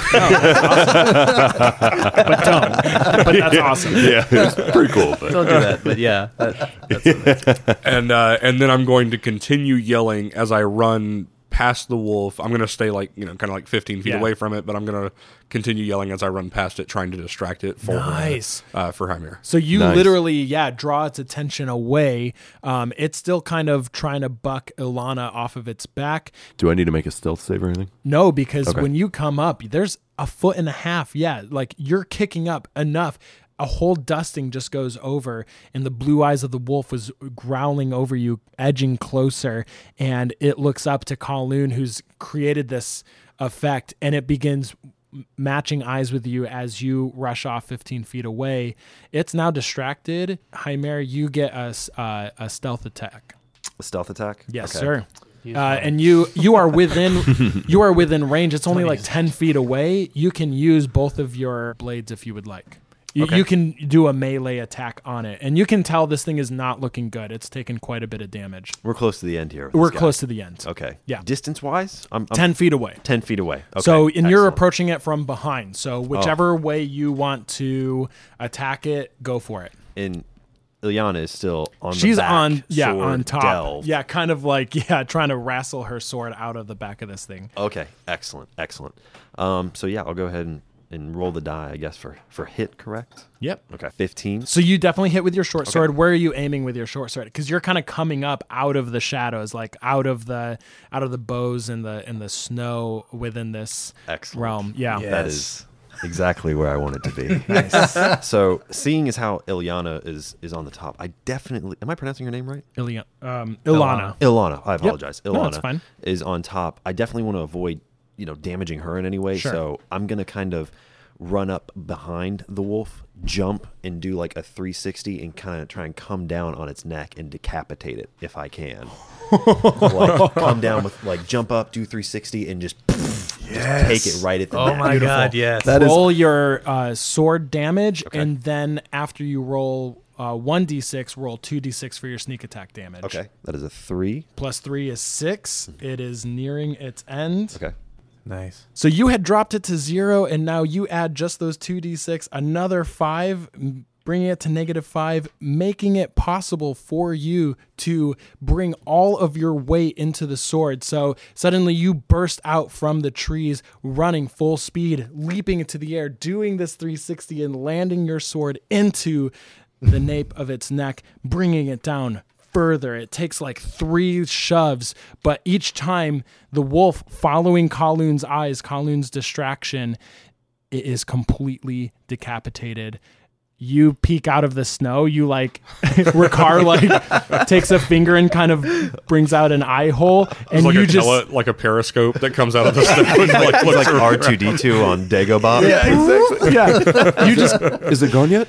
Speaker 3: But don't. but that's awesome.
Speaker 6: yeah, it's pretty cool. But
Speaker 4: Don't do that. But yeah, that-
Speaker 2: and uh and then I'm going to continue yelling as I run past the wolf. I'm gonna stay like you know, kind of like 15 feet
Speaker 3: Yeah.
Speaker 2: away from it, but I'm gonna continue yelling as I run past it, trying to distract it for uh,
Speaker 3: Nice.
Speaker 2: uh, for Hymir.
Speaker 3: So you literally, yeah, draw its attention away. Um, it's still kind of trying to buck Ilana off of its back.
Speaker 6: do I need to make a stealth save or anything?
Speaker 3: No, because
Speaker 6: Okay.
Speaker 3: when you come up, there's a foot and a half. Yeah, like you're kicking up enough. A whole dusting just goes over, and the blue eyes of the wolf was growling over you, edging closer. And it looks up to Kowloon, who's created this effect, and it begins m- matching eyes with you as you rush off 15 feet away. It's now distracted. Chimera, you get a, s- uh, a stealth attack.
Speaker 5: Stealth attack.
Speaker 3: Yes,
Speaker 5: Okay.
Speaker 3: sir. Uh, and you you are within you are within range. It's only like ten feet away. You can use both of your blades if you would like. You, you can do a melee attack on it, and you can tell this thing is not looking good. It's taken quite a bit of damage.
Speaker 5: We're close to the end here. with
Speaker 3: We're
Speaker 5: this guy.
Speaker 3: close to the end.
Speaker 5: Okay.
Speaker 3: Yeah.
Speaker 5: Distance wise, I'm, I'm
Speaker 3: Ten feet away.
Speaker 5: 10 feet away. Okay.
Speaker 3: so, and you're
Speaker 5: Excellent. Oh.
Speaker 3: approaching it from behind. So, whichever way you want to attack it, go for it.
Speaker 5: and Ilyana is still on.
Speaker 3: She's
Speaker 5: the back,
Speaker 3: on, yeah,
Speaker 5: sword
Speaker 3: on top.
Speaker 5: delve.
Speaker 3: Yeah, kind of like, yeah, trying to wrestle her sword out of the back of this thing.
Speaker 5: Okay. Excellent. Excellent. Um. So yeah, I'll go ahead and, and roll the die. I guess for for hit. Correct.
Speaker 3: Yep.
Speaker 5: Okay. Fifteen.
Speaker 3: So you definitely hit with your short sword. Where are you aiming with your short sword? Because you're kind of coming up out of the shadows, like out of the out of the bows and the and the snow within this
Speaker 5: Excellent.
Speaker 3: realm. Yeah.
Speaker 5: That is exactly where I want it to be. So seeing as how Ilyana is is on the top, I definitely am I pronouncing your name right?
Speaker 3: Ilia- um, Ilana.
Speaker 5: Ilana. I apologize.
Speaker 3: No,
Speaker 5: Ilana
Speaker 3: it's fine.
Speaker 5: is on top. I definitely want to avoid, you know, damaging her in any way.
Speaker 3: Sure.
Speaker 5: So I'm gonna kind of run up behind the wolf, jump, and do like a 360 and kind of try and come down on its neck and decapitate it if I can. like come down with like jump up, do 360, and just, just take it right at the
Speaker 4: oh
Speaker 5: neck.
Speaker 4: my god. Yes.
Speaker 1: That is
Speaker 3: roll your uh, sword damage, and then after you roll uh, one d six, roll two d six for your sneak attack damage.
Speaker 5: Okay, Hmm. that is a three.
Speaker 3: Plus three is six. It is nearing its end.
Speaker 5: Okay.
Speaker 4: nice.
Speaker 3: So you had dropped it to zero, and now you add just those two d6, another five, m- bringing it to negative five, making it possible for you to bring all of your weight into the sword. So suddenly you burst out from the trees, running full speed, leaping into the air, doing this 360 and landing your sword into the nape of its neck, bringing it down further. It takes like three shoves, but each time the wolf following Kalun's eyes, Kalun's distraction, it is completely decapitated. You peek out of the snow. You like Ricard like takes a finger and kind of brings out an eye hole, and
Speaker 2: It's like
Speaker 3: you
Speaker 2: a
Speaker 3: just
Speaker 2: tele- like a periscope that comes out of the snow. and, like,
Speaker 5: It's
Speaker 2: looks
Speaker 5: like
Speaker 2: around.
Speaker 5: R two D two on Dagobah.
Speaker 3: yeah. You just
Speaker 6: Is it gone yet?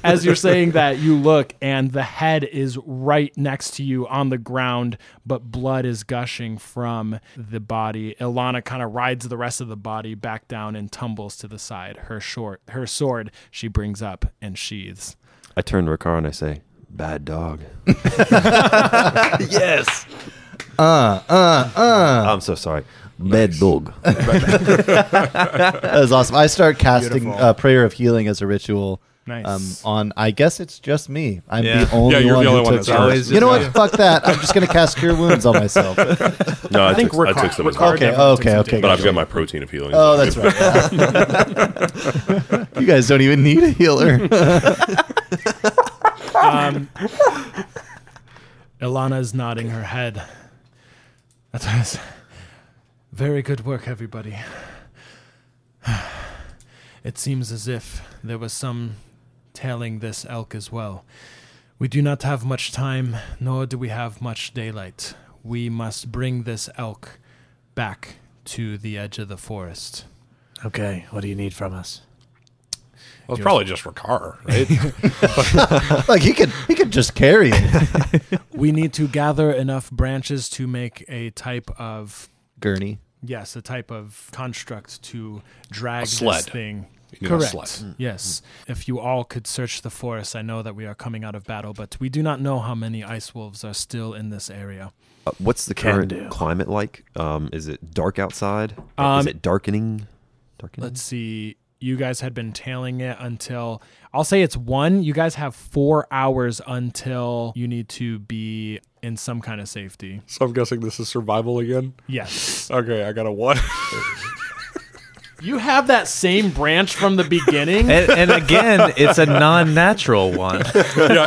Speaker 3: as you're saying that, you look and the head is right next to you on the ground, but blood is gushing from the body. Ilana kind of rides the rest of the body back down and tumbles to the side. Her short her sword she brings up and sheathes.
Speaker 5: I turn to Ricard and I say, "Bad dog."
Speaker 4: yes.
Speaker 5: I'm so sorry. Uh, Bad dog.
Speaker 1: That was awesome. I start casting uh, prayer of healing as a ritual. um,
Speaker 3: Nice.
Speaker 1: on I guess it's just me. I'm
Speaker 4: Yeah.
Speaker 1: the only
Speaker 2: Yeah, you're
Speaker 1: one
Speaker 2: the
Speaker 1: who
Speaker 2: only one
Speaker 1: took
Speaker 2: that's
Speaker 1: that.
Speaker 2: always
Speaker 4: just
Speaker 1: You know
Speaker 4: me.
Speaker 1: what? Fuck that. I'm just gonna cast cure wounds on myself. okay.
Speaker 6: No, I,
Speaker 3: think
Speaker 6: took, I
Speaker 3: Ricard-
Speaker 6: took some as
Speaker 3: Ricard
Speaker 6: well.
Speaker 3: did.
Speaker 1: Okay.
Speaker 3: everyone takes
Speaker 1: Okay.
Speaker 3: a
Speaker 1: Okay.
Speaker 6: But I've got my protein of healing.
Speaker 1: oh, that's right. yeah. you guys don't even need a healer.
Speaker 3: Um, Ilana's nodding her head. That was very good work, everybody. It seems as if there was some tailing this elk as well. We do not have much time, nor do we have much daylight. We must bring this elk back to the edge of the forest.
Speaker 4: Okay. What do you need from us?
Speaker 2: Well, it's probably just Ricard, right?
Speaker 1: like he could, he could just carry it.
Speaker 3: We need to gather enough branches to make a type of
Speaker 1: Gurney.
Speaker 3: Yes, a type of construct to drag
Speaker 2: sled.
Speaker 3: this thing.
Speaker 2: You know, a
Speaker 3: Correct.
Speaker 2: sled. Mm.
Speaker 3: Yes. If you all could search the forest, I know that we are coming out of battle, but we do not know how many ice wolves are still in this area.
Speaker 5: Uh, what's the
Speaker 4: Can
Speaker 5: current
Speaker 4: do.
Speaker 5: climate like? Um, is it dark outside?
Speaker 3: Um,
Speaker 5: is it darkening? Darkening.
Speaker 3: Let's see. You guys had been tailing it until I'll say it's one. You guys have four hours until you need to be in some kind of safety.
Speaker 2: So I'm guessing this is survival again.
Speaker 3: Yes.
Speaker 2: Okay, I got a one.
Speaker 3: You have that same branch from the beginning.
Speaker 4: And, and again, it's a non-natural one.
Speaker 2: yeah,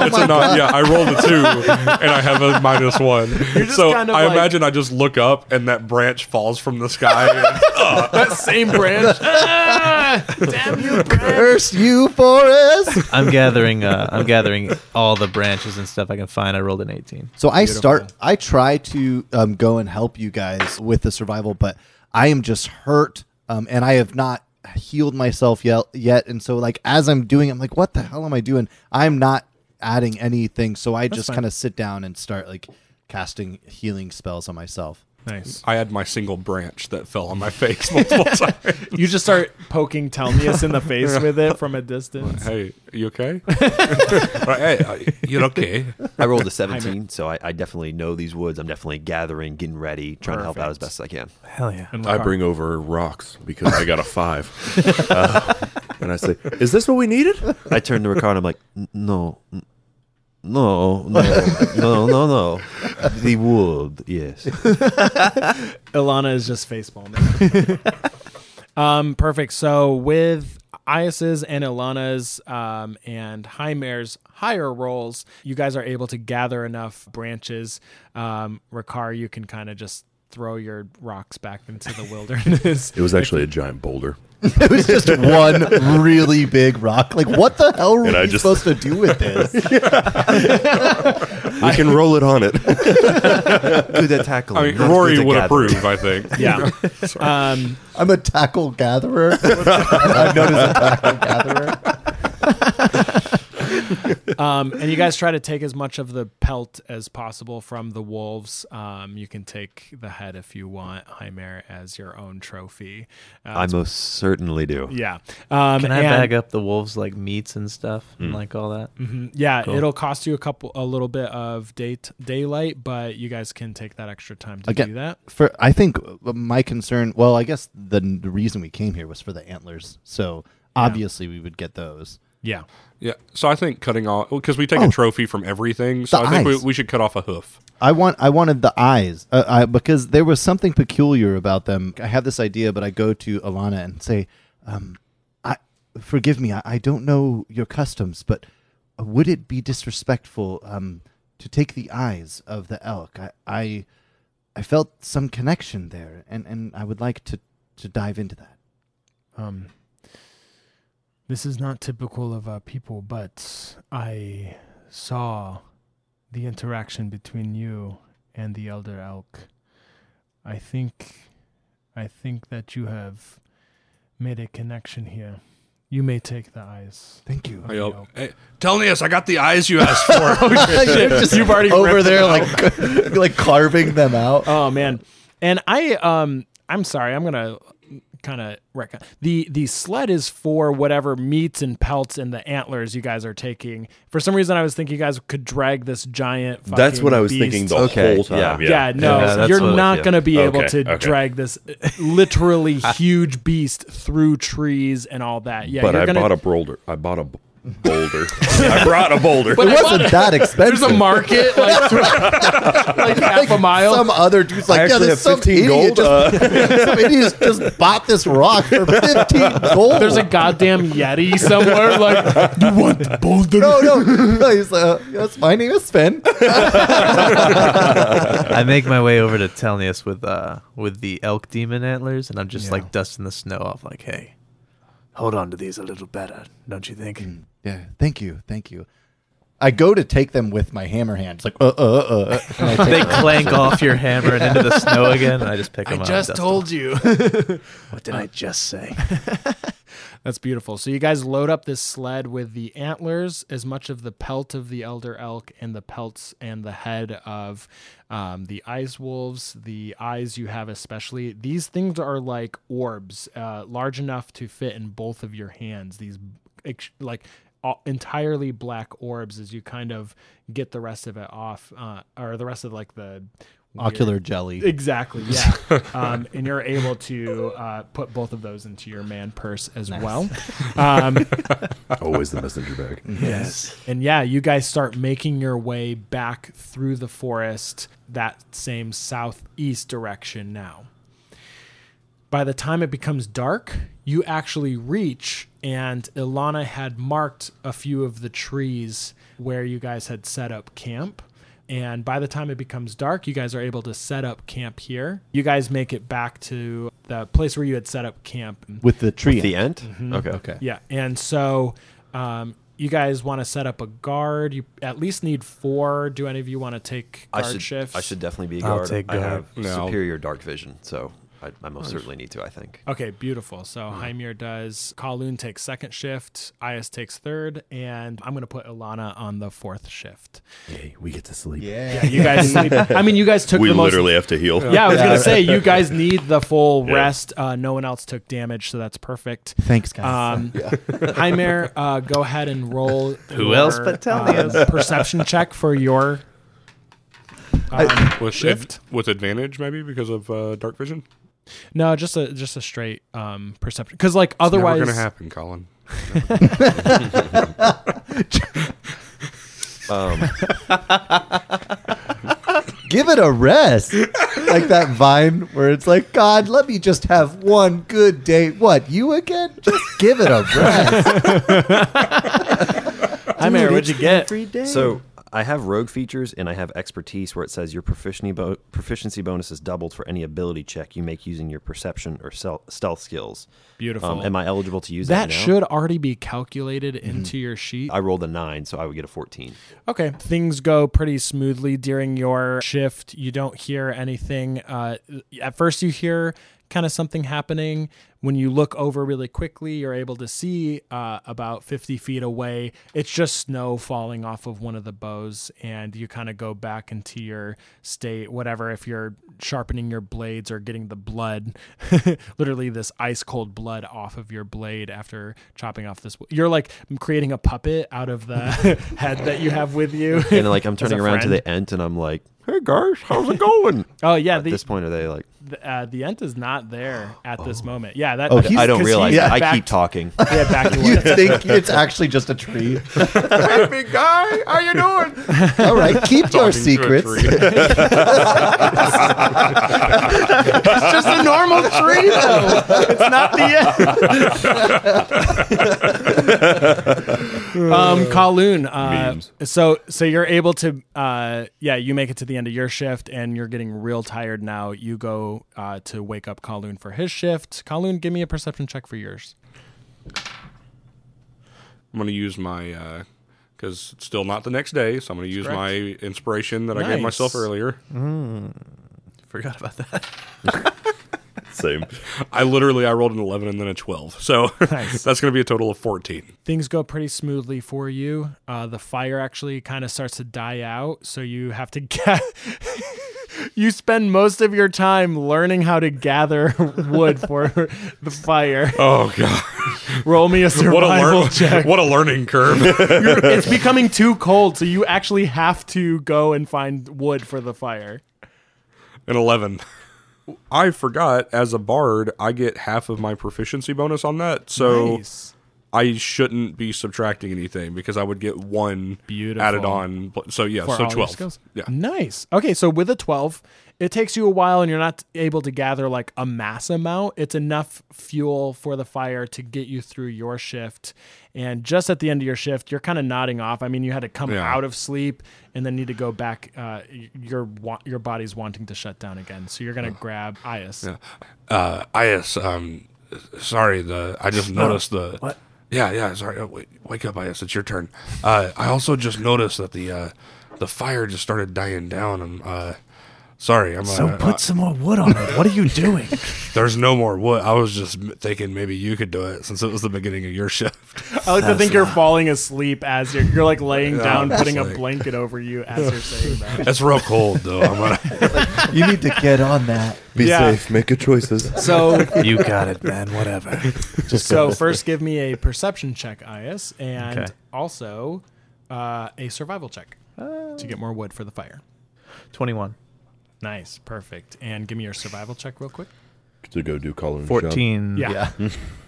Speaker 2: it's
Speaker 3: Oh
Speaker 2: a non. Yeah, I rolled a two, and I have a minus one.
Speaker 3: just
Speaker 2: So
Speaker 3: kind of
Speaker 2: I
Speaker 3: like-
Speaker 2: imagine I just look up, and that branch falls from the sky. and-
Speaker 3: that same branch. Ah, damn you, branch.
Speaker 1: Curse you, Forest.
Speaker 4: I'm gathering. Uh, I'm gathering all the branches and stuff I can find. I rolled an 18.
Speaker 1: So I start. I try to um, go and help you guys with the survival, but I am just hurt, um, and I have not healed myself yet. Yet, and so like as I'm doing, it, I'm like, what the hell am I doing? I'm not adding anything. So I just kind of sit down and start like casting healing spells on myself.
Speaker 3: Nice.
Speaker 2: I had my single branch that fell on my face multiple times.
Speaker 3: You just start poking Telmius in the face with it from a distance.
Speaker 2: Hey, you okay? hey, uh, you're okay.
Speaker 5: I rolled a 17, so I, I definitely know these woods. I'm definitely gathering, getting ready, trying to help out as best as I can.
Speaker 4: Hell yeah.
Speaker 6: I bring over rocks because I got a five. Uh, and I say, Is this what we needed?
Speaker 5: I turn to Ricard and I'm like, "N- no, n- no, no, no, no, no. The wood, yes.
Speaker 3: Ilana is just facepalming. um, perfect. So with Ias's and Ilana's um, and Hymer's higher rolls, you guys are able to gather enough branches. Um, Rakar, you can kind of just throw your rocks back into the wilderness.
Speaker 6: It was actually a giant boulder.
Speaker 1: It was just one really big rock. Like, what the hell were
Speaker 6: And I
Speaker 1: you
Speaker 6: just-
Speaker 1: supposed to do with this?
Speaker 6: We can roll it on it.
Speaker 5: Good at tackling.
Speaker 2: I mean,
Speaker 5: not
Speaker 2: Rory
Speaker 5: good at
Speaker 2: would
Speaker 5: gathering.
Speaker 2: approve. I think.
Speaker 3: yeah. Um,
Speaker 1: I'm a tackle gatherer. I've noticed a tackle gatherer.
Speaker 3: um, and you guys try to take as much of the pelt as possible from the wolves. Um, you can take the head if you want, Hymer, as your own trophy. Uh,
Speaker 5: I most certainly do.
Speaker 3: yeah. Um,
Speaker 4: Can I
Speaker 3: and-
Speaker 4: bag up the wolves like meats and stuff
Speaker 6: Mm.
Speaker 4: and like all that?
Speaker 3: Mhm. Yeah, it'll cost you a couple, a little bit of date daylight, but you guys can take that extra time to
Speaker 1: Again-
Speaker 3: do that.
Speaker 1: for I think uh, my concern. Well, I guess the, the reason we came here was for the antlers. So obviously we would get those.
Speaker 10: Yeah.
Speaker 2: Yeah. So I think cutting off because we take a trophy from everything. So
Speaker 1: The
Speaker 2: I think we,
Speaker 1: eyes.
Speaker 2: we should cut off a hoof.
Speaker 1: I want I wanted the eyes uh, I, because there was something peculiar about them. I have this idea, but I go to Alana and say, um, "I forgive me. I, I don't know your customs, but uh, would it be disrespectful um, to take the eyes of the elk? I, I I felt some connection there, and, and I would like to to dive into that.
Speaker 10: Um, this is not typical of our people, but I saw the interaction between you and the elder elk. I think, I think that you have made a connection here. You may take the eyes.
Speaker 1: Thank you.
Speaker 2: I
Speaker 10: the
Speaker 2: go,
Speaker 10: elk.
Speaker 2: hey, Telnius, I got the eyes you asked for.
Speaker 3: Oh,
Speaker 1: You've already over there, like like carving them out.
Speaker 3: Oh man. And I um I'm sorry, I'm gonna kind of reckon the the sled is for whatever meats and pelts and the antlers you guys are taking. For some reason I was thinking you guys could drag this giant
Speaker 6: That's what
Speaker 3: fucking
Speaker 6: I was
Speaker 3: beast.
Speaker 6: thinking the
Speaker 5: Okay,
Speaker 6: whole time.
Speaker 5: yeah.
Speaker 6: Yeah.
Speaker 3: Yeah, no,
Speaker 4: Yeah, that's
Speaker 3: you're
Speaker 4: what-
Speaker 3: not
Speaker 4: yeah.
Speaker 3: going to be able
Speaker 6: Okay,
Speaker 3: to
Speaker 6: okay.
Speaker 3: drag this literally huge beast through trees and all that. Yeah,
Speaker 6: but
Speaker 3: you're
Speaker 6: I
Speaker 3: gonna,
Speaker 6: bought a boulder. I bought a b- boulder. I brought a boulder.
Speaker 1: it wasn't that expensive.
Speaker 3: there's a market like, like half a mile.
Speaker 1: Some other dude's like, yeah,
Speaker 6: actually
Speaker 1: there's
Speaker 6: have
Speaker 1: some
Speaker 6: 15
Speaker 1: idiot,
Speaker 6: gold,
Speaker 1: just, some idiot just bought this rock for 15 gold.
Speaker 3: There's a goddamn yeti somewhere. Like you want the boulder?
Speaker 1: no, no, no. He's uh, yes, my name is Finn.
Speaker 4: I make my way over to Telnius with uh with the elk demon antlers, and I'm just like dusting the snow off. Like, hey, hold on to these a little better, don't you think?
Speaker 1: Yeah, thank you, thank you. I go to take them with my hammer hand. It's like, uh, uh, uh. uh, And I take
Speaker 4: They clank off your hammer and into the snow again. And I just pick them up. and dust
Speaker 3: you.
Speaker 4: them. What did I just say?
Speaker 3: That's beautiful. So you guys load up this sled with the antlers, as much of the pelt of the elder elk, and the pelts and the head of um, the ice wolves. The eyes you have, especially these things, are like orbs, uh, large enough to fit in both of your hands. These ex- like all, entirely black orbs as you kind of get the rest of it off, uh, or the rest of like the weird-
Speaker 1: ocular jelly.
Speaker 3: Exactly. Yeah. um, and you're able to uh, put both of those into your man purse as well. Um,
Speaker 6: Always the messenger bag.
Speaker 4: yes.
Speaker 3: and yeah, you guys start making your way back through the forest that same southeast direction now. By the time it becomes dark, you actually reach, and Ilana had marked a few of the trees where you guys had set up camp. And by the time it becomes dark, you guys are able to set up camp here. You guys make it back to the place where you had set up camp
Speaker 1: With the tree.
Speaker 5: The end.
Speaker 3: Mm-hmm.
Speaker 5: Okay.
Speaker 1: okay.
Speaker 3: yeah, and so um, you guys want to set up a guard. You at least need four. Do any of you want to take
Speaker 5: I
Speaker 3: guard
Speaker 5: should.
Speaker 3: shifts?
Speaker 5: I should definitely be a
Speaker 4: I'll
Speaker 5: guard.
Speaker 4: take
Speaker 5: I
Speaker 4: guard.
Speaker 5: have
Speaker 2: No.
Speaker 5: superior dark vision, so I, I most certainly need to. I think.
Speaker 3: Okay, beautiful. So Hymir does. Kalun takes second shift. Ayas takes third, and I'm gonna put Ilana on the fourth shift.
Speaker 6: Hey, we get to sleep.
Speaker 1: Yeah.
Speaker 3: You guys sleep. I mean, you guys took
Speaker 6: We
Speaker 3: the most.
Speaker 6: literally have to heal.
Speaker 3: Yeah, I was gonna say you guys need the full rest. Uh, no one else took damage, so that's perfect.
Speaker 1: Thanks, guys.
Speaker 3: Um, Hymir, uh, go ahead and roll.
Speaker 4: Who else but
Speaker 3: um, perception check for your um,
Speaker 2: with
Speaker 3: Shift.
Speaker 2: ad- with advantage maybe because of uh, dark vision.
Speaker 3: No, just a just a straight um perception. Because like
Speaker 2: Never
Speaker 3: otherwise,
Speaker 2: gonna happen, Colin.
Speaker 5: Um,
Speaker 1: Give it a rest. like that vine where it's like, God, let me just have one good day. What, you again? Just give it a rest.
Speaker 3: I mean, what'd you get?
Speaker 5: So I have rogue features and I have expertise where it says your proficiency, bo- proficiency bonus is doubled for any ability check you make using your perception or sel- stealth skills.
Speaker 3: Beautiful.
Speaker 5: Um, am I eligible to use that?
Speaker 3: that
Speaker 5: now?
Speaker 3: should already be calculated
Speaker 2: Mm-hmm.
Speaker 3: into your sheet.
Speaker 5: I rolled a nine, so I would get a fourteen.
Speaker 3: Okay. Things go pretty smoothly during your shift. You don't hear anything. Uh, at first, you hear kind of something happening. When you look over really quickly, you're able to see uh, about 50 feet away. It's just snow falling off of one of the bows, and you kind of go back into your state, whatever, if you're sharpening your blades or getting the blood, literally this ice cold blood off of your blade after chopping off this. You're like creating a puppet out of the head that you have with you.
Speaker 5: And like I'm turning
Speaker 3: a
Speaker 5: around to
Speaker 3: friend.
Speaker 5: the ent, and I'm like, "Hey guys, how's it going?"
Speaker 3: Oh, yeah.
Speaker 5: At
Speaker 3: The,
Speaker 5: this point, are they like
Speaker 3: th- uh, the end is not there at this moment. Yeah, that
Speaker 1: Oh, he's-
Speaker 5: I don't
Speaker 3: 'cause
Speaker 5: realize.
Speaker 3: he's
Speaker 5: that. I
Speaker 3: back
Speaker 5: keep
Speaker 3: to-
Speaker 5: talking.
Speaker 3: Yeah, back to
Speaker 1: You
Speaker 3: what
Speaker 1: think it's actually just a tree?
Speaker 2: Big guy, how you doing?
Speaker 1: All right, keep your secrets.
Speaker 3: It's just a normal tree, though. It's not the end. um, Kowloon.
Speaker 6: Memes.
Speaker 3: Uh, so, so you're able to, uh, yeah, you make it to the end of your shift, and you're getting real tired now. You go uh, to wake up Kowloon for his shift. Kowloon, give me a perception check for yours.
Speaker 2: I'm going to use my, because it's still not the next day, so I'm going to use my inspiration that I
Speaker 3: Nice. Mm-hmm.
Speaker 2: gave myself earlier.
Speaker 10: Forgot about that.
Speaker 6: Same.
Speaker 2: I literally, I rolled an 11 and then a 12. So
Speaker 3: Nice.
Speaker 2: that's going to be a total of 14.
Speaker 3: Things go pretty smoothly for you. Uh, the fire actually kind of starts to die out, so you have to get. you spend most of your time learning how to gather wood for the fire.
Speaker 2: Oh, God.
Speaker 3: Roll me a
Speaker 2: What a,
Speaker 3: survival
Speaker 2: learn-
Speaker 3: check.
Speaker 2: what a learning curve.
Speaker 3: You're- it's becoming too cold, so you actually have to go and find wood for the fire.
Speaker 2: an 11. I forgot, as a bard, I get half of my proficiency bonus on that. So
Speaker 3: Nice.
Speaker 2: I shouldn't be subtracting anything because I would get one
Speaker 4: Beautiful.
Speaker 2: added on. So, yeah,
Speaker 3: For all
Speaker 2: so
Speaker 3: your
Speaker 2: 12.
Speaker 3: skills.
Speaker 2: Yeah.
Speaker 3: Nice. Okay, so with a 12, it takes you a while and you're not able to gather like a mass amount. It's enough fuel for the fire to get you through your shift. And just at the end of your shift, you're kind of nodding off. I mean, you had to come
Speaker 2: Yeah.
Speaker 3: out of sleep and then need to go back. Uh, y- your wa- your body's wanting to shut down again. So you're going
Speaker 2: Oh.
Speaker 3: to grab Ias.
Speaker 2: uh Ias, um sorry, the I just noticed the What? Yeah, yeah, sorry. Oh, wait, wake up, Ias, it's your turn. Uh I also just noticed that the uh the fire just started dying down and uh sorry, I'm so uh, uh,
Speaker 4: some more wood on it. What are you doing?
Speaker 2: there's no more wood. I was just m- thinking maybe you could do it since it was the beginning of your shift.
Speaker 3: I like to think you're falling asleep as you're, you're like laying down,
Speaker 2: just
Speaker 3: putting a
Speaker 2: like-
Speaker 3: blanket over you as you're saying that.
Speaker 2: It's real cold though. I'm gonna
Speaker 1: You need to get on that.
Speaker 6: Be
Speaker 3: Yeah.
Speaker 6: safe. Make good choices.
Speaker 3: So
Speaker 10: You got it, man. Whatever.
Speaker 1: Just
Speaker 3: So first, give me a perception check, Ias, and
Speaker 10: Okay.
Speaker 3: also uh, a survival check to
Speaker 10: Oh.
Speaker 3: get more wood for the fire.
Speaker 10: Twenty-one.
Speaker 3: Nice, perfect. And give me your survival check real quick.
Speaker 6: to go do Colin.
Speaker 10: Fourteen.
Speaker 3: Yeah,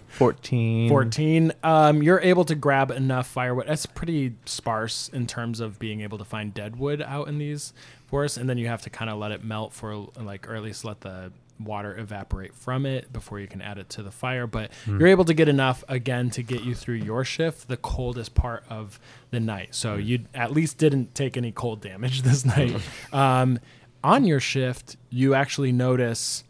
Speaker 10: Fourteen.
Speaker 3: fourteen. Um, you're able to grab enough firewood. That's pretty sparse in terms of being able to find dead wood out in these forests, and then you have to kind of let it melt for like, or at least let the water evaporate from it before you can add it to the fire but you're able to get enough again to get you through your shift the coldest part of the night so you at least didn't take any cold damage this night um, on your shift you actually notice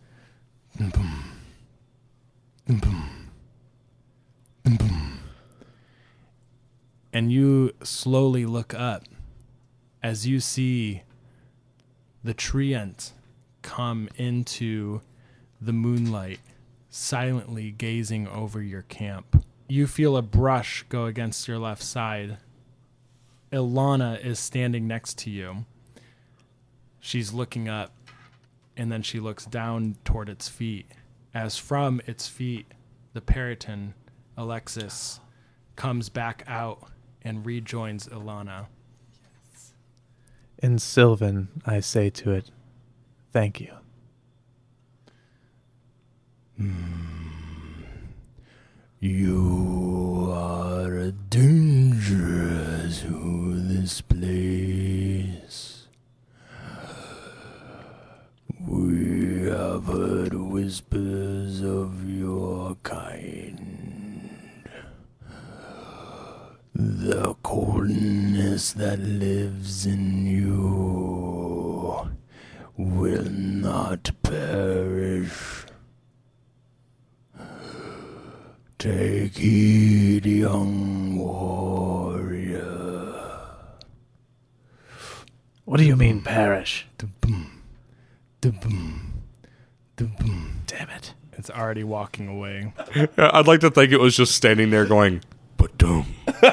Speaker 3: and you slowly look up as you see the treant come into the moonlight, silently gazing over your camp. You feel a brush go against your left side. Ilana is standing next to you. She's looking up, and then she looks down toward its feet. As from its feet, the Periton, Alexis, comes back out and rejoins Ilana.
Speaker 10: In Sylvan, I say to it, "Thank you."
Speaker 4: Hmm. You are dangerous to this place. We have heard whispers of your kind. The coldness that lives in you will not perish. Take heed, young warrior.
Speaker 10: What do you mean, perish? Damn it!
Speaker 3: It's already walking away.
Speaker 2: I'd like to think it was just standing there going, but doom.
Speaker 1: he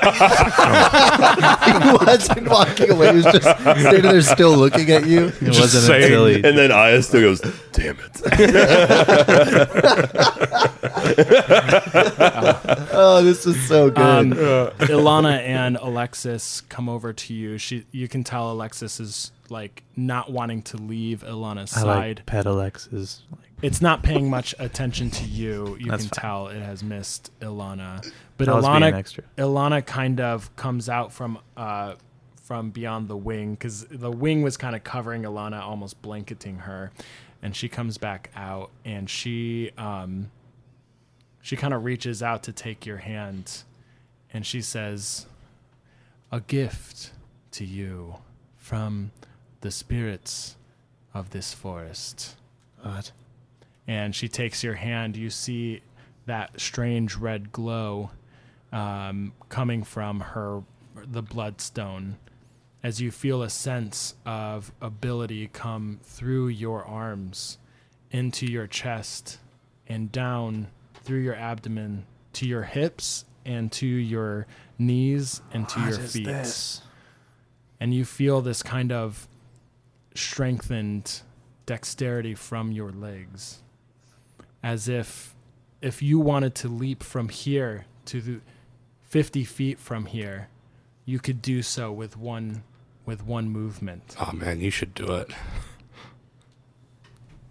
Speaker 1: wasn't walking away. He was just standing there, still looking at you.
Speaker 10: It wasn't
Speaker 2: saying-
Speaker 10: until he
Speaker 6: And then Aya still goes, damn it.
Speaker 1: Oh, this is so good.
Speaker 3: Um, Ilana and Alexis come over to you. She, you can tell Alexis is like not wanting to leave Ilana's
Speaker 10: I
Speaker 3: side.
Speaker 10: like Pedalex's like
Speaker 3: It's not paying much attention to you. You
Speaker 4: That's
Speaker 3: can
Speaker 4: fine.
Speaker 3: tell it has missed Ilana. But
Speaker 4: I was being
Speaker 3: Ilana
Speaker 4: extra.
Speaker 3: Ilana kind of comes out from uh from beyond the wing cuz the wing was kind of covering Ilana almost blanketing her and she comes back out and she um she kind of reaches out to take your hand and she says a gift to you from the spirits of this forest. What? And she takes your hand. You see that strange red glow um, coming from her, the bloodstone, as you feel a sense of ability come through your arms, into your chest, and down through your abdomen to your hips and to your knees and to your feet and you feel this kind of strengthened dexterity from your legs as if if you wanted to leap from here to the 50 feet from here you could do so with one with one movement
Speaker 2: Oh man, you should do it.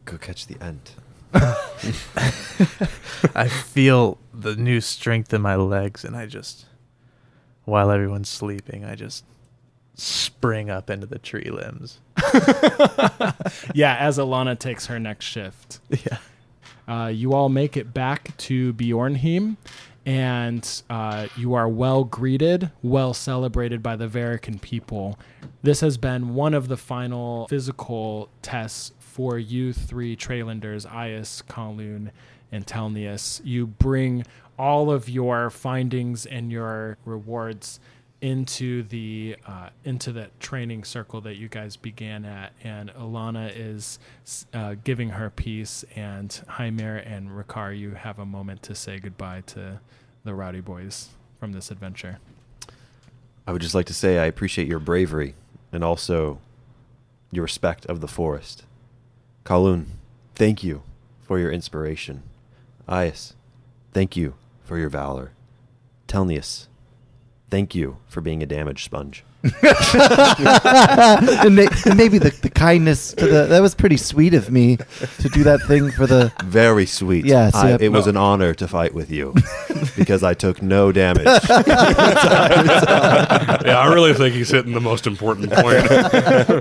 Speaker 5: Go catch the ant.
Speaker 4: I feel the new strength in my legs, and I just, while everyone's sleeping, I just spring up into the tree limbs.
Speaker 3: yeah as alana takes her next shift
Speaker 4: Yeah.
Speaker 3: Uh, you all make it back to Bjornheim, and uh, you are well greeted, well celebrated by the Varican people. This has been one of the final physical tests for you three Trailenders, Ayas, Kalun, and Telnius. You bring all of your findings and your rewards into the uh, into that training circle that you guys began at, and Alana is uh, giving her piece, and Hymer and Rikar, you have a moment to say goodbye to the Rowdy Boys from this adventure.
Speaker 5: I would just like to say I appreciate your bravery and also your respect of the forest. Kalun, thank you for your inspiration. Ayas, thank you for your valor. Telnius, thank you for being a damaged sponge.
Speaker 1: and, may, and maybe the, the kindness to the that was pretty sweet of me to do that thing for the
Speaker 5: Very sweet.
Speaker 1: Yes,
Speaker 5: I-
Speaker 1: yep.
Speaker 5: it was an honor to fight with you because I took no damage.
Speaker 2: yeah, I really think he's hitting the most important point.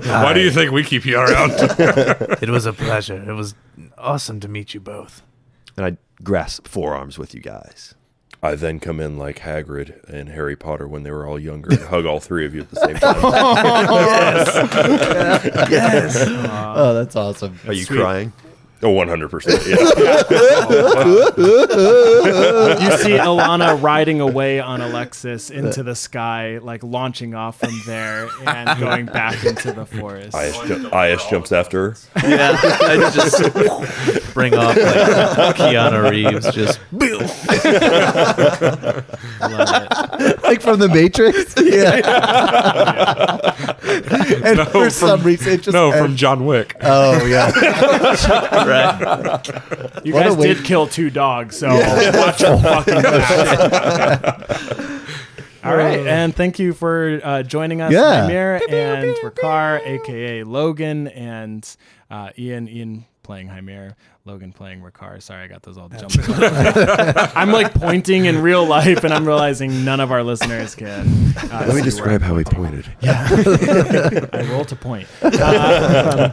Speaker 2: Why do you think we keep you around?
Speaker 4: It was a pleasure. It was awesome to meet you both.
Speaker 5: and I grasp forearms with you guys.
Speaker 6: I then come in like Hagrid and Harry Potter when they were all younger and hug all three of you at the same time.
Speaker 1: oh that's awesome
Speaker 5: Are you crying?
Speaker 6: oh, 100%. Yeah.
Speaker 3: You see Alana riding away on Alexis into the sky, like launching off from there and going back into the forest.
Speaker 6: Ayas, ju- Ayas jumps after her.
Speaker 4: Yeah, I just spring off like Keanu Reeves. Just
Speaker 1: like from the Matrix yeah, and
Speaker 2: No,
Speaker 1: for some
Speaker 2: from-
Speaker 1: reason it just
Speaker 2: no, from
Speaker 1: ends-
Speaker 2: John Wick.
Speaker 1: oh yeah
Speaker 3: you
Speaker 1: what a
Speaker 3: guys
Speaker 1: way-
Speaker 3: did kill two dogs, so watch your fucking Uh, mouth. All right, and thank you for uh, joining us,
Speaker 1: Yeah.
Speaker 3: Amir and Rakar, aka Logan, and uh, Ian. Ian playing Hymir, Logan playing Rakar. Sorry, I got those all jumbled. up. I'm like pointing in real life, and I'm realizing none of our listeners can. Uh, see where-
Speaker 6: how he pointed.
Speaker 3: I roll to point.
Speaker 2: Yeah,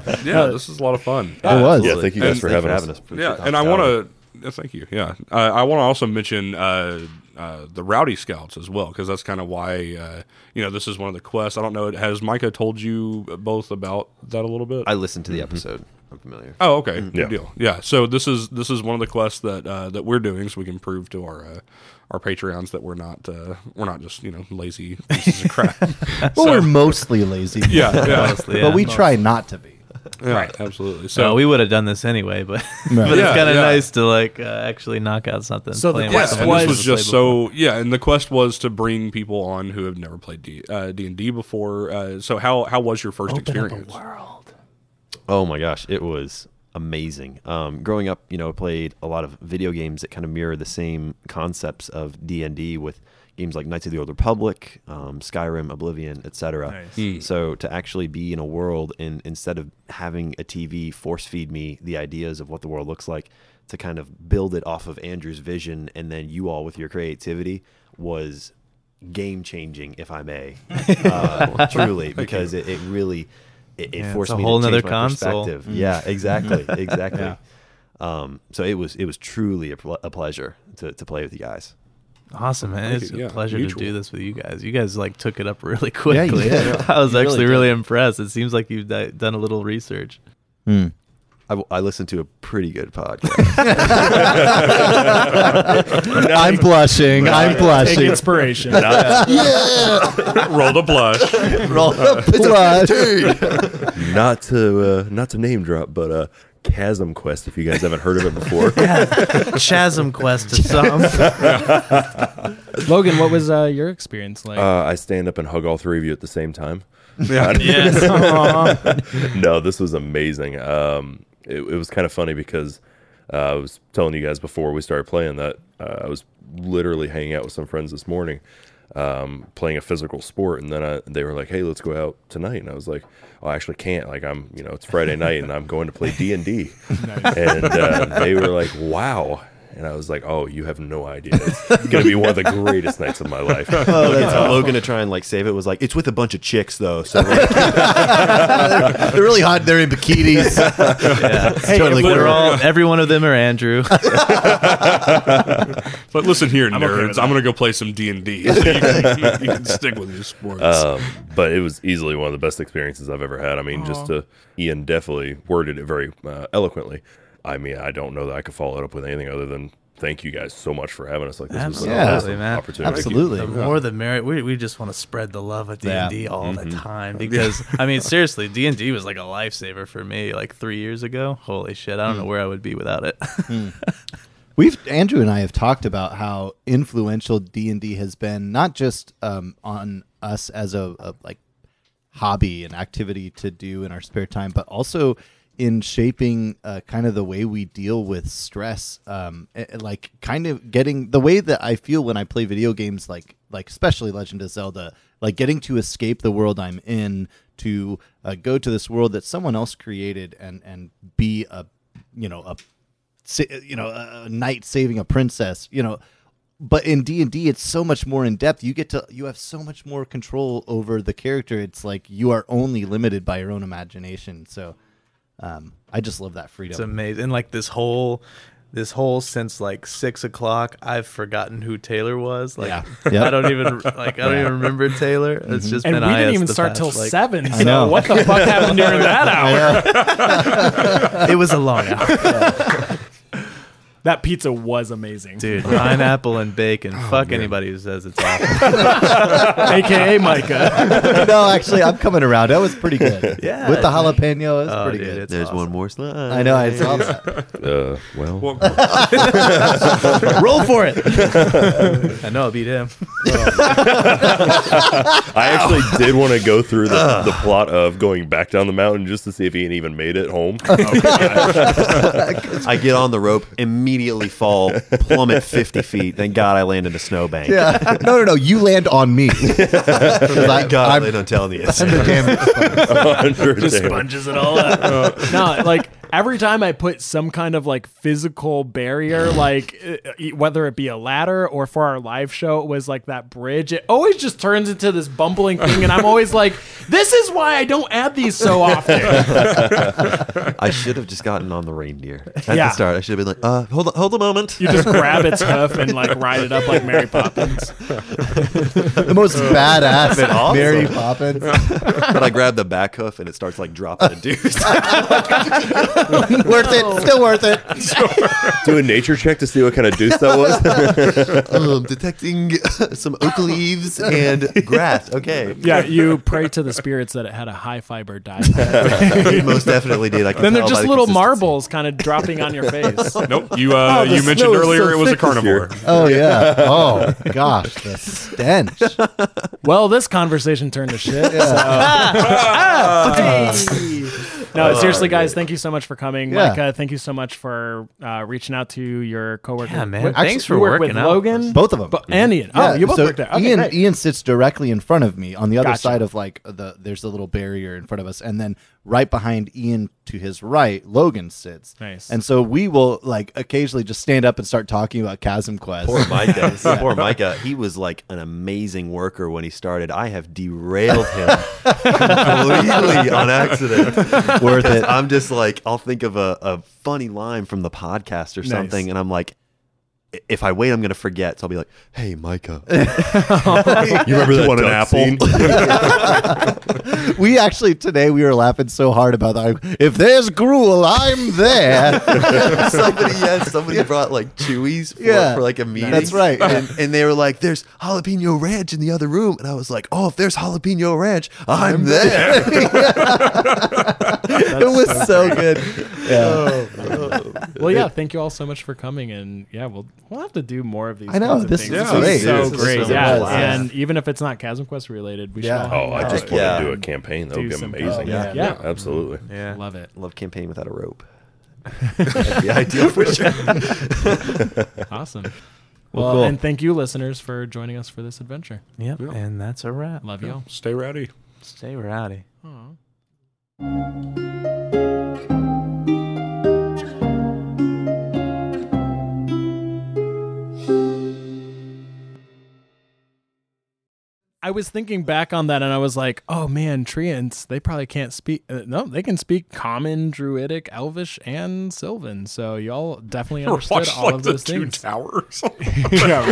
Speaker 2: this is a lot of fun.
Speaker 1: it was
Speaker 6: Yeah, thank you guys
Speaker 2: And
Speaker 6: for
Speaker 5: Thanks
Speaker 6: having us.
Speaker 2: yeah, and I want to thank you. Yeah, uh, I want to also mention uh, uh, the Rowdy Scouts as well because that's kind of why uh, you know this is one of the quests. I don't know. Has Micah told you both about that a little bit?
Speaker 5: I listened to the episode. I'm familiar.
Speaker 2: Oh, okay. Good
Speaker 6: Yeah.
Speaker 2: deal. Yeah. So this is this is one of the quests that uh, that we're doing, so we can prove to our uh, our patreons that we're not uh, we're not just you know lazy pieces of crap.
Speaker 1: well
Speaker 2: So-
Speaker 1: we're mostly lazy
Speaker 2: yeah, yeah,
Speaker 4: yeah.
Speaker 1: but we try not to be
Speaker 2: yeah, absolutely. So
Speaker 4: So we would have done this anyway, but
Speaker 1: Right.
Speaker 4: but
Speaker 2: Yeah,
Speaker 4: it's kind of
Speaker 2: yeah.
Speaker 4: nice to like uh, actually knock out something.
Speaker 3: So the
Speaker 4: playing with
Speaker 3: quest
Speaker 2: Yes, and
Speaker 4: someone
Speaker 2: this
Speaker 3: was-
Speaker 2: was
Speaker 4: who's
Speaker 2: just
Speaker 4: played before.
Speaker 2: so yeah, and the quest was to bring people on who have never played D and D Uh, before. Uh, so how how was your first experience?
Speaker 5: Oh my gosh, it was amazing. Um, growing up, you know, I played a lot of video games that kind of mirror the same concepts of D and D with games like Knights of the Old Republic, um, Skyrim, Oblivion, etc. So to actually be in a world and instead of having a TV force feed me the ideas of what the world looks like, to kind of build it off of Andrew's vision and then you all with your creativity was game changing, if I may, uh, truly, because it, it really it, it
Speaker 4: Yeah, it's
Speaker 5: forced
Speaker 4: a
Speaker 5: me
Speaker 4: whole
Speaker 5: to
Speaker 4: nother
Speaker 5: change my
Speaker 4: console.
Speaker 5: perspective. Yeah, exactly, exactly. Um, so it was it was truly a, pl- a pleasure to, to play with you guys.
Speaker 4: Awesome, man.
Speaker 2: Thank
Speaker 4: It's
Speaker 2: you. Yeah,
Speaker 4: a pleasure
Speaker 2: mutual.
Speaker 4: to do this with you guys. You guys like took it up really
Speaker 1: Yeah, you
Speaker 4: quickly.
Speaker 1: did.
Speaker 4: I was
Speaker 1: You really
Speaker 4: actually
Speaker 1: did.
Speaker 4: really impressed. It seems like you've di- done a little research.
Speaker 1: Hmm.
Speaker 5: I, w- I listened to a pretty good podcast.
Speaker 1: I'm blushing. I'm
Speaker 3: Take
Speaker 1: blushing.
Speaker 3: inspiration.
Speaker 2: Rolled a blush.
Speaker 1: Roll up blush.
Speaker 6: not to uh, not to name drop, but uh, Chasm Quest. If you guys haven't heard of it before,
Speaker 4: Chasm Quest to some.
Speaker 3: Logan, what was uh, your experience like?
Speaker 6: uh, I stand up and hug all three of you at the same time. no, this was amazing. Um, it, it was kind of funny because uh, I was telling you guys before we started playing that uh, I was literally hanging out with some friends this morning, um, playing a physical sport, and then I, they were like, "Hey, let's go out tonight," and I was like, "Oh, I actually can't. Like, I'm you know, it's Friday night, and I'm going to play D and D," and uh, they were like, "Wow." And I was like, "Oh, you have no idea. It's going to be one of the greatest nights of my life."
Speaker 5: Oh, Logan to try and like save it was like it's with a bunch of chicks though, so like,
Speaker 1: They're really hot. They're in bikinis.
Speaker 4: hey,
Speaker 1: totally
Speaker 4: we're
Speaker 2: cool.
Speaker 4: all, every one of them are Andrew.
Speaker 2: But listen here,
Speaker 7: okay
Speaker 2: nerds.
Speaker 7: with
Speaker 2: I'm gonna go play some D and D. You can you can stick with your sports.
Speaker 6: Um, but it was easily one of the best experiences I've ever had. I mean, just to Ian definitely worded it very uh, eloquently. I mean, I don't know that I could follow it up with anything other than thank you guys so much for having us. Like this was an
Speaker 1: Absolutely,
Speaker 6: awesome
Speaker 4: man.
Speaker 6: opportunity.
Speaker 4: The
Speaker 1: Absolutely.
Speaker 4: more the merrier. We, we just want to spread the love of D
Speaker 1: Yeah.
Speaker 4: and
Speaker 1: Mm-hmm.
Speaker 4: D all the time because I mean seriously, D and D was like a lifesaver for me like three years ago. Holy shit, I don't
Speaker 1: Mm.
Speaker 4: know where I would be without it.
Speaker 1: We've Andrew and I have talked about how influential D and D has been, not just um, on us as a, a like hobby and activity to do in our spare time, but also in shaping uh, kind of the way we deal with stress. Um, eh, eh, like kind of getting the way that I feel when I play video games, like like especially Legend of Zelda, like getting to escape the world I'm in to uh, go to this world that someone else created and and be a you know a sa- you know a a knight saving a princess you know but in d&d it's so much more in depth you get to you have so much more control over the character it's like you are only limited by your own imagination so um, i just love that
Speaker 4: It's
Speaker 1: freedom
Speaker 4: amazing. And, like this whole this whole since like six o'clock, I've forgotten who Taylor was. Like
Speaker 1: Yeah. Yep.
Speaker 4: I don't even like I don't even remember Taylor. It's just
Speaker 11: And
Speaker 4: been
Speaker 11: we didn't
Speaker 4: IS
Speaker 11: even
Speaker 4: the
Speaker 11: start
Speaker 4: past,
Speaker 11: till
Speaker 4: like-
Speaker 11: seven. So
Speaker 1: know.
Speaker 11: what the fuck happened during that hour?
Speaker 4: It was a long hour,
Speaker 11: That pizza was amazing,
Speaker 4: dude. Pineapple and bacon. Fuck anybody who says it's awful.
Speaker 11: aka Micah.
Speaker 1: no actually i'm coming around that was pretty good
Speaker 4: Yeah.
Speaker 1: with the jalapeno it was
Speaker 4: Oh,
Speaker 1: pretty
Speaker 4: dude,
Speaker 1: good
Speaker 4: it's
Speaker 5: there's
Speaker 4: awesome.
Speaker 5: one more slide.
Speaker 1: i know i saw that
Speaker 6: Uh, well,
Speaker 2: Well,
Speaker 4: Roll for it. I know I beat him.
Speaker 6: I actually did want to go through the, the plot of going back down the mountain just to see if Ian even made it home.
Speaker 5: I get on the rope, immediately fall, plummet 50 feet. Thank God I land in a snowbank. Yeah.
Speaker 1: no no no you land on me 'Cause I,
Speaker 5: Thank God
Speaker 1: am
Speaker 5: they don't tell me this.
Speaker 1: the damn
Speaker 6: Just
Speaker 7: sponges it all up.
Speaker 11: no, like every time I put some kind of like physical barrier, like uh, uh, whether it be a ladder or for our live show, it was like that bridge. It always just turns into this bumbling thing, and I'm always like, "This is why I don't add these so often."
Speaker 5: I should have just gotten on the reindeer at
Speaker 11: Yeah.
Speaker 5: the start. I should have been like, uh, hold on, hold a moment.
Speaker 11: You just grab its hoof and like ride it up like Mary Poppins.
Speaker 1: the most badass
Speaker 5: awesome.
Speaker 1: mary poppins
Speaker 5: but I grab the back hoof and it starts like dropping a deuce.
Speaker 1: worth it still worth it
Speaker 6: do a nature check to see what kind of deuce that was.
Speaker 5: um, detecting some oak leaves and grass. Okay.
Speaker 11: Yeah, you pray to the spirits that it had a high fiber diet.
Speaker 5: You most definitely did. I can
Speaker 11: then they're
Speaker 5: tell by
Speaker 11: just
Speaker 5: the
Speaker 11: little
Speaker 5: consistency.
Speaker 11: marbles kind of dropping on your face.
Speaker 2: nope. You uh, you mentioned
Speaker 6: Oh, snow is
Speaker 2: earlier
Speaker 6: so
Speaker 2: it was a
Speaker 6: thick this
Speaker 2: carnivore.
Speaker 1: Oh yeah. Oh gosh, the stench.
Speaker 11: Well, this conversation turned to shit.
Speaker 1: Yeah.
Speaker 11: so-
Speaker 3: No, seriously, guys, thank you so much for coming.
Speaker 1: Yeah.
Speaker 3: Micah, thank you so much for uh, reaching out to your coworker.
Speaker 4: Yeah, man.
Speaker 3: What-
Speaker 4: Thanks
Speaker 11: Actually,
Speaker 4: for
Speaker 11: you work
Speaker 4: working
Speaker 11: with
Speaker 4: out.
Speaker 11: Logan,
Speaker 1: Both of them.
Speaker 11: but, and Ian. oh, you both
Speaker 1: so
Speaker 11: worked there. Okay,
Speaker 1: Ian
Speaker 11: great.
Speaker 1: Ian sits directly in front of me on the other
Speaker 11: Gotcha.
Speaker 1: side of like the there's a little barrier in front of us, and then right behind Ian to his right, Logan sits.
Speaker 3: Nice.
Speaker 1: And so we will like occasionally just stand up and start talking about Chasm Quest.
Speaker 5: Poor Micah. Poor Micah. He was like an amazing worker when he started. I have derailed him completely on accident. Worth it. I'm just like, I'll think of a, a funny line from the podcast or something, and I'm like, "I- if I wait, I'm going to forget. So I'll be like, hey, Micah.
Speaker 6: You remember that
Speaker 5: want an
Speaker 6: duck
Speaker 5: apple?
Speaker 6: scene?
Speaker 1: we actually today we were laughing so hard about that. If there's gruel, I'm there.
Speaker 5: somebody, yeah, somebody brought like Chewies for,
Speaker 1: Yeah.
Speaker 5: for like a meeting.
Speaker 1: That's right.
Speaker 5: And, and they were like, there's jalapeno ranch in the other room. And I was like, oh, if there's jalapeno ranch, I'm, there.
Speaker 1: it was so good.
Speaker 11: Oh,
Speaker 1: Yeah.
Speaker 3: well, yeah, thank you all so much for coming, and yeah, we'll we'll have to do more of these.
Speaker 1: I know,
Speaker 3: kinds of
Speaker 1: this
Speaker 3: things.
Speaker 1: is
Speaker 3: This
Speaker 1: great.
Speaker 3: so
Speaker 1: This is
Speaker 3: great,
Speaker 1: so
Speaker 3: yeah.
Speaker 1: much.
Speaker 3: And even if it's not Chasm Quest related, we should
Speaker 1: Yeah.
Speaker 3: all hang
Speaker 6: Oh, I
Speaker 3: out.
Speaker 6: just
Speaker 5: Heck
Speaker 6: want
Speaker 5: yeah.
Speaker 6: to do a campaign. That
Speaker 3: do
Speaker 6: would be
Speaker 3: some-
Speaker 6: amazing.
Speaker 3: Yeah.
Speaker 5: Yeah.
Speaker 3: yeah,
Speaker 6: Absolutely.
Speaker 4: Yeah.
Speaker 3: love it.
Speaker 5: Love campaign without a rope. That'd be ideal for sure.
Speaker 3: Awesome. Well,
Speaker 1: cool.
Speaker 3: and thank you, listeners, for joining us for this adventure.
Speaker 4: Yep. And that's a wrap.
Speaker 3: Love
Speaker 6: Oh.
Speaker 3: you all.
Speaker 2: Stay rowdy.
Speaker 4: Stay rowdy.
Speaker 3: I was thinking back on that, and I was like, "Oh man, Treants, they probably can't speak. Uh, no, they can speak Common, Druidic, Elvish, and Sylvan. So y'all definitely
Speaker 2: Or
Speaker 3: understood
Speaker 2: watch
Speaker 3: all
Speaker 2: like
Speaker 3: of
Speaker 2: the
Speaker 3: those
Speaker 2: two
Speaker 3: things.
Speaker 2: towers.
Speaker 3: yeah,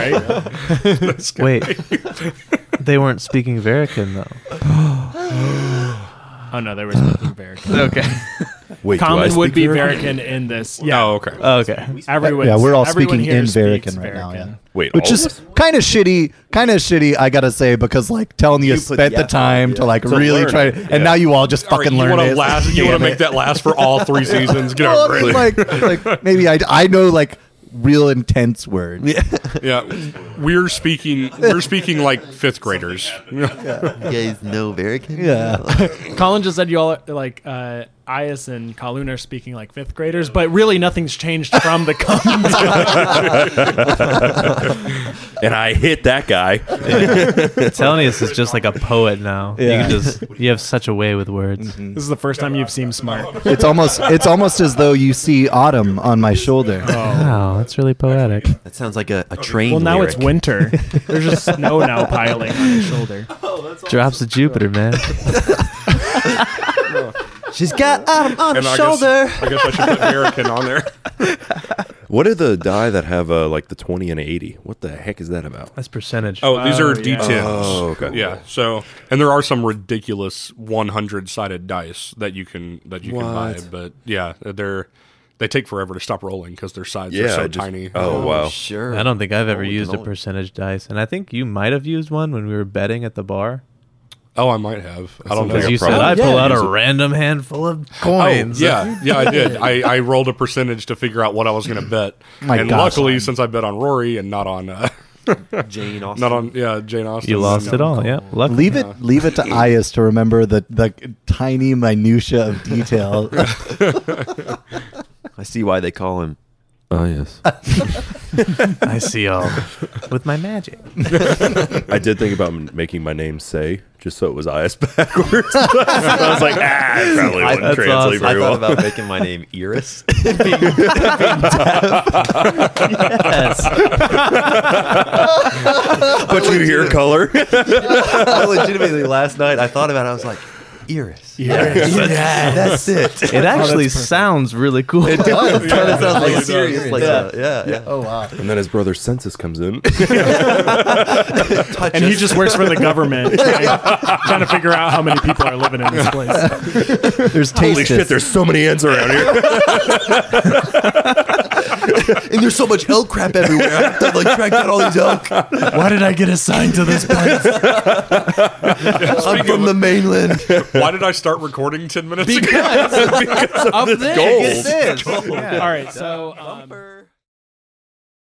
Speaker 3: right.
Speaker 4: Wait. they weren't speaking Varican though.
Speaker 3: Oh no, they were speaking Varrican.
Speaker 4: Okay.
Speaker 6: Wait, do I
Speaker 3: Common would
Speaker 6: speak
Speaker 3: be
Speaker 6: Ur-
Speaker 3: Varrican in this. Yeah,
Speaker 2: Oh, okay.
Speaker 4: Okay.
Speaker 3: everyone.
Speaker 1: yeah, we're all
Speaker 3: everyone
Speaker 1: speaking
Speaker 3: here
Speaker 1: in
Speaker 3: speaks
Speaker 1: Varrican right now. Yeah.
Speaker 6: Wait,
Speaker 1: Which
Speaker 6: all of
Speaker 1: is kind of shitty, kind of shitty. I gotta say because like telling
Speaker 5: You
Speaker 1: you,
Speaker 5: put
Speaker 1: spent
Speaker 5: the
Speaker 1: the
Speaker 5: effort,
Speaker 1: time to
Speaker 5: yeah.
Speaker 1: like
Speaker 6: To
Speaker 1: really
Speaker 6: learn
Speaker 1: try,
Speaker 6: it,
Speaker 1: and
Speaker 6: yeah.
Speaker 1: now you all just
Speaker 2: All right,
Speaker 1: fucking
Speaker 2: you
Speaker 1: learn
Speaker 2: wanna
Speaker 1: it.
Speaker 2: last- you
Speaker 1: Damn
Speaker 2: want to
Speaker 1: it.
Speaker 2: make that last for all three seasons? Get
Speaker 1: Well,
Speaker 2: over
Speaker 1: I
Speaker 2: it.
Speaker 1: mean, like, like maybe I, I know like real intense words.
Speaker 2: yeah, we're speaking. We're speaking like fifth graders.
Speaker 5: You guys know Varican?
Speaker 1: Yeah.
Speaker 3: Colin just said y'all are, like uh, Ayas and Kalun are speaking like fifth graders, but really nothing's changed from the Common.
Speaker 6: and I hit that guy.
Speaker 4: Telnius is just like a poet now.
Speaker 1: Yeah.
Speaker 4: You can just you have such a way with words.
Speaker 3: this is the first time you've seen smart.
Speaker 1: It's almost it's almost as though you see autumn on my shoulder.
Speaker 11: Oh,
Speaker 4: Wow, that's really poetic.
Speaker 5: That sounds like a, a train.
Speaker 3: Oh, Well, now
Speaker 5: lyric.
Speaker 3: it's winter. There's just snow now piling on his shoulder.
Speaker 4: Drops of Jupiter, man.
Speaker 5: She's got Adam on
Speaker 2: And
Speaker 5: her
Speaker 2: I
Speaker 5: shoulder.
Speaker 2: guess I guess I should put American on there.
Speaker 6: What are the die that have uh, like the twenty and eighty? What the heck is that about?
Speaker 4: That's percentage.
Speaker 2: Oh, these are
Speaker 3: Oh, yeah.
Speaker 2: D10s.
Speaker 6: Oh, okay.
Speaker 2: Yeah. So, and there are some ridiculous 100-sided dice that you can that you can buy,
Speaker 6: What?
Speaker 2: but yeah, they're they take forever to stop rolling because their sides
Speaker 6: Yeah,
Speaker 2: are so
Speaker 6: I just-
Speaker 2: tiny.
Speaker 6: Oh, wow.
Speaker 5: Sure.
Speaker 4: I Oh, don't think I've ever
Speaker 5: Holy
Speaker 4: used a
Speaker 5: cannoli.
Speaker 4: percentage dice, and I think you might have used one when we were betting at the bar.
Speaker 2: Oh, I might have. I
Speaker 6: Sometimes
Speaker 2: don't know.
Speaker 4: Because you said
Speaker 6: probably
Speaker 4: I
Speaker 6: did
Speaker 4: pull out
Speaker 6: use
Speaker 4: a
Speaker 6: it."
Speaker 4: random handful of
Speaker 2: Oh,
Speaker 4: coins.
Speaker 2: yeah, yeah, I did. I, I rolled a percentage to figure out what I was going to bet,
Speaker 1: My
Speaker 2: and
Speaker 1: gosh,
Speaker 2: luckily,
Speaker 1: Ryan.
Speaker 2: since I bet on Rory and not on uh,
Speaker 5: Jane Austen.
Speaker 2: not on yeah Jane Austen,
Speaker 4: you lost
Speaker 2: then-
Speaker 4: it all. Yeah, lucky.
Speaker 1: Leave it leave it to Ayas to remember the the tiny minutia of detail.
Speaker 5: I see why they call him.
Speaker 6: Oh yes.
Speaker 4: I see all with my magic.
Speaker 6: I did think about m- making my name say just so it was IS backwards. I was like, ah, it probably wouldn't
Speaker 4: that's
Speaker 6: translate
Speaker 4: awesome.
Speaker 5: I
Speaker 6: very well.
Speaker 5: thought about making my name Iris.
Speaker 4: Yes.
Speaker 6: but you hear color.
Speaker 5: I legitimately last night I thought about. it. I was like, Iris.
Speaker 4: Yes.
Speaker 5: That's it.
Speaker 4: It actually sounds really cool. Oh, It does.
Speaker 5: Kind of sounds
Speaker 2: really
Speaker 5: Oh, like
Speaker 2: does.
Speaker 5: serious. Like yeah, yeah. yeah.
Speaker 1: oh wow.
Speaker 6: and then his brother Census comes in.
Speaker 5: Touch
Speaker 3: And he
Speaker 5: us.
Speaker 3: just works for the government, trying, trying to figure out how many people are living in this place.
Speaker 1: There's taste.
Speaker 6: Holy shit, there's so many ends around here.
Speaker 5: and there's so much elk crap everywhere. I have to like track down all these elk.
Speaker 3: Why did I get assigned to this place?
Speaker 5: I'm from the mainland.
Speaker 2: Why did I start recording ten minutes ago?
Speaker 3: Up there.
Speaker 6: Gold.
Speaker 3: All right, so. um,